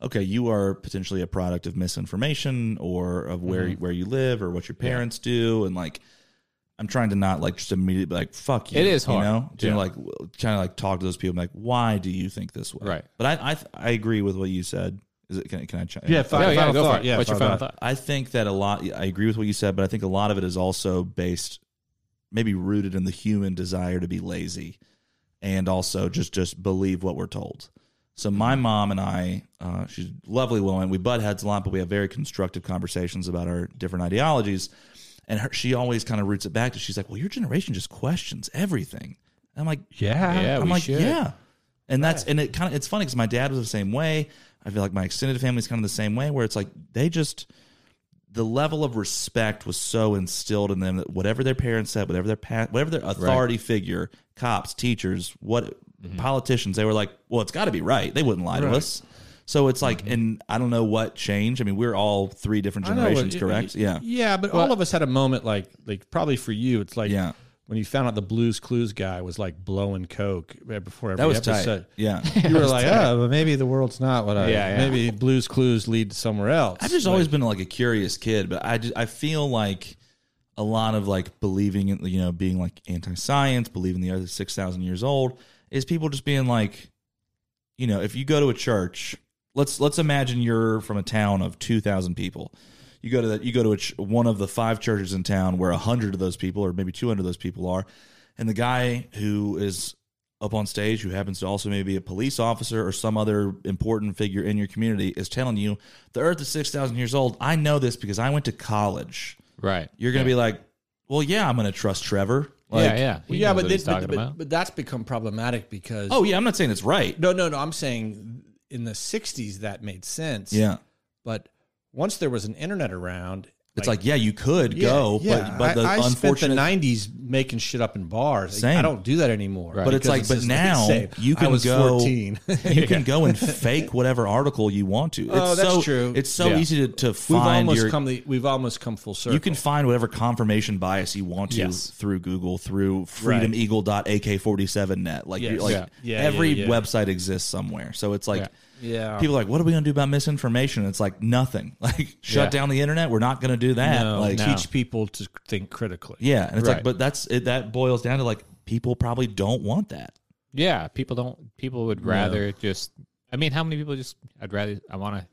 Speaker 3: okay, you are potentially a product of misinformation or of where
Speaker 2: Mm-hmm.
Speaker 3: where you live or what your parents do, and like. I'm trying to not like just immediately be like fuck you.
Speaker 2: It is
Speaker 3: you
Speaker 2: hard.
Speaker 3: know, to
Speaker 2: Yeah.
Speaker 3: like kind of like talk to those people, and like why do you think this way?
Speaker 2: Right.
Speaker 3: But I I, I agree with what you said. Is it can, I- can I check?
Speaker 1: yeah, fi-
Speaker 2: Yeah,
Speaker 1: final,
Speaker 2: yeah, go for
Speaker 1: thought.
Speaker 2: it.
Speaker 1: Yeah,
Speaker 2: What's your final thought?
Speaker 3: I think that a lot. I agree with what you said, but I think a lot of it is also based, maybe rooted in the human desire to be lazy, and also just just believe what we're told. So my mom and I, uh, she's a lovely woman. We butt heads a lot, but we have very constructive conversations about our different ideologies. And her, she always kind of roots it back to she's like, well, your generation just questions everything. I'm like,
Speaker 1: Yeah.
Speaker 2: Yeah,
Speaker 3: I'm
Speaker 2: we
Speaker 3: like,
Speaker 2: should.
Speaker 3: yeah. And that's and it kind of it's funny because my dad was the same way. I feel like my extended family's kind of the same way, where it's like they just the level of respect was so instilled in them that whatever their parents said, whatever their pa- whatever their authority figure, cops, teachers, what politicians, they were like, well, it's got to be right. They wouldn't lie to us. So it's like, and I don't know what changed. I mean, we're all three different
Speaker 1: I know what-
Speaker 3: generations, correct?
Speaker 1: y-
Speaker 3: yeah.
Speaker 1: Yeah, but all of us had a moment like like probably for you, it's like
Speaker 3: Yeah.
Speaker 1: when you found out the Blues Clues guy was like blowing coke right before every
Speaker 3: That was
Speaker 1: episode.
Speaker 2: <laughs>
Speaker 3: tight. Yeah.
Speaker 1: You were like, oh, but maybe the world's not what I.
Speaker 2: Yeah, yeah.
Speaker 1: Maybe Blues Clues lead to somewhere else.
Speaker 3: I've just always been like a curious kid, but I just, I feel like a lot of like believing in you know being like anti-science, believing the other six thousand years old is people just being like, you know, if you go to a church, let's let's imagine you're from a town of two thousand people. You go to that you go to a ch- one of the five churches in town where hundred of those people or maybe two hundred of those people are, and the guy who is up on stage who happens to also maybe be a police officer or some other important figure in your community is telling you the earth is 6000 years old i know this because i went to college
Speaker 2: Right.
Speaker 3: you're gonna be like well yeah i'm gonna trust trevor like,
Speaker 2: yeah, yeah. He
Speaker 1: Well, yeah, but,
Speaker 2: knows what
Speaker 1: thi-
Speaker 2: he's
Speaker 1: but,
Speaker 2: talking
Speaker 1: but,
Speaker 2: about.
Speaker 1: but that's become problematic because
Speaker 3: oh yeah i'm not saying it's right
Speaker 1: no no no I'm saying in the '60s that made sense.
Speaker 3: yeah
Speaker 1: but once there was an internet around,
Speaker 3: it's like, yeah you could
Speaker 1: yeah,
Speaker 3: go
Speaker 1: yeah.
Speaker 3: but but the
Speaker 1: I, I
Speaker 3: unfortunate
Speaker 1: spent the '90s making shit up in bars. Like,
Speaker 3: Same.
Speaker 1: I don't do that anymore.
Speaker 2: Right.
Speaker 3: but it's
Speaker 1: because
Speaker 3: like, but
Speaker 1: just
Speaker 3: now
Speaker 1: insane.
Speaker 3: you
Speaker 1: I
Speaker 3: can
Speaker 1: was
Speaker 3: go.
Speaker 1: 14.
Speaker 3: <laughs>
Speaker 1: <laughs>
Speaker 3: you can go and fake whatever article you want to. It's
Speaker 1: Oh, that's
Speaker 3: so,
Speaker 1: true.
Speaker 3: It's so
Speaker 2: Yeah.
Speaker 3: easy to, to
Speaker 1: We've
Speaker 3: find
Speaker 1: almost
Speaker 3: your
Speaker 1: come. The, we've almost come full circle.
Speaker 3: You can find whatever confirmation bias you want to
Speaker 2: Yes.
Speaker 3: through Google, through
Speaker 1: Right.
Speaker 3: freedomeagle.ak47net. Like,
Speaker 1: Yes.
Speaker 3: you're like
Speaker 2: Yeah.
Speaker 1: Yeah,
Speaker 3: every
Speaker 1: yeah, yeah.
Speaker 3: website exists somewhere. So it's like,
Speaker 2: Yeah.
Speaker 1: Yeah.
Speaker 3: people are like, what are we going to do about misinformation? It's like, nothing. <laughs> Like, shut
Speaker 2: Yeah.
Speaker 3: down the internet. We're not going to do that.
Speaker 1: No,
Speaker 3: like,
Speaker 1: teach people to think critically.
Speaker 3: <laughs> yeah. And it's
Speaker 2: Right.
Speaker 3: like, but that's it. That boils down to like, people probably don't want that.
Speaker 2: Yeah, people don't. People would rather just. I mean, how many people just? I'd rather. I want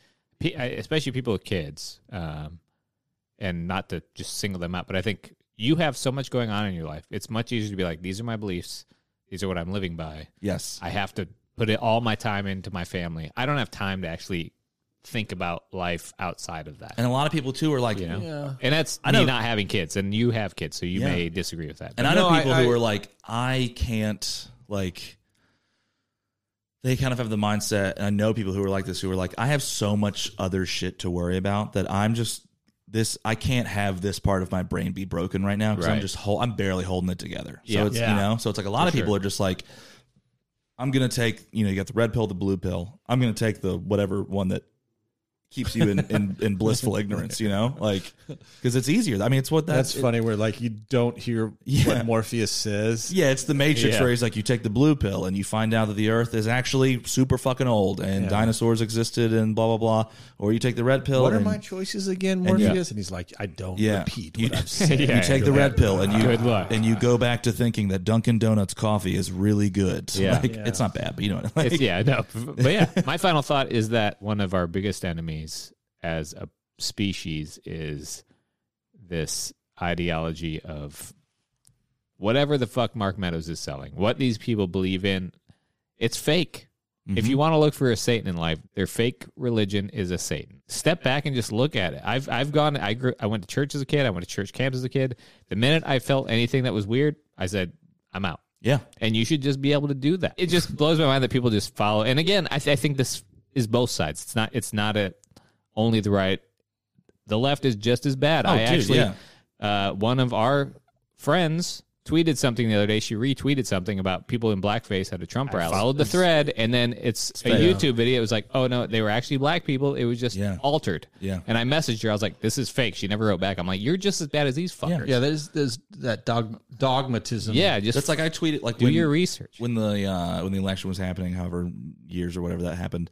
Speaker 2: to, especially people with kids, um, and not to just single them out. But I think you have so much going on in your life. It's much easier to be like, these are my beliefs. These are what I'm living by.
Speaker 3: Yes.
Speaker 2: I have to put it, all my time into my family. I don't have time to actually think about life outside of that.
Speaker 3: And a lot of people too are like,
Speaker 2: You know, and that's
Speaker 3: I
Speaker 2: me
Speaker 3: know-
Speaker 2: not having kids, and you have kids, so you
Speaker 3: Yeah.
Speaker 2: may disagree with that.
Speaker 3: And I know
Speaker 1: No, I-
Speaker 3: people who
Speaker 1: I-
Speaker 3: are like, I can't like. They kind of have the mindset, and I know people who are like this who are like, I have so much other shit to worry about that I'm just this. I can't have this part of my brain be broken right now because I'm
Speaker 2: Right.
Speaker 3: just whole. I'm barely holding it together.
Speaker 2: Yeah.
Speaker 3: So it's
Speaker 1: Yeah.
Speaker 3: you know, so it's like a lot of people are just like, I'm gonna take you know, you got the red pill, the blue pill. I'm gonna take the whatever one that keeps you in in, in blissful ignorance. You know, like because it's easier. I mean, it's what
Speaker 1: That's
Speaker 3: that's it-
Speaker 1: funny. Where like you don't hear
Speaker 3: Yeah.
Speaker 1: what Morpheus says.
Speaker 3: Yeah, it's the Matrix
Speaker 2: Yeah.
Speaker 3: where he's like, you take the blue pill and you find out that the Earth is actually super fucking old and dinosaurs existed and blah blah blah, or you take the red pill.
Speaker 1: What are
Speaker 3: and,
Speaker 1: my choices again,
Speaker 3: and-
Speaker 1: Morpheus? And, he's like, I don't
Speaker 3: <laughs> Yeah.
Speaker 1: repeat
Speaker 3: You-
Speaker 1: what
Speaker 3: <laughs>
Speaker 1: I've said.
Speaker 2: Yeah.
Speaker 3: You take the red pill and you
Speaker 2: Good luck.
Speaker 3: and you go back to thinking that Dunkin' Donuts coffee is really good.
Speaker 2: Yeah.
Speaker 3: Like, it's not bad, but you know, <laughs> what I mean?
Speaker 2: It's- yeah, no, but yeah, my final thought is that one of our biggest enemies as a species is this ideology of whatever the fuck Mark Meadows is selling, what these people believe in, it's fake. If you want to look for a Satan in life, their fake religion is a Satan. Step back and just look at it. I've I've gone. I grew. I went to church as a kid. I went to church camps as a kid. The minute I felt anything that was weird, I said, "I'm out."
Speaker 3: yeah,
Speaker 2: and you should just be able to do that. It just blows my mind that people just follow. And again, I, th- I think this is both sides. It's not. It's not a only the right. The left is just as bad. I
Speaker 3: Oh, dude,
Speaker 2: actually,
Speaker 3: yeah.
Speaker 2: uh, one of our friends tweeted something the other day. She retweeted something about people in blackface at a Trump rally. Followed the thread, and then it's a YouTube video. It was like, oh no, they were actually black people. It was just
Speaker 3: Yeah.
Speaker 2: altered.
Speaker 3: Yeah.
Speaker 2: And I messaged her. I was like, this is fake. She never wrote back. I'm like, you're just as bad as these fuckers.
Speaker 1: Yeah, there's there's that dog dogmatism.
Speaker 2: Yeah, just
Speaker 3: that's like I tweeted like
Speaker 2: do
Speaker 3: when-
Speaker 2: your research.
Speaker 3: when the uh, when the election was happening, however years or whatever that happened,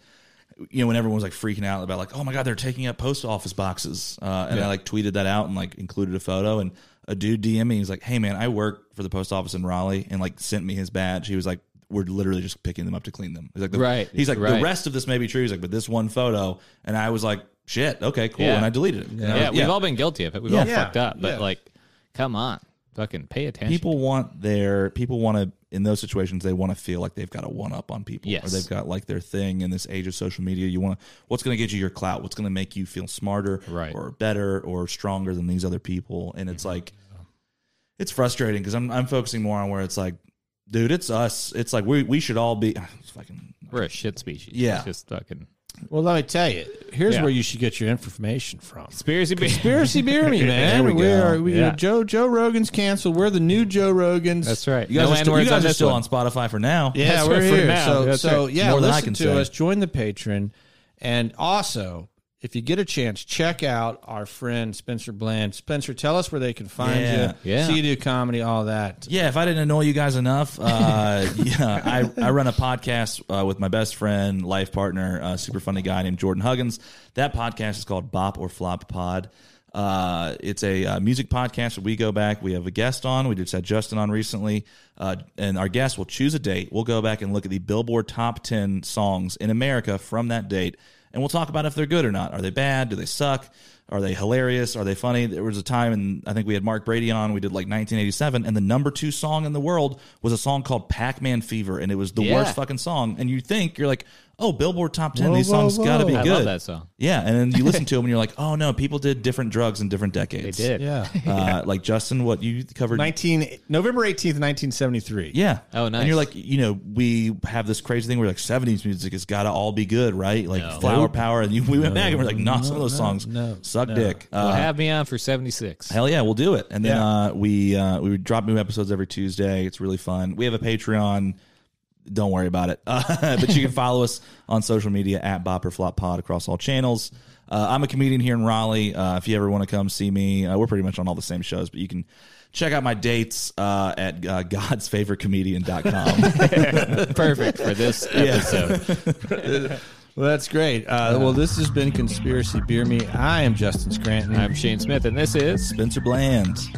Speaker 3: you know, when everyone was like freaking out about like, oh my god, they're taking up post office boxes, uh, and I like tweeted that out and like included a photo, and a dude DM me, he's like, hey man, I work for the post office in Raleigh, and like sent me his badge. He was like. We're literally just picking them up to clean them. He's like, the,
Speaker 2: Right.
Speaker 3: He's like,
Speaker 2: Right.
Speaker 3: the rest of this may be true. He's like, but this one photo, and I was like, shit, okay, cool,
Speaker 2: Yeah.
Speaker 3: and I deleted it.
Speaker 2: Yeah, we've all been guilty of it. We've all
Speaker 1: Yeah.
Speaker 2: fucked up, but
Speaker 1: Yeah.
Speaker 2: like, come on. fucking pay attention.
Speaker 3: people want their people want to in those situations they want to feel like they've got a one up on people or
Speaker 2: Yes.
Speaker 3: they've got like their thing in this age of social media you want to what's going to get you your clout what's going to make you feel smarter
Speaker 2: Right.
Speaker 3: or better or stronger than these other people and it's like it's frustrating because I'm, I'm focusing more on where it's like dude it's us it's like we, we should all be <sighs> it's fucking
Speaker 2: We're a shit species.
Speaker 3: Yeah.
Speaker 2: It's just fucking
Speaker 1: Well, let me tell you, here's
Speaker 2: Yeah.
Speaker 1: where you should get your information from.
Speaker 2: conspiracy. <laughs>
Speaker 1: Conspiracy beer me, man.
Speaker 3: we
Speaker 1: we
Speaker 3: go.
Speaker 1: are we
Speaker 2: Yeah.
Speaker 1: are Joe Joe Rogan's canceled. We're the new Joe Rogans.
Speaker 2: That's right.
Speaker 3: you guys
Speaker 2: No
Speaker 3: are,
Speaker 2: N
Speaker 3: still, you
Speaker 2: words
Speaker 3: guys
Speaker 2: on
Speaker 3: are
Speaker 2: this
Speaker 3: still
Speaker 2: one.
Speaker 3: on spotify for now
Speaker 1: Yeah,
Speaker 2: That's
Speaker 1: we're
Speaker 2: right for
Speaker 1: here.
Speaker 2: now.
Speaker 1: So,
Speaker 2: That's
Speaker 1: so
Speaker 2: right.
Speaker 1: yeah,
Speaker 3: More than I
Speaker 1: listen
Speaker 3: can
Speaker 1: to
Speaker 3: say.
Speaker 1: us. Join the patron, and also if you get a chance, check out our friend Spencer Bland. Spencer, tell us where they can find
Speaker 3: Yeah.
Speaker 1: you.
Speaker 2: Yeah.
Speaker 1: see you do comedy, all that.
Speaker 3: Yeah, if I didn't annoy you guys enough, uh, yeah, I, I run a podcast uh, with my best friend, life partner, uh, super funny guy named Jordan Huggins. That podcast is called Bop or Flop Pod. Uh, it's a uh, music podcast. We go back. We have a guest on. We just had Justin on recently, uh, and our guest will choose a date. We'll go back and look at the Billboard top ten songs in America from that date, and we'll talk about if they're good or not. Are they bad? Do they suck? Are they hilarious? Are they funny? There was a time, and I think we had Mark Brady on. We did like 1987, and the number two song in the world was a song called "Pac Man Fever," and it was the
Speaker 2: Yeah.
Speaker 3: worst fucking song. And you think you're like, oh, Billboard top ten,
Speaker 1: Whoa,
Speaker 3: these
Speaker 1: whoa,
Speaker 3: songs got to be
Speaker 1: whoa.
Speaker 2: I
Speaker 3: good.
Speaker 2: love that song.
Speaker 3: Yeah, and then you
Speaker 2: <laughs>
Speaker 3: listen to them, and you're like, oh no, people did different drugs in different decades.
Speaker 2: They did.
Speaker 1: Yeah,
Speaker 3: Uh, Like Justin, what you covered
Speaker 1: nineteen November eighteenth, nineteen seventy three.
Speaker 3: yeah.
Speaker 2: Oh, nice.
Speaker 3: And you're like, you know, we have this crazy thing where like 70s music has got to all be good, right? Like
Speaker 2: No.
Speaker 3: Flower Power. And you, we went back and we're like, nah, some of those songs
Speaker 1: no,
Speaker 3: suck
Speaker 1: no.
Speaker 3: dick.
Speaker 2: Well,
Speaker 3: Uh,
Speaker 2: have me on for seventy six.
Speaker 3: hell yeah, we'll do it. And then
Speaker 1: Yeah.
Speaker 3: uh, we uh, we drop new episodes every Tuesday. It's really fun. We have a Patreon. Don't worry about it. <laughs> Uh, but you can follow us on social media at Bopper Flop Pod across all channels. Uh, I'm a comedian here in Raleigh. Uh, if you ever want to come see me, uh, we're pretty much on all the same shows, but you can check out my dates uh, at uh, <laughs> godsfavoritecomedian.com.
Speaker 2: <laughs> Perfect for this episode.
Speaker 1: Well, that's great. Uh, well, this has been Conspiracy Beer Me. I am Justin Scranton.
Speaker 2: I'm Shane Smith, and this is
Speaker 3: Spencer Bland.